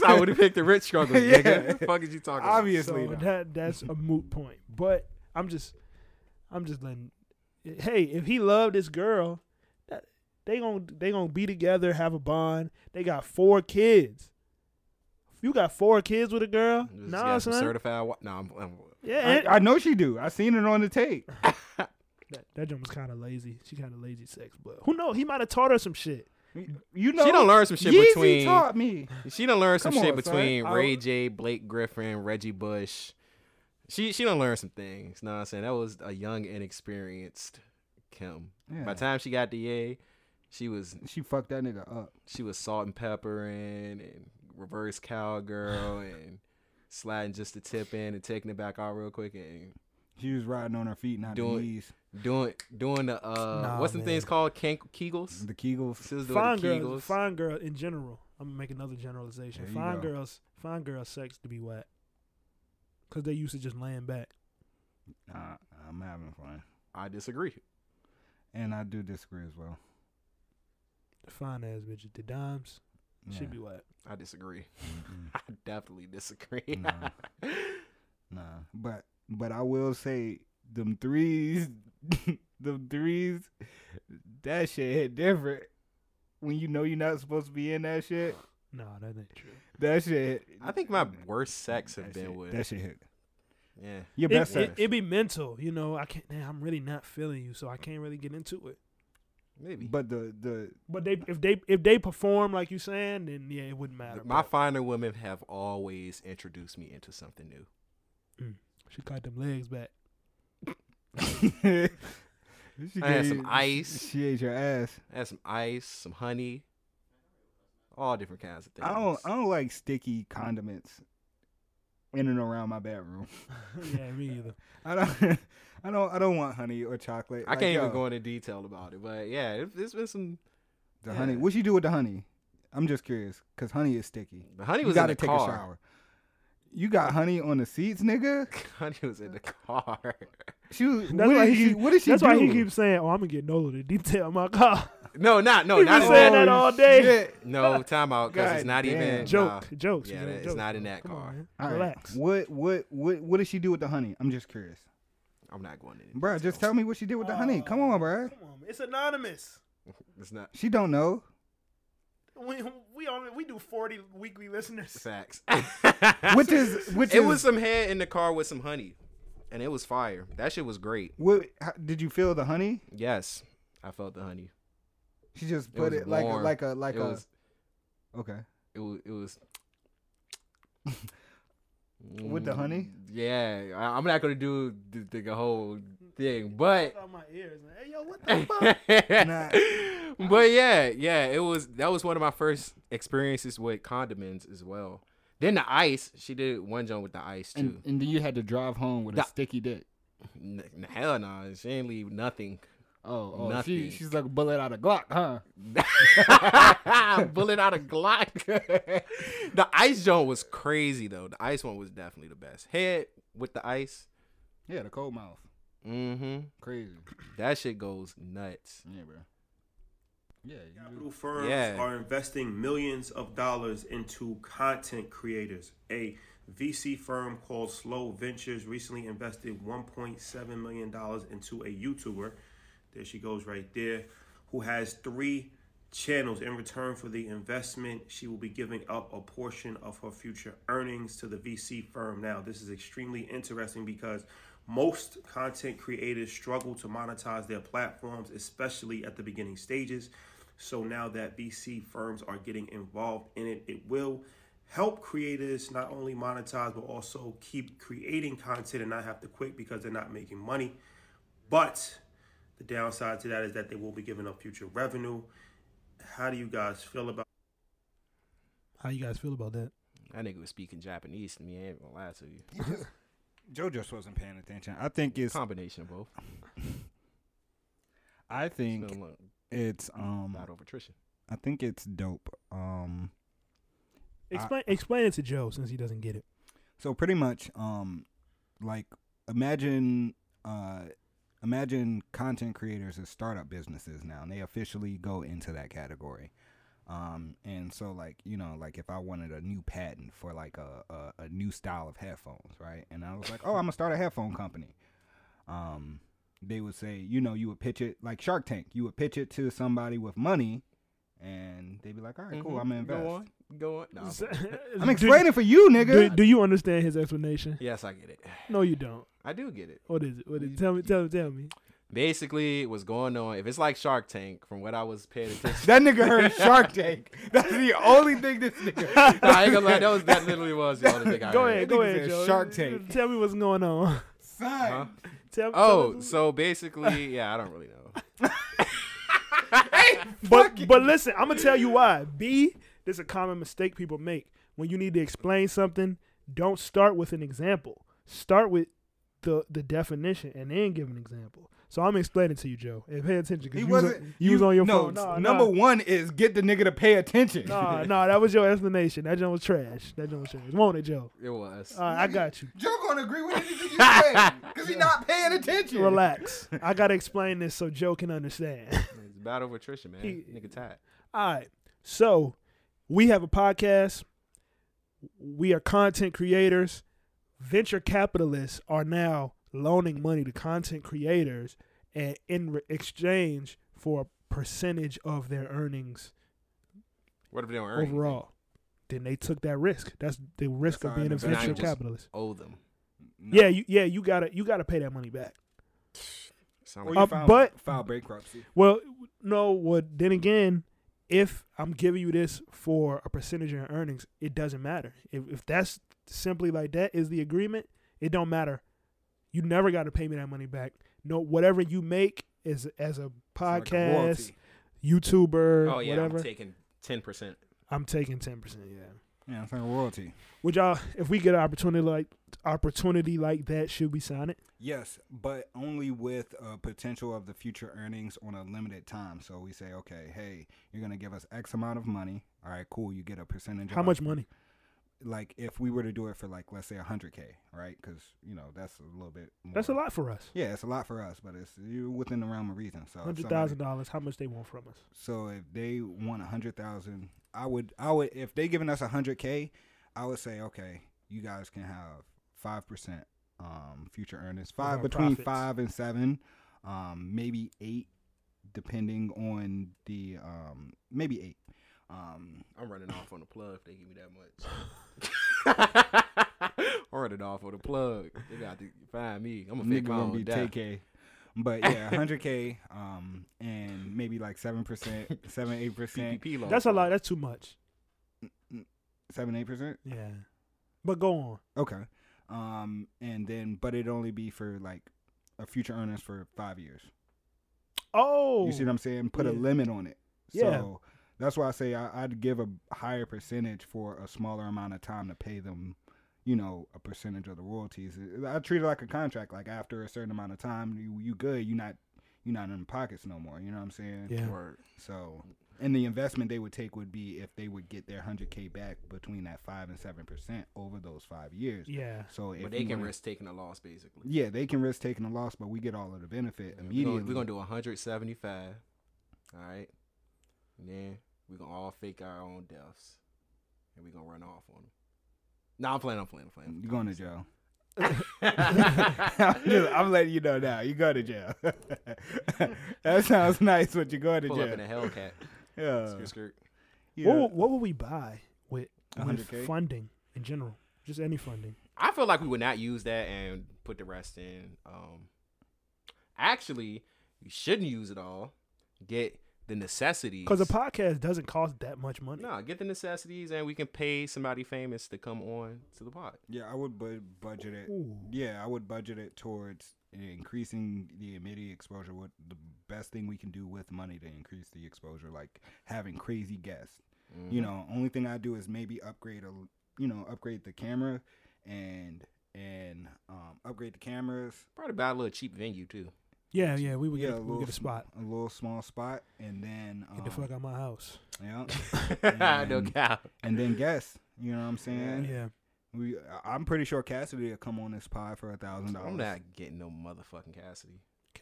I would've picked the rich struggles, Yeah. nigga. The fuck is you talking about? [laughs] Obviously So not. that that's a moot point. But I'm just I'm just letting hey, if he loved this girl, that, they going to they going to be together, have a bond. They got four kids. If you got four kids with a girl? Just Nah, got some son. certified. Wa- no, I'm, I'm, yeah, and- I, I know she do. I seen it on the tape. that that jump was kind of lazy. She kind of lazy sex, but who knows? He might have taught her some shit. You know, she don't learn some shit Yeezy between. taught me. She don't learn some Come shit on, son. between I- Ray J, Blake Griffin, Reggie Bush. She she don't learn some things. Know what I'm saying that was a young, inexperienced Kim. By Yeah. the time she got to Ye, she was She fucked that nigga up. she was salt and peppering and reverse cowgirl [laughs] and sliding just the tip in and taking it back out real quick and She was riding on her feet, not the Doing- knees. doing doing the uh Nah, what's the man. things called Kank- kegels The Kegels. she was doing Fine the girls, kegels fine girl in general. I'm gonna make another generalization. There you Fine go. girls, fine girls, sex to be whack, cause they used to just laying back. Nah, I'm having fun, I disagree and I do disagree as well. The fine ass bitches, the dimes Yeah. should be whack. I disagree [laughs] Mm-mm. I definitely disagree [laughs] Nah. Nah, but but I will say them threes, [laughs] them threes, that shit hit different. When you know you're not supposed to be in that shit, No, that ain't true. that shit. hit- I think my worst sex have that been shit, with that shit hit. yeah Your It, best it, sex. it be mental, you know. I can't. Man, I'm really not feeling you, so I can't really get into it. maybe but the the But they, if they, if they perform like you saying, then yeah, it wouldn't matter. my but finer women have always introduced me into something new she cut them legs back. [laughs] She I had gave some you- ice. She ate your ass. I had some ice some honey all different kinds of things I don't. I don't like sticky condiments in and around my bedroom. [laughs] yeah, [laughs] me either. I don't. [laughs] I don't. I don't want honey or chocolate. I Like, can't yo, even go into detail about it, but yeah, it, it's been some. The honey. Yeah. What you do with the honey? I'm just curious because honey is sticky. The honey you was in gotta the take car. a shower. You got honey on the seats, nigga. [laughs] Honey was in the car. She was. That's what, why did he. she, what did she That's do? why he keeps saying, "Oh, I'm gonna get no to detail my car." [laughs] No, not no, He not been in that. saying that all day. shit. [laughs] No, timeout because it's God not damn. even joke, nah. jokes. Yeah, you know, that- it's jokes. not in that Come on, car. man. All right. Relax. What what what what did she do with the honey? I'm just curious, I'm not going in. Bruh, Just tell me what she did with the honey. Come on, bruh. Come on, it's anonymous. [laughs] It's not [laughs] She don't know. We we only we do forty weekly listeners. [laughs] facts. [laughs] Which [laughs] is which it is- was some head in the car with some honey, and it was fire. That shit was great. What how, did you feel the honey? Yes, I felt the honey. She just It put was it, like a, warm. like a like it a Was, okay. it was. It was. [clears throat] With the honey? Mm, Yeah, I, I'm not gonna do the, the whole thing, [laughs] but my ears, man. Hey, yo, what [laughs] the fuck? but yeah, yeah, it was that was one of my first experiences with condiments as well. Then the ice, she did one joint with the ice too. and then you had to drive home with Da- sticky dick. [laughs] N- n- hell no, she ain't leave nothing. Oh, oh Nothing. she, she's like a bullet out of Glock, huh? Bullet out of Glock. [laughs] the ice joint was crazy though. The ice one was definitely the best. Head with the ice. Yeah, the cold mouth. Mm-hmm. Crazy. That shit goes nuts. Yeah, bro. Yeah, Capital firms Yeah. are investing millions of dollars into content creators. A VC firm called Slow Ventures recently invested $1.7 million into a YouTuber. There she goes, right there, who has three channels. In return for the investment, she will be giving up a portion of her future earnings to the VC firm. Now, this is extremely interesting because most content creators struggle to monetize their platforms, especially at the beginning stages. So now that VC firms are getting involved in it, it will help creators not only monetize but also keep creating content and not have to quit because they're not making money. But the downside to that is that they will be giving up future revenue. How do you guys feel about How you guys feel about that? That nigga was speaking Japanese to me. I ain't gonna lie to you. Joe just wasn't paying attention. I think it's combination of both. I think Still, uh, it's um not over Trisha. I think it's dope. Um I- Explain explain it to Joe since he doesn't get it. So pretty much, um, like imagine, uh, imagine content creators as startup businesses now, and they officially go into that category. Um, and so like you know, like if I wanted a new patent for like a a, a new style of headphones, right? And I was like, oh, I'm gonna start a headphone company. Um, they would say, you know, you would pitch it like Shark Tank. You would pitch it to somebody with money, and they'd be like, all right, cool, I'm gonna invest. Mm-hmm. Go on. Go on. [laughs] No, I'm I'm explaining for you, Do, nigga. do you understand his explanation? Yes, I get it. No, you don't. I do get it. What is it? What is it? Tell me, tell me, tell me. Basically, what's going on? If it's like Shark Tank, from what I was paying attention, That nigga [laughs] heard Shark Tank. That's the only thing this nigga. Nah, I ain't gonna lie. That was that literally was the only thing [laughs] I Go heard. ahead, That go nigga ahead, said Joe. Shark [laughs] Tank. Tell me what's going on. [laughs] Huh? Tell, tell Oh, us- so basically, yeah, I don't really know. [laughs] but but listen, I'm gonna tell you why. B, this is a common mistake people make when you need to explain something. Don't start with an example. Start with the the definition and then give an example. So I'm explaining to you, Joe. And pay attention because He you, was, wasn't. on- you was on your no, phone. Nah, number nah. one is get the nigga to pay attention. [laughs] Nah, nah, that was your explanation. That joint was trash. That joint was trash. Won't it, Joe? It was. Uh, All right, I got you. Joe gonna agree with [laughs] anything you say because he not paying attention. Relax. I gotta explain this so Joe can understand. [laughs] It's battle with Trisha, man. He- Nigga tied. All right. So we have a podcast. We are content creators. Venture capitalists are now loaning money to content creators and in re- exchange for a percentage of their earnings What if they don't earn? anything? overall. Then they took that risk. That's the risk That's of how being an a Then I venture just capitalist. Owe them. Yeah, you, yeah, you gotta you gotta pay that money back. Sound Or like you Uh, file, but- file bankruptcy. Well, no. Well, then again, if I'm giving you this for a percentage of your earnings, it doesn't matter. If, if that's simply like that is the agreement, it don't matter. You never got to pay me that money back. No, whatever you make is as a like a podcast, royalty. YouTuber, Oh yeah, whatever. I'm taking ten percent. I'm taking ten percent. Yeah. Yeah, it's like a royalty. Would y'all, if we get an opportunity like opportunity like that, should we sign it? Yes, but only with uh, potential of the future earnings on a limited time. So we say, okay, hey, you're gonna give us X amount of money. All right, cool. You get a percentage. How of much money? Like if we were to do it for like let's say 100k, right? Because you know that's a little bit. More. That's a lot for us. Yeah, it's a lot for us, but it's you're within the realm of reason. So if Hundred somebody- thousand dollars. How much they want from us? So if they want a hundred thousand, I would I would if they giving us a hundred k, I would say okay, you guys can have five percent um future earnings, our five between profits. five and seven, um maybe eight, depending on the um maybe eight. Um, I'm running off on the plug if they give me [laughs] that much. I'm running off on the plug. They got to find me. I'm gonna nigga fake my gonna own be death. TK. But yeah, hundred k, um, and maybe like seven percent, seven [laughs] eight percent, PPP loan. That's a lot. That's too much. seven eight percent. Yeah. But go on. Okay. Um, and then, but it'd only be for like a future earnings for five years. Oh, You see what I'm saying? Put a yeah. limit on it. Yeah. So that's why I say I, I'd give a higher percentage for a smaller amount of time to pay them, you know, a percentage of the royalties. I treat it like a contract. Like after a certain amount of time, you, you good. You not you're not in the pockets no more. You know what I'm saying? Yeah. Word. So, and the investment they would take would be if they would get their 100K back between that 5 and 7% over those five years. Yeah. So, if but they you can wanna- risk taking a loss basically. Yeah, they can risk taking a loss, but we get all of the benefit We're immediately. gonna, we gonna do 175. All right. And then we're gonna all fake our own deaths. And we're gonna run off on them. No, I'm playing, I'm playing, I'm playing. [laughs] You're going [laughs] to jail. I'm, just- I'm letting you know now. You go to jail. [laughs] that sounds nice, but you're going to Pull jail. up in a Hellcat. Yeah. Skirt, skirt. Yeah. What, would- what would we buy with, with 100K? funding in general? Just any funding. I feel like we would not use that and put the rest in. Um, actually, you shouldn't use it all. Get the necessities. Because a podcast doesn't cost that much money. no, get the necessities, and we can pay somebody famous to come on to the pod. Yeah, I would bu- budget it. Ooh. Yeah, I would budget it towards increasing the immediate exposure. What the best thing we can do with money to increase the exposure, like having crazy guests. You Mhm. know, only thing I do is maybe upgrade a, l- you know, upgrade the camera, and and um, upgrade the cameras. Probably buy a little cheap venue too. [laughs] Yeah, yeah, we would Yeah, get, a, we would get a sm- spot. a little small spot, and then um, Get the fuck out my house. Yeah. No cap. And then guess, you know what I'm Yeah. saying? We, I- I'm pretty sure Cassidy will come on this pod for a thousand I'm dollars. not getting no motherfucking Cassidy.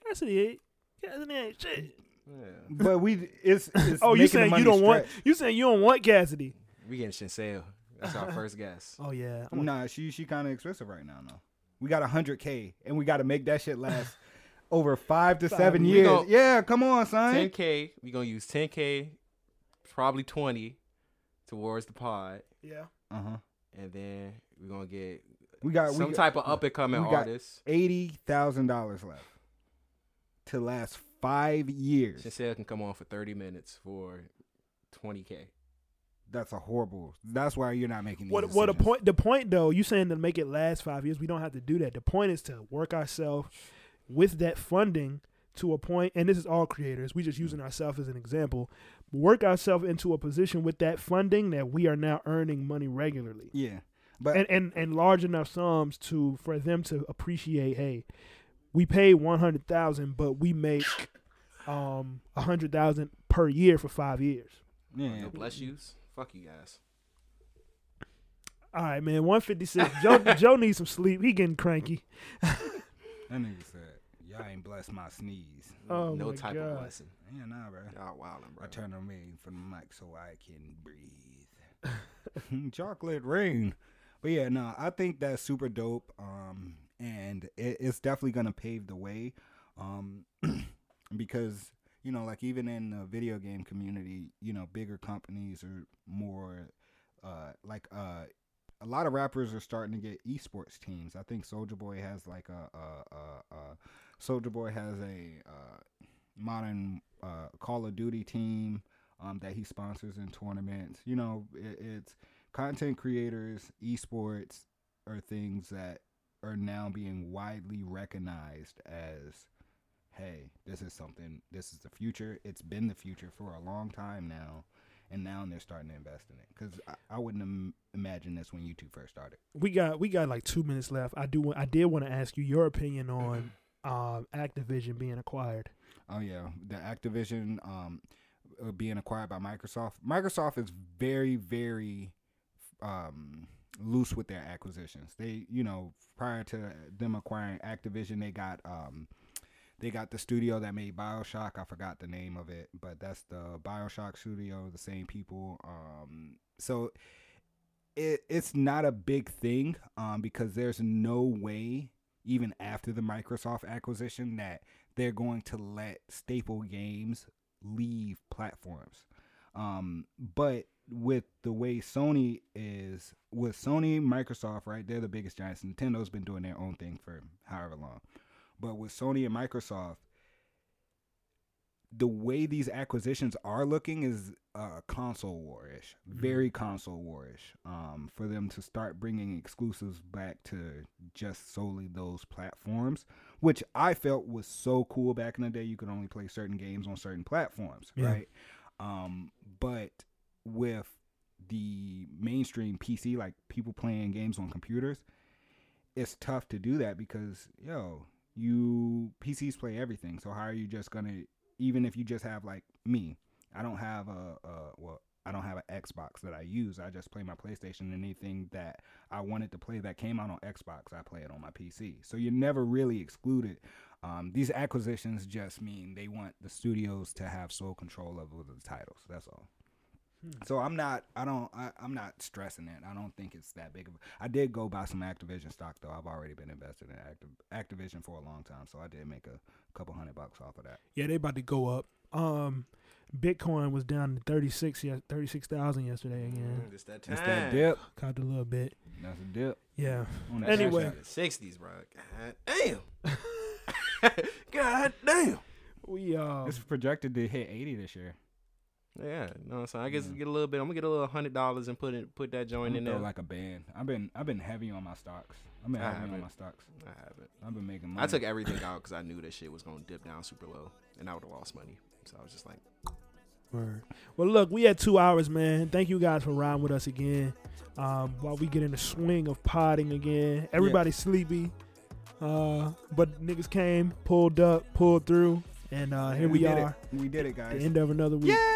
Cassidy ain't. Cassidy ain't shit. Yeah. But we, [laughs] it's, it's Oh, you making the saying money you don't want? stretch. You saying you don't want Cassidy? We getting Shinseo. That's our first guess. Oh yeah. I'm like, Nah, she she kind of expensive right now. though. we got hundred k, and we got to make that shit last over five to seven We years. gon- yeah, come on, son. 10k. We gonna use 10k, probably 20 towards the pod, yeah. Uh huh. and then we're gonna get We got some we, type of up and coming we got artist. Eighty thousand dollars left to last five years. Shinseo can come on for 30 minutes for 20k. That's a horrible. That's why you're not making. These What what the decisions. point? The point though, you saying to make it last five years, we don't have to do that. The point is to work ourselves with that funding to a point, and this is all creators. We just using ourselves as an example. Work ourselves into a position with that funding that we are now earning money regularly. Yeah, but and, and and large enough sums to for them to appreciate. Hey, we paid one hundred thousand, but we make um a hundred thousand per year for five years. yeah, No bless yous. Fuck you guys. All right, man. One fifty six. Joe Joe needs some sleep. He getting cranky. that nigga said y'all ain't blessed my sneeze. Oh no my type God. of blessing. Yeah, nah, bro. Y'all wildin', bro. I turn the rain from the mic so I can breathe. [laughs] Chocolate rain. But yeah, no, I think that's super dope. Um, and it, it's definitely gonna pave the way. Um, [clears throat] because you know, like even in the video game community, you know, bigger companies are more, uh, like uh. A lot of rappers are starting to get esports teams. I think Soldier Boy has like a, a, a, a Soldier Boy has a uh, modern uh, Call of Duty team um, that he sponsors in tournaments. You know, it, it's content creators, esports are things that are now being widely recognized as, hey, this is something, this is the future. It's been the future for a long time now. And now they're starting to invest in it because I, I wouldn't Im- imagine this when YouTube first started. we got we got like two minutes left. I do want- I did want to ask you your opinion on um Activision being acquired. Oh yeah, the Activision um uh, being acquired by Microsoft. Microsoft is very very um loose with their acquisitions. They, you know, prior to them acquiring Activision, they got um they got the studio that made BioShock. I forgot the name of it, but that's the BioShock studio, the same people. Um so it, it's not a big thing um, because there's no way even after the Microsoft acquisition that they're going to let staple games leave platforms. Um, but with the way Sony is, with Sony, Microsoft, right? They're the biggest giants. Nintendo's been doing their own thing for however long. But with Sony and Microsoft, the way these acquisitions are looking is uh, console warish, very console warish. Um, for them to start bringing exclusives back to just solely those platforms, which I felt was so cool back in the day. You could only play certain games on certain platforms, Yeah. right? Um, but with the mainstream PC, like people playing games on computers, it's tough to do that because yo, you PCs play everything. So how are you just gonna even if you just have like me, I don't have a, a well, I don't have an Xbox that I use. I just play my PlayStation and anything that I wanted to play that came out on Xbox, I play it on my PC. So you're never really excluded. Um, these acquisitions just mean they want the studios to have sole control over the titles. That's all. Hmm. So I'm not, I don't, I, I'm not stressing it. I don't think it's that big of. a- I did go buy some Activision stock though. I've already been invested in Activ- Activision for a long time, so I did make a couple hundred bucks off of that. Yeah, they about to go up. Um, Bitcoin was down to 36, yeah, 36,000 yesterday again. It's that time. It's that dip. Caught a little bit. That's a dip. Yeah. On that Anyway, sixties, bro. God damn. [laughs] God damn. we uh, It's projected to hit 80 this year. Yeah, no, so I guess get a little bit. I'm gonna get a little hundred dollars and put it, put that I'm joint in gonna there. throw like a band. I've been I've been heavy on my stocks. I've been I heavy on haven't. my stocks. I haven't. I've been making money. I took everything out because I knew that shit was gonna dip down super low, and I would have lost money. So I was just like, Word. Well, look, we had two hours, man. Thank you guys for riding with us again. Um, while we get in the swing of potting again, everybody's sleepy, uh, but niggas came, pulled up, pulled through, and uh, here we, did are. It. We did it, The guys. end of another week. [laughs]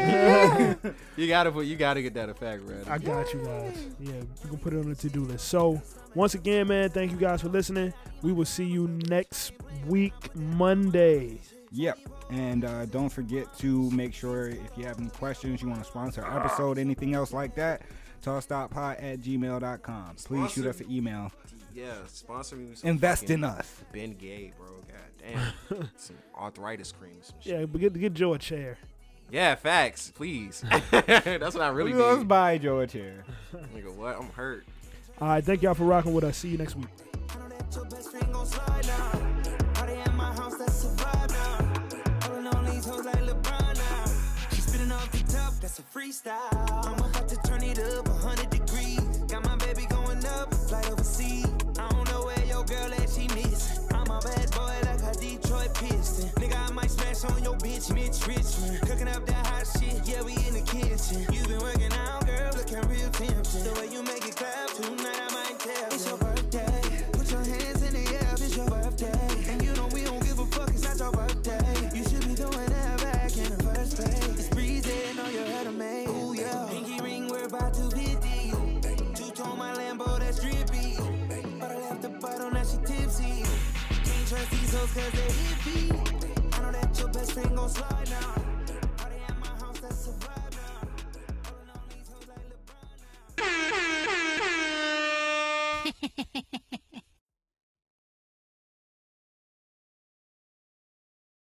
[laughs] you gotta put, you gotta get that effect ready. I got you guys. Yeah, you can put it on the to-do list. So, once again, man, thank you guys for listening. We will see you next week, Monday. Yep. And uh, don't forget to make sure if you have any questions, you want to sponsor an episode, anything else like that, tossdotpod at gmail.com. Please shoot us an email. Yeah, sponsor me. with some Invest fucking in us. Ben Gay, bro. God damn. some arthritis cream. Some shit. Yeah, but get, get Joe a chair. Yeah, facts, please. [laughs] That's what I really Let's need. buy Joe a chair. Nigga, what? I'm hurt. All right, thank y'all for rocking with us. See you next week. Your best friend gon' slide now. Party at my house, that's a vibe now. Holding on these hoes like LeBron now. She spinning off the top, that's a freestyle. I'm about to turn it up 100 degrees. Got my baby going up, flight overseas. I don't know where your girl at, she miss. I'm a bad boy like a Detroit Piston. Nigga, I might smash on your bitch, Mitch Richmond. Cooking up that hot shit, yeah, we in the kitchen. You been working out, girl, looking real tempting. The way you make it clap tonight, I might tell. It's your birthday. Put your hands in the air if it's your birthday. And you know we don't give a fuck, it's not your birthday. You should be doing that back in the first place. It's breezy, know you heard a man. Ooh, yeah. Pinky ring, we're about to hit you. Two tone my Lambo, that's drippy. But I left the bottle, now she tipsy. Can't trust these hoes cause they hippie.